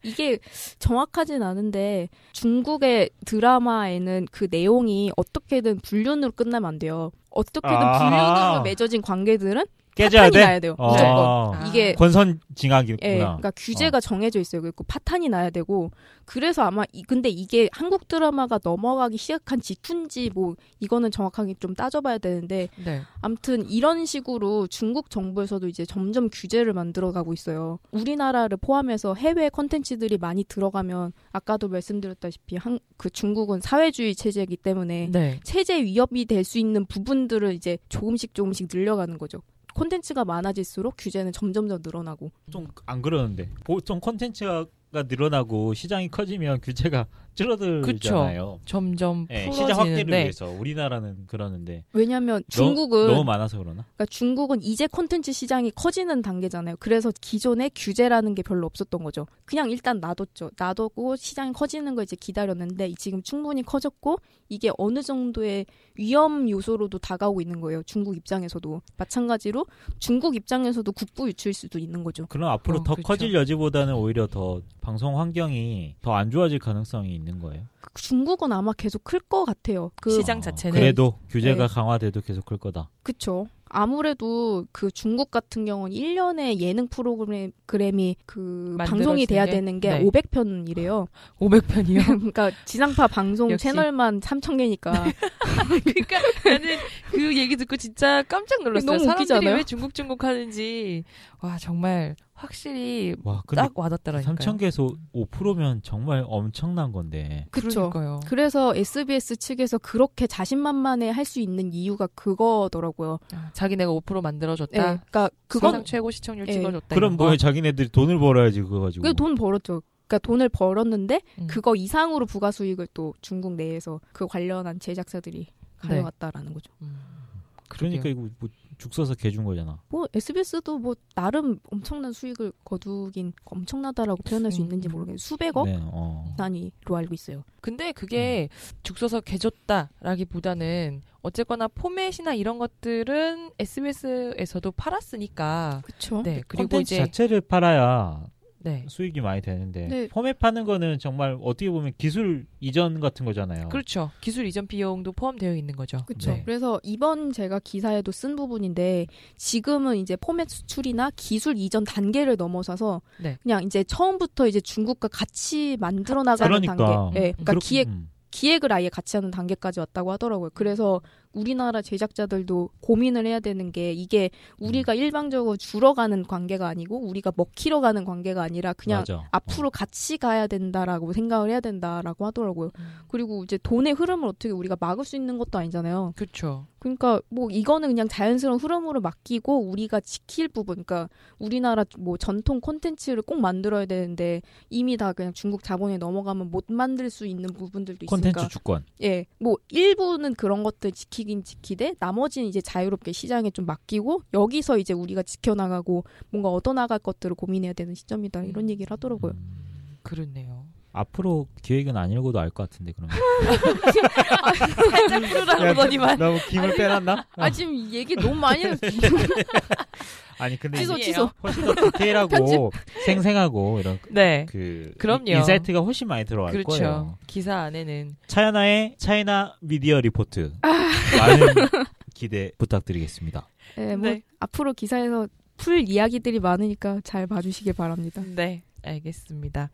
[SPEAKER 3] 이게 정확하진 않은데 중국의 드라마에는 그 내용이 어떻게든 불륜으로 끝나면 안 돼요. 어떻게든
[SPEAKER 2] 아.
[SPEAKER 3] 불륜으로 맺어진 관계들은
[SPEAKER 2] 깨져야
[SPEAKER 3] 파탄이
[SPEAKER 2] 돼?
[SPEAKER 3] 나야 돼요.
[SPEAKER 2] 어.
[SPEAKER 3] 무조건.
[SPEAKER 1] 아.
[SPEAKER 3] 이게
[SPEAKER 2] 권선
[SPEAKER 3] 예,
[SPEAKER 2] 징악이구나
[SPEAKER 3] 그러니까 규제가 정해져 있어요. 그리고 파탄이 나야 되고 그래서 아마 이, 근데 이게 한국 드라마가 넘어가기 시작한 직후인지 뭐 이거는 정확하게 좀 따져봐야 되는데
[SPEAKER 1] 네.
[SPEAKER 3] 아무튼 이런 식으로 중국 정부에서도 이제 점점 규제를 만들어가고 있어요. 우리나라를 포함해서 해외 컨텐츠들이 많이 들어가면 아까도 말씀드렸다시피 한, 그 중국은 사회주의 체제이기 때문에
[SPEAKER 1] 네.
[SPEAKER 3] 체제 위협이 될 수 있는 부분들을 이제 조금씩 조금씩 늘려가는 거죠. 콘텐츠가 많아질수록 규제는 점점 더 늘어나고
[SPEAKER 2] 좀 안 그러는데 보통 콘텐츠가 늘어나고 시장이 커지면 규제가 줄어들잖아요
[SPEAKER 1] 점점
[SPEAKER 2] 예, 시장 확대를
[SPEAKER 1] 풀어지는데
[SPEAKER 2] 위해서 우리나라는 그러는데
[SPEAKER 3] 왜냐하면
[SPEAKER 2] 너-
[SPEAKER 3] 중국은
[SPEAKER 2] 너무 많아서 그러나
[SPEAKER 3] 그러니까 중국은 이제 콘텐츠 시장이 커지는 단계잖아요. 그래서 기존에 규제라는 게 별로 없었던 거죠. 그냥 일단 놔뒀죠. 놔두고 시장이 커지는 걸 이제 기다렸는데 지금 충분히 커졌고 이게 어느 정도의 위험 요소로도 다가오고 있는 거예요. 중국 입장에서도 마찬가지로 중국 입장에서도 국부 유출일 수도 있는 거죠.
[SPEAKER 2] 그럼 앞으로
[SPEAKER 1] 어,
[SPEAKER 2] 더
[SPEAKER 1] 그쵸.
[SPEAKER 2] 커질 여지보다는 오히려 더 방송 환경이 더 안 좋아질 가능성이 있는 거예요.
[SPEAKER 3] 중국은 아마 계속 클 것 같아요. 그
[SPEAKER 1] 시장
[SPEAKER 2] 어,
[SPEAKER 1] 자체는
[SPEAKER 2] 그래도 규제가
[SPEAKER 3] 네.
[SPEAKER 2] 강화돼도 계속 클 거다.
[SPEAKER 3] 그쵸. 아무래도 그 중국 같은 경우는 1년에 예능 프로그램이 그 방송이
[SPEAKER 1] 만들어지는
[SPEAKER 3] 돼야
[SPEAKER 1] 게?
[SPEAKER 3] 되는 게
[SPEAKER 1] 네.
[SPEAKER 3] 500편이래요.
[SPEAKER 1] 500편이요.
[SPEAKER 3] 그러니까 지상파 방송
[SPEAKER 1] 역시.
[SPEAKER 3] 채널만 3,000개니까.
[SPEAKER 1] 그러니까 나는 그 얘기 듣고 진짜 깜짝 놀랐어요.
[SPEAKER 3] 너무
[SPEAKER 1] 사람들이
[SPEAKER 3] 웃기지 않아요?
[SPEAKER 1] 왜 중국 중국 하는지 와 정말 확실히
[SPEAKER 2] 와, 근데
[SPEAKER 1] 딱 와닿더라니까요.
[SPEAKER 2] 3,000개에서 5%면 정말 엄청난 건데.
[SPEAKER 3] 그쵸.
[SPEAKER 1] 그러니까요.
[SPEAKER 3] 그렇죠. 그래서 SBS 측에서 그렇게 자신만만해 할 수 있는 이유가 그거더라고요.
[SPEAKER 1] 아, 자기네가 5%
[SPEAKER 3] 네,
[SPEAKER 1] 만들어줬다.
[SPEAKER 3] 그러니까
[SPEAKER 1] 사상
[SPEAKER 3] 그건
[SPEAKER 1] 최고 시청률
[SPEAKER 3] 예.
[SPEAKER 1] 네. 찍어줬다.
[SPEAKER 2] 그럼
[SPEAKER 1] 이런 거.
[SPEAKER 2] 뭐 자기네들이 돈을 벌어야지 그거 가지고.
[SPEAKER 3] 그게 돈 벌었죠. 그러니까 돈을 벌었는데
[SPEAKER 1] 음.
[SPEAKER 3] 그거 이상으로 부가 수익을 또 중국 내에서 그 관련한 제작사들이 가져갔다라는 거죠.
[SPEAKER 2] 그러니까 이거 뭐죽 서서 개준 거잖아.
[SPEAKER 3] 뭐 SBS도 뭐 나름 엄청난 수익을 거두긴 엄청나다라고 표현할 수
[SPEAKER 1] 음.
[SPEAKER 3] 있는지 모르겠는데 수백억
[SPEAKER 2] 네, 어.
[SPEAKER 3] 단위로 알고 있어요.
[SPEAKER 1] 근데 그게
[SPEAKER 3] 음.
[SPEAKER 1] 죽서서 개줬다라기보다는 어쨌거나 포맷이나 이런 것들은 SBS에서도 팔았으니까.
[SPEAKER 3] 그렇죠.
[SPEAKER 1] 네. 그리고
[SPEAKER 2] 콘텐츠
[SPEAKER 1] 이제
[SPEAKER 2] 자체를 팔아야
[SPEAKER 1] 네.
[SPEAKER 2] 수익이 많이 되는데
[SPEAKER 3] 네.
[SPEAKER 2] 포맷 파는 거는 정말 어떻게 보면 기술 이전 같은 거잖아요.
[SPEAKER 1] 그렇죠. 기술 이전 비용도 포함되어 있는 거죠.
[SPEAKER 3] 그렇죠.
[SPEAKER 2] 네.
[SPEAKER 3] 그래서 이번 제가 기사에도 쓴 부분인데 지금은 이제 포맷 수출이나 기술 이전 단계를 넘어서서
[SPEAKER 1] 네.
[SPEAKER 3] 그냥 이제 처음부터 이제 중국과 같이 만들어 나가는
[SPEAKER 2] 그러니까.
[SPEAKER 3] 단계. 예. 그러니까
[SPEAKER 2] 그렇-
[SPEAKER 3] 기획
[SPEAKER 2] 음.
[SPEAKER 3] 기획을 아예 같이 하는 단계까지 왔다고 하더라고요. 그래서 우리나라 제작자들도 고민을 해야 되는 게 이게
[SPEAKER 2] 음.
[SPEAKER 3] 우리가 일방적으로 줄어가는 관계가 아니고 우리가 먹히러 가는 관계가 아니라 그냥
[SPEAKER 2] 맞아.
[SPEAKER 3] 앞으로 같이 가야 된다라고 생각을 해야 된다라고 하더라고요. 그리고 이제 돈의 흐름을 어떻게 우리가 막을 수 있는 것도 아니잖아요.
[SPEAKER 1] 그렇죠.
[SPEAKER 3] 그러니까 뭐 이거는 그냥 자연스러운 흐름으로 맡기고 우리가 지킬 부분, 그러니까 우리나라 뭐 전통 콘텐츠를 꼭 만들어야 되는데 이미 다 그냥 중국 자본에 넘어가면 못 만들 수 있는 부분들도
[SPEAKER 2] 어. 콘텐츠
[SPEAKER 3] 있으니까
[SPEAKER 2] 주권.
[SPEAKER 3] 예, 뭐 일부는 그런 것들 지키긴 지키되 나머지는 이제 자유롭게 시장에 좀 맡기고 여기서 이제 우리가 지켜나가고 뭔가 얻어나갈 것들을 고민해야 되는 시점이다 이런 얘기를 하더라고요.
[SPEAKER 1] 그렇네요.
[SPEAKER 2] 음, 앞으로 기획은 안 읽어도 알 것 같은데 그러면.
[SPEAKER 1] 살짝 풀어라는 거니만.
[SPEAKER 2] 너무 김을 빼놨나?
[SPEAKER 3] 아 지금 이 얘기 너무 많이 했어.
[SPEAKER 2] 아니 근데
[SPEAKER 3] 취소
[SPEAKER 1] 이게
[SPEAKER 3] 취소.
[SPEAKER 2] 훨씬 더 디테일하고 생생하고 이런
[SPEAKER 1] 네.
[SPEAKER 2] 그
[SPEAKER 1] 그럼요.
[SPEAKER 2] 이- 인사이트가 훨씬 많이 들어갈
[SPEAKER 1] 그렇죠.
[SPEAKER 2] 거예요.
[SPEAKER 1] 기사 안에는
[SPEAKER 2] 차이나의 차이나 미디어 리포트
[SPEAKER 3] 아.
[SPEAKER 2] 많은 기대 부탁드리겠습니다.
[SPEAKER 3] 예, 뭐
[SPEAKER 1] 네.
[SPEAKER 3] 앞으로 기사에서 풀 이야기들이 많으니까 잘 봐주시길 바랍니다.
[SPEAKER 1] 네. 알겠습니다.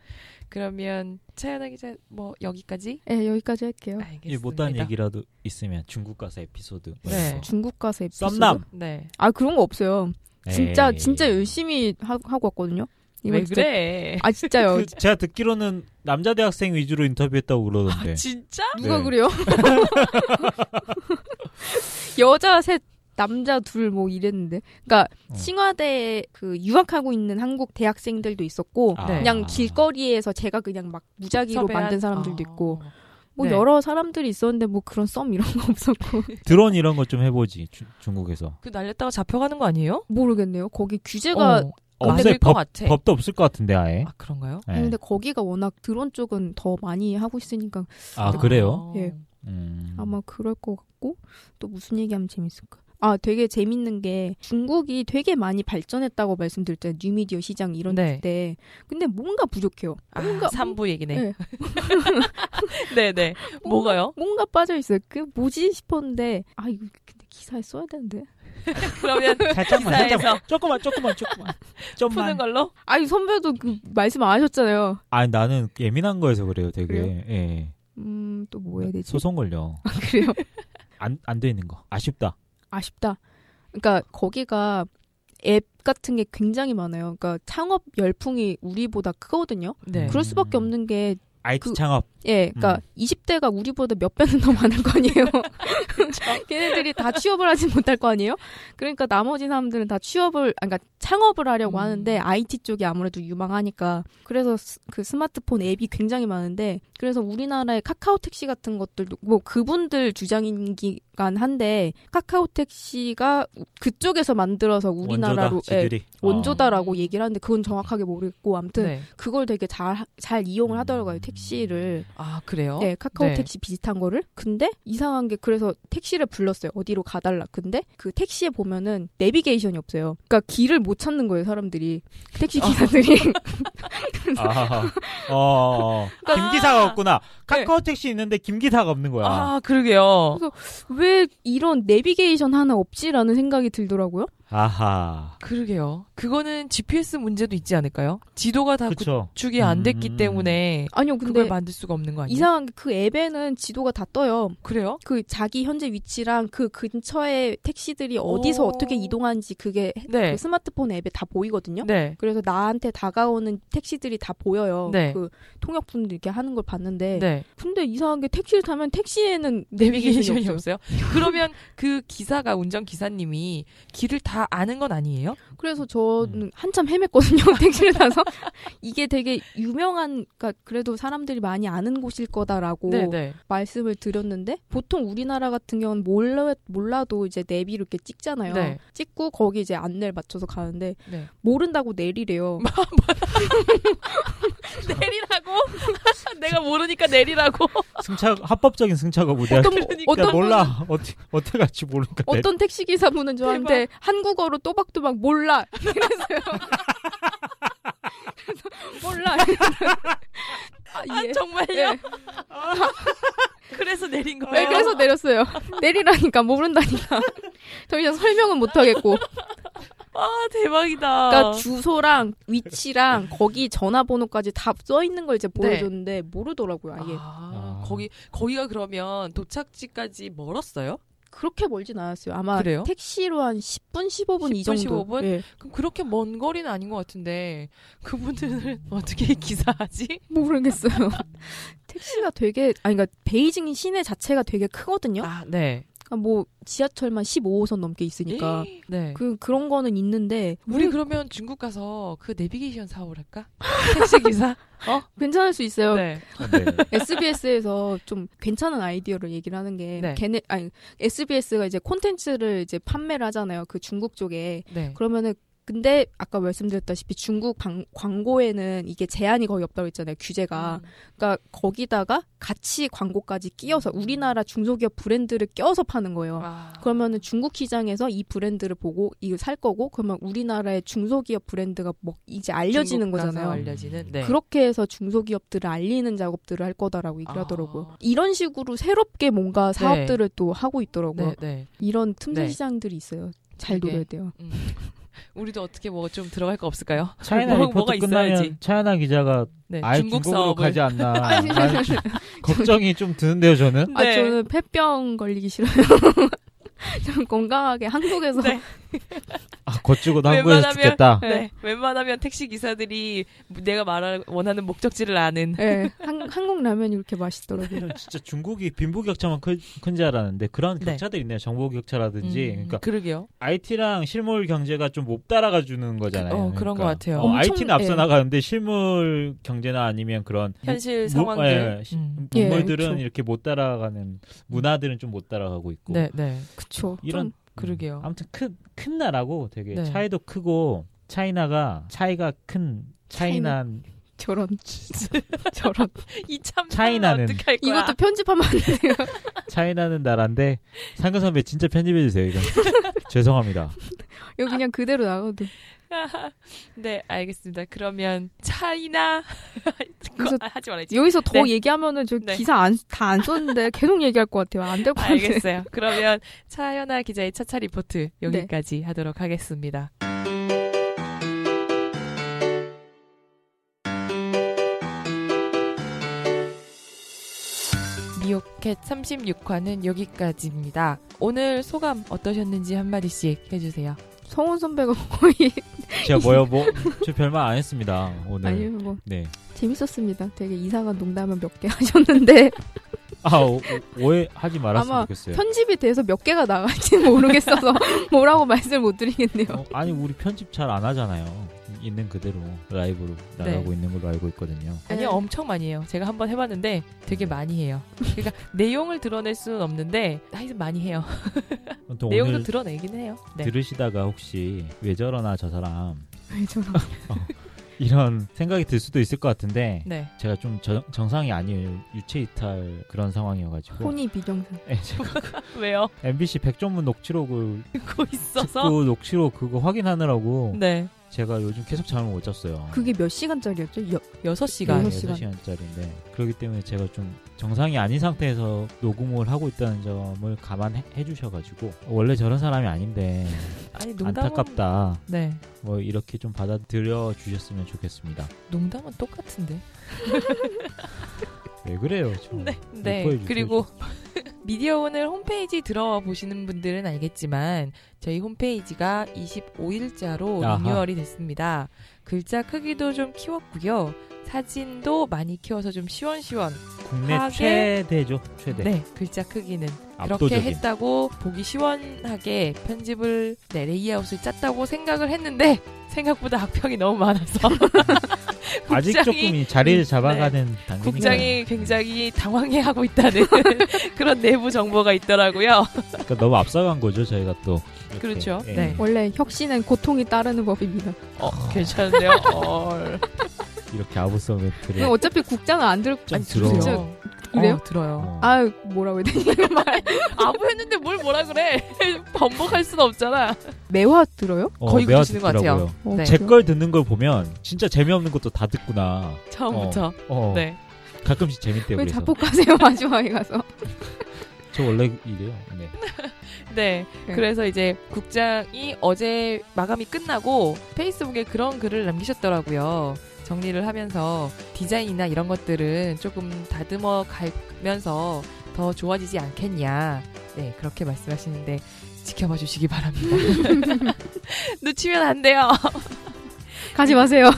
[SPEAKER 1] 그러면 차연아 기자 뭐 여기까지?
[SPEAKER 3] 예, 여기까지
[SPEAKER 1] 네.
[SPEAKER 3] 할게요.
[SPEAKER 2] 이
[SPEAKER 1] 알겠습니다.
[SPEAKER 2] 못한 얘기라도 있으면 중국 가서 에피소드. 뭐
[SPEAKER 1] 네.
[SPEAKER 2] 이런 거.
[SPEAKER 3] 중국 가서 에피소드.
[SPEAKER 2] 썸남.
[SPEAKER 1] 네.
[SPEAKER 3] 아 그런 거 없어요. 진짜
[SPEAKER 2] 에이.
[SPEAKER 3] 진짜 열심히 하, 고 왔거든요.
[SPEAKER 1] 왜
[SPEAKER 3] 이건 진짜-
[SPEAKER 1] 그래?
[SPEAKER 3] 아 진짜요.
[SPEAKER 2] 그 제가 듣기로는 남자 대학생 위주로 인터뷰했다고 그러던데.
[SPEAKER 1] 진짜?
[SPEAKER 3] 아, 누가
[SPEAKER 2] 네.
[SPEAKER 3] 그래요? 여자 셋, 남자 둘 뭐 이랬는데. 그러니까
[SPEAKER 2] 어.
[SPEAKER 3] 칭화대에 그 유학하고 있는 한국 대학생들도 있었고
[SPEAKER 2] 아.
[SPEAKER 1] 네.
[SPEAKER 3] 그냥 길거리에서 제가 그냥 막 무작위로
[SPEAKER 1] 섭외한-
[SPEAKER 3] 만든 사람들도
[SPEAKER 1] 아.
[SPEAKER 3] 있고 뭐
[SPEAKER 1] 네.
[SPEAKER 3] 여러 사람들이 있었는데 뭐 그런 썸 이런 거 없었고
[SPEAKER 2] 드론 이런 거 좀 해보지 주- 중국에서.
[SPEAKER 1] 그 날렸다가 잡혀가는 거 아니에요?
[SPEAKER 3] 모르겠네요. 거기 규제가
[SPEAKER 1] 어,
[SPEAKER 2] 없
[SPEAKER 1] 만들 것
[SPEAKER 2] 법,
[SPEAKER 1] 같아.
[SPEAKER 2] 법도 없을 것 같은데 아예.
[SPEAKER 1] 아 그런가요?
[SPEAKER 2] 네.
[SPEAKER 3] 아니, 근데 거기가 워낙 드론 쪽은 더 많이 하고 있으니까
[SPEAKER 2] 아 그래요?
[SPEAKER 1] 어.
[SPEAKER 3] 예.
[SPEAKER 2] 음.
[SPEAKER 3] 아마 그럴 것 같고 또 무슨 얘기하면 재밌을까? 아 되게 재밌는 게 중국이 되게 많이 발전했다고 말씀드렸잖아요. 뉴미디어 시장 이런
[SPEAKER 1] 네.
[SPEAKER 3] 때. 근데 뭔가 부족해요.
[SPEAKER 1] 아,
[SPEAKER 3] 뭔가-
[SPEAKER 1] 3부 얘기네.
[SPEAKER 3] 네.
[SPEAKER 1] 네, 네. 뭐가요?
[SPEAKER 3] 뭔가 빠져 있어요. 그 뭐지 싶었는데 아 이거 근데 기사에 써야 되는데.
[SPEAKER 1] 그러면
[SPEAKER 2] 살짝만 살짝만
[SPEAKER 1] 기사에서
[SPEAKER 2] 조금만 조금만 조금만
[SPEAKER 1] 푸는
[SPEAKER 2] 좀만.
[SPEAKER 1] 걸로?
[SPEAKER 3] 아니 선배도 그 말씀 안 하셨잖아요.
[SPEAKER 2] 아 나는 예민한 거여서 그래요 되게.
[SPEAKER 3] 그래요?
[SPEAKER 2] 예.
[SPEAKER 3] 음 또 뭐 해야 되지?
[SPEAKER 2] 소송 걸려.
[SPEAKER 3] 그래요.
[SPEAKER 2] 안 안 되는 거. 아쉽다.
[SPEAKER 3] 아쉽다. 그러니까 거기가 앱 같은 게 굉장히 많아요. 그러니까 창업 열풍이 우리보다 크거든요.
[SPEAKER 1] 네.
[SPEAKER 2] 음.
[SPEAKER 3] 그럴 수밖에 없는 게
[SPEAKER 2] IT
[SPEAKER 3] 그-
[SPEAKER 2] 창업.
[SPEAKER 3] 예, 그러니까
[SPEAKER 2] 음.
[SPEAKER 3] 20대가 우리보다 몇 배는 더 많을 거 아니에요.
[SPEAKER 2] 그렇죠.
[SPEAKER 3] 걔네들이 다 취업을 하지 못할 거 아니에요. 그러니까 나머지 사람들은 다 취업을, 아, 그러니까 창업을 하려고
[SPEAKER 1] 음.
[SPEAKER 3] 하는데 IT 쪽이 아무래도 유망하니까 그래서 스- 그 스마트폰 앱이 굉장히 많은데 그래서 우리나라의 카카오 택시 같은 것들도 뭐 그분들 주장이긴 한데 카카오 택시가 그쪽에서 만들어서 우리나라로
[SPEAKER 2] 원조다. 지들이.
[SPEAKER 1] 예,
[SPEAKER 2] 어.
[SPEAKER 1] 원조다.
[SPEAKER 3] 라고 얘기를 하는데 그건 정확하게 모르겠고 아무튼
[SPEAKER 1] 네.
[SPEAKER 3] 그걸 되게 잘 잘 이용을 하더라고요 택시를.
[SPEAKER 1] 아 그래요?
[SPEAKER 3] 네, 카카오
[SPEAKER 1] 음. 네.
[SPEAKER 3] 택시 비슷한 거를. 근데 이상한 게 그래서 택시를 불렀어요. 어디로 가달라. 근데 그 택시에 보면은 내비게이션이 없어요. 그러니까 길을 못 찾는 거예요, 사람들이. 그 택시 기사들이.
[SPEAKER 2] 어. 아, 어, 어, 어. 김 기사가 없구나. 카카오 택시 있는데 김 기사가 없는 거야. 아,
[SPEAKER 1] 그러니까 네. 아 그러게요.
[SPEAKER 3] 왜 이런 내비게이션 하나 없지라는 생각이 들더라고요.
[SPEAKER 2] 하
[SPEAKER 1] 그러게요. 그거는 GPS 문제도 있지 않을까요? 지도가 다
[SPEAKER 2] 그쵸.
[SPEAKER 1] 구축이 안 됐기
[SPEAKER 2] 음.
[SPEAKER 1] 때문에
[SPEAKER 3] 아니요,
[SPEAKER 1] 그걸
[SPEAKER 3] 근데
[SPEAKER 1] 만들 수가 없는 거 아니에요?
[SPEAKER 3] 이상한 게 그 앱에는 지도가 다 떠요.
[SPEAKER 1] 그래요?
[SPEAKER 3] 그 자기 현재 위치랑 그 근처에 택시들이 어디서
[SPEAKER 1] 오.
[SPEAKER 3] 어떻게 이동하는지 그게
[SPEAKER 1] 네.
[SPEAKER 3] 그 스마트폰 앱에 다 보이거든요.
[SPEAKER 1] 네.
[SPEAKER 3] 그래서 나한테 다가오는 택시들이 다 보여요.
[SPEAKER 1] 네.
[SPEAKER 3] 그 통역분들 이렇게 하는 걸 봤는데,
[SPEAKER 1] 네.
[SPEAKER 3] 근데 이상한 게 택시를 타면 택시에는
[SPEAKER 1] 내비게이션이 없어요. 그러면 그 기사가 운전 기사님이 길을 다 아는 건 아니에요?
[SPEAKER 3] 그래서 저는
[SPEAKER 1] 음.
[SPEAKER 3] 한참 헤맸거든요. 택시를 타서 이게 되게 유명한, 그러니까 그래도 사람들이 많이 아는 곳일 거다라고
[SPEAKER 1] 네, 네.
[SPEAKER 3] 말씀을 드렸는데 보통 우리나라 같은 경우는 몰라, 몰라도 이제 내비로 이렇게 찍잖아요.
[SPEAKER 1] 네.
[SPEAKER 3] 찍고 거기 이제 안내를 맞춰서 가는데
[SPEAKER 1] 네.
[SPEAKER 3] 모른다고 내리래요.
[SPEAKER 1] 내리라고? 내가 모르니까 내리라고.
[SPEAKER 2] 승차 합법적인 승차가 무대야.
[SPEAKER 1] 뭐,
[SPEAKER 3] 어떤 어떤
[SPEAKER 2] 몰라. 어떻게 어떻게 갈지
[SPEAKER 1] 네.
[SPEAKER 2] 모르니까. 내-
[SPEAKER 3] 어떤 택시 기사분은 저한테 한국어로 또박또박 몰라 이랬어요. 그래서 몰라. 아, 예.
[SPEAKER 1] 정말요?
[SPEAKER 3] 예.
[SPEAKER 1] 네. 그래서 내린 거예요.
[SPEAKER 3] 네, 그래서 내렸어요. 내리라니까 모른다니까. 더 이상 설명은 못
[SPEAKER 1] 어.
[SPEAKER 3] 하겠고.
[SPEAKER 1] 아 대박이다.
[SPEAKER 3] 그러니까 주소랑 위치랑 거기 전화번호까지 다 써 있는 걸 이제 보여줬는데 모르더라고요. 아예
[SPEAKER 1] 네. 아,
[SPEAKER 2] 아.
[SPEAKER 1] 거기 거기가 그러면 도착지까지 멀었어요?
[SPEAKER 3] 그렇게 멀진 않았어요. 아마
[SPEAKER 1] 그래요?
[SPEAKER 3] 택시로 한 10분, 15분 이
[SPEAKER 1] 10분,
[SPEAKER 3] 정도.
[SPEAKER 1] 15분?
[SPEAKER 3] 예.
[SPEAKER 1] 그럼 그렇게 먼 거리는 아닌 것 같은데 그분들은 어떻게 기사하지?
[SPEAKER 3] 모르겠어요. 택시가 되게 아니 그러니까 베이징 시내 자체가 되게 크거든요.
[SPEAKER 1] 아 네.
[SPEAKER 3] 그러니까 뭐 지하철만 15호선 넘게 있으니까
[SPEAKER 1] 네.
[SPEAKER 3] 그 그런 거는 있는데
[SPEAKER 1] 우리 그러면 중국 가서 그 내비게이션 사오랄까? 택시 기사?
[SPEAKER 3] 괜찮을 수 있어요.
[SPEAKER 1] 네.
[SPEAKER 2] 네.
[SPEAKER 3] SBS에서 좀 괜찮은 아이디어를 얘기를 하는 게
[SPEAKER 1] 네.
[SPEAKER 3] 걔네 아니 SBS가 이제 콘텐츠를 이제 판매를 하잖아요. 그 중국 쪽에
[SPEAKER 1] 네.
[SPEAKER 3] 그러면은 근데 아까 말씀드렸다시피 중국 방- 광고에는 이게 제한이 거의 없다고 했잖아요. 규제가.
[SPEAKER 1] 음.
[SPEAKER 3] 그러니까 거기다가 같이 광고까지 끼워서 우리나라 중소기업 브랜드를 껴서 파는 거예요.
[SPEAKER 1] 아.
[SPEAKER 3] 그러면은 중국 시장에서 이 브랜드를 보고 이거 살 거고 그러면 우리나라의 중소기업 브랜드가 뭐 이제 알려지는
[SPEAKER 1] 중국 가서
[SPEAKER 3] 거잖아요.
[SPEAKER 1] 알려지는. 네.
[SPEAKER 3] 그렇게 해서 중소기업들을 알리는 작업들을 할 거다라고 얘기를
[SPEAKER 1] 아.
[SPEAKER 3] 하더라고요. 이런 식으로 새롭게 뭔가 사업들을 또 하고
[SPEAKER 1] 네.
[SPEAKER 3] 있더라고요.
[SPEAKER 1] 네.
[SPEAKER 3] 이런 틈새
[SPEAKER 1] 네.
[SPEAKER 3] 시장들이 있어요. 잘
[SPEAKER 1] 그게.
[SPEAKER 3] 노려야 돼요.
[SPEAKER 1] 음. 우리도 어떻게 뭐 좀 들어갈 거 없을까요?
[SPEAKER 2] 차이나
[SPEAKER 1] 뭐-
[SPEAKER 2] 리포트
[SPEAKER 1] 뭐가
[SPEAKER 2] 끝나면
[SPEAKER 1] 있어야지.
[SPEAKER 2] 차이나 기자가
[SPEAKER 1] 네.
[SPEAKER 2] 아예
[SPEAKER 1] 중국
[SPEAKER 2] 중국으로
[SPEAKER 1] 사업을
[SPEAKER 2] 가지 않나. 나는 좀 아, 걱정이 좀 드는데요, 저는.
[SPEAKER 3] 아
[SPEAKER 1] 네.
[SPEAKER 3] 저는 폐병 걸리기 싫어요. 저는 건강하게 한국에서
[SPEAKER 1] 네.
[SPEAKER 2] 아, 거치고도 한국에서
[SPEAKER 1] 웬만하면-
[SPEAKER 2] 죽겠다.
[SPEAKER 1] 네. 웬만하면 택시 기사들이 내가 말하는 원하는 목적지를 아는
[SPEAKER 3] 네. 한, 한국 라면이 그렇게 맛있더라고요.
[SPEAKER 2] 이런 진짜 중국이 빈부격차만 큰, 큰지 알았는데 그런
[SPEAKER 1] 네.
[SPEAKER 2] 격차들이 있네요. 정보 격차라든지.
[SPEAKER 1] 음,
[SPEAKER 2] 그러니까
[SPEAKER 1] 그러게요.
[SPEAKER 2] IT랑 실물 경제가 좀 못 따라가 주는 거잖아요.
[SPEAKER 1] 어, 그런 것 같아요.
[SPEAKER 2] 어,
[SPEAKER 3] 엄청-
[SPEAKER 2] IT는 앞서
[SPEAKER 3] 예.
[SPEAKER 2] 나가는데 실물 경제나 아니면 그런
[SPEAKER 1] 현실
[SPEAKER 2] 무-
[SPEAKER 1] 상황들.
[SPEAKER 2] 예,
[SPEAKER 1] 음.
[SPEAKER 3] 예,
[SPEAKER 2] 문물들은
[SPEAKER 3] 그쵸.
[SPEAKER 2] 이렇게 못 따라가는 문화들은 좀 못 따라가고 있고.
[SPEAKER 1] 네, 네.
[SPEAKER 3] 그쵸.
[SPEAKER 2] 이런
[SPEAKER 3] 좀,
[SPEAKER 1] 그러게요.
[SPEAKER 2] 아무튼 큰, 큰 나라고 되게
[SPEAKER 1] 네.
[SPEAKER 2] 차이도 크고 차이나가 차이가 큰 차이난
[SPEAKER 3] 저런. 저런.
[SPEAKER 1] 이참
[SPEAKER 2] 차이나는-
[SPEAKER 1] 어떻게 할 거야?
[SPEAKER 3] 이것도 편집하면 안 돼요.
[SPEAKER 2] 차이나는 나라인데 상근 선배 진짜 편집해 주세요 이건 죄송합니다.
[SPEAKER 3] 이거 그냥 그대로 나가도.
[SPEAKER 1] 네, 알겠습니다. 그러면 차이나 그거 하지 말아야지.
[SPEAKER 3] 여기서 더
[SPEAKER 1] 네.
[SPEAKER 3] 얘기하면은 저
[SPEAKER 1] 네.
[SPEAKER 3] 기사 안, 다 안 썼는데 계속 얘기할 것 같아요. 안 될 것 같아요.
[SPEAKER 1] 알겠어요. 그러면 차연아 기자의 차차 리포트 여기까지 하도록 하겠습니다. 미오캣 36화는 여기까지입니다. 오늘 소감 어떠셨는지 한마디씩 해주세요.
[SPEAKER 3] 성훈 선배가 거의.
[SPEAKER 2] 제가 뭐요 뭐 저 별말 안 했습니다 오늘.
[SPEAKER 3] 아니요, 뭐.
[SPEAKER 2] 네.
[SPEAKER 3] 재밌었습니다. 되게 이상한 농담을 몇 개 하셨는데.
[SPEAKER 2] 아 오, 오, 해하지 말았으면
[SPEAKER 3] 아마
[SPEAKER 2] 좋겠어요.
[SPEAKER 3] 편집이 돼서 몇 개가 나갈지는 모르겠어서 뭐라고 말씀을 못 드리겠네요.
[SPEAKER 2] 어, 아니 우리 편집 잘 안 하잖아요. 있는 그대로 라이브로
[SPEAKER 1] 네.
[SPEAKER 2] 나가고 있는 걸로 알고 있거든요.
[SPEAKER 1] 아니요,
[SPEAKER 3] 네.
[SPEAKER 1] 엄청 많이 해요. 제가 한번 해봤는데 되게 많이 해요. 그러니까 내용을 드러낼 수는 없는데 하여튼 많이 해요.
[SPEAKER 2] 아무튼
[SPEAKER 1] 내용도
[SPEAKER 2] 오늘
[SPEAKER 1] 드러내긴 해요. 네.
[SPEAKER 2] 들으시다가 혹시 왜 저러나 저 사람
[SPEAKER 3] 왜 네, 저런.
[SPEAKER 2] 네. 이런 생각이 들 수도 있을 것 같은데
[SPEAKER 1] 네.
[SPEAKER 2] 제가 좀 정, 정상이 아닌 유체 이탈 그런 상황이어가지고
[SPEAKER 3] 혼이 비정상.
[SPEAKER 2] 예, 제가
[SPEAKER 1] 왜요?
[SPEAKER 2] MBC 백종문 녹취록을
[SPEAKER 1] 듣고 있어서.
[SPEAKER 2] 듣고 녹취록 그거 확인하느라고
[SPEAKER 1] 네.
[SPEAKER 2] 제가 요즘 계속 잠을 못 잤어요.
[SPEAKER 3] 그게 몇 시간짜리였죠? 여,
[SPEAKER 1] 여섯
[SPEAKER 3] 여섯
[SPEAKER 1] 시간.
[SPEAKER 3] 시간.
[SPEAKER 2] 6시간짜리인데 그렇기 때문에 제가 좀 정상이 아닌 상태에서 녹음을 하고 있다는 점을 감안해 주셔가지고 원래 저런 사람이 아닌데
[SPEAKER 1] 아니 농담.
[SPEAKER 2] 안타깝다
[SPEAKER 1] 네.
[SPEAKER 2] 뭐 이렇게 좀 받아들여 주셨으면 좋겠습니다
[SPEAKER 1] 농담은 똑같은데.
[SPEAKER 2] 왜 그래요 좀
[SPEAKER 1] 네.
[SPEAKER 2] 예뻐해 주세요.
[SPEAKER 1] 그리고 미디어 오늘 홈페이지 들어보시는 분들은 알겠지만 저희 홈페이지가 25일자로
[SPEAKER 2] 아하.
[SPEAKER 1] 리뉴얼이 됐습니다. 글자 크기도 좀 키웠고요. 사진도 많이 키워서 좀 시원시원.
[SPEAKER 2] 국내
[SPEAKER 1] 하게-
[SPEAKER 2] 최대죠 최대
[SPEAKER 1] 네. 글자 크기는 그렇게
[SPEAKER 2] 압도적인
[SPEAKER 1] 했다고 보기 시원하게 편집을 네, 레이아웃을 짰다고 생각을 했는데 생각보다 악평이 너무 많아서 국장이-
[SPEAKER 2] 아직
[SPEAKER 1] 네.
[SPEAKER 2] 조금 이 자리를 잡아가는 단계니까 네.
[SPEAKER 1] 국장이 굉장히 당황해하고 있다는 그런 내부 정보가 있더라고요.
[SPEAKER 2] 그러니까 너무 앞서간 거죠 저희가 또 이렇게.
[SPEAKER 1] 그렇죠.
[SPEAKER 2] 예. 아.
[SPEAKER 1] 네.
[SPEAKER 3] 원래 혁신은 고통이 따르는 법입니다.
[SPEAKER 1] 어, 괜찮은데요? 어,
[SPEAKER 2] 이렇게 아부서 멘트를
[SPEAKER 3] 어차피 국장은 안 들,
[SPEAKER 2] 예. 좀
[SPEAKER 3] 아니,
[SPEAKER 2] 들어
[SPEAKER 3] 진짜 그래요?
[SPEAKER 1] 어, 들어요.
[SPEAKER 2] 어.
[SPEAKER 3] 아유, 뭐라 고해야 되지?
[SPEAKER 1] 아무 했는데 뭘 뭐라 그래? 번복할 순 없잖아.
[SPEAKER 3] 매화 들어요?
[SPEAKER 2] 어,
[SPEAKER 1] 거의
[SPEAKER 2] 매화
[SPEAKER 1] 그러시는 것 같아요.
[SPEAKER 2] 듣더라고요.
[SPEAKER 3] 어,
[SPEAKER 1] 네.
[SPEAKER 2] 제 걸 듣는 걸 보면 진짜 재미없는 것도 다 듣구나.
[SPEAKER 1] 처음부터.
[SPEAKER 2] 어,
[SPEAKER 1] 네.
[SPEAKER 2] 가끔씩 재밌대요.
[SPEAKER 3] 왜
[SPEAKER 2] 그래서
[SPEAKER 3] 자폭하세요, 마지막에 가서?
[SPEAKER 2] 저 원래 이래요. 네.
[SPEAKER 1] 네.
[SPEAKER 3] 네.
[SPEAKER 1] 그래서 이제 국장이 어제 마감이 끝나고 페이스북에 그런 글을 남기셨더라고요. 정리를 하면서 디자인이나 이런 것들은 조금 다듬어 가면서 더 좋아지지 않겠냐. 네, 그렇게 말씀하시는데 지켜봐 주시기 바랍니다. 놓치면 안 돼요.
[SPEAKER 3] 가지 마세요.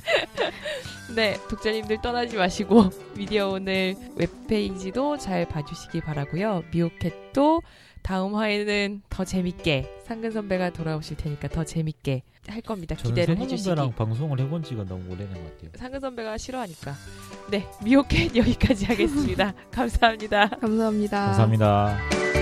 [SPEAKER 1] 네, 독자님들 떠나지 마시고 미디어 오늘 웹페이지도 잘 봐주시기 바라고요. 미오캣도 다음 화에는 더 재밌게 상근 선배가 돌아오실 테니까 더 재밌게 할 겁니다.
[SPEAKER 2] 저는
[SPEAKER 1] 기대를 해주시기.
[SPEAKER 2] 성선배랑 방송을 해본 지가 너무 오래된 것 같아요.
[SPEAKER 1] 상근 선배가 싫어하니까. 네, 미오캣 여기까지 하겠습니다. 감사합니다.
[SPEAKER 3] 감사합니다.
[SPEAKER 1] 아.
[SPEAKER 2] 감사합니다.
[SPEAKER 3] 감사합니다.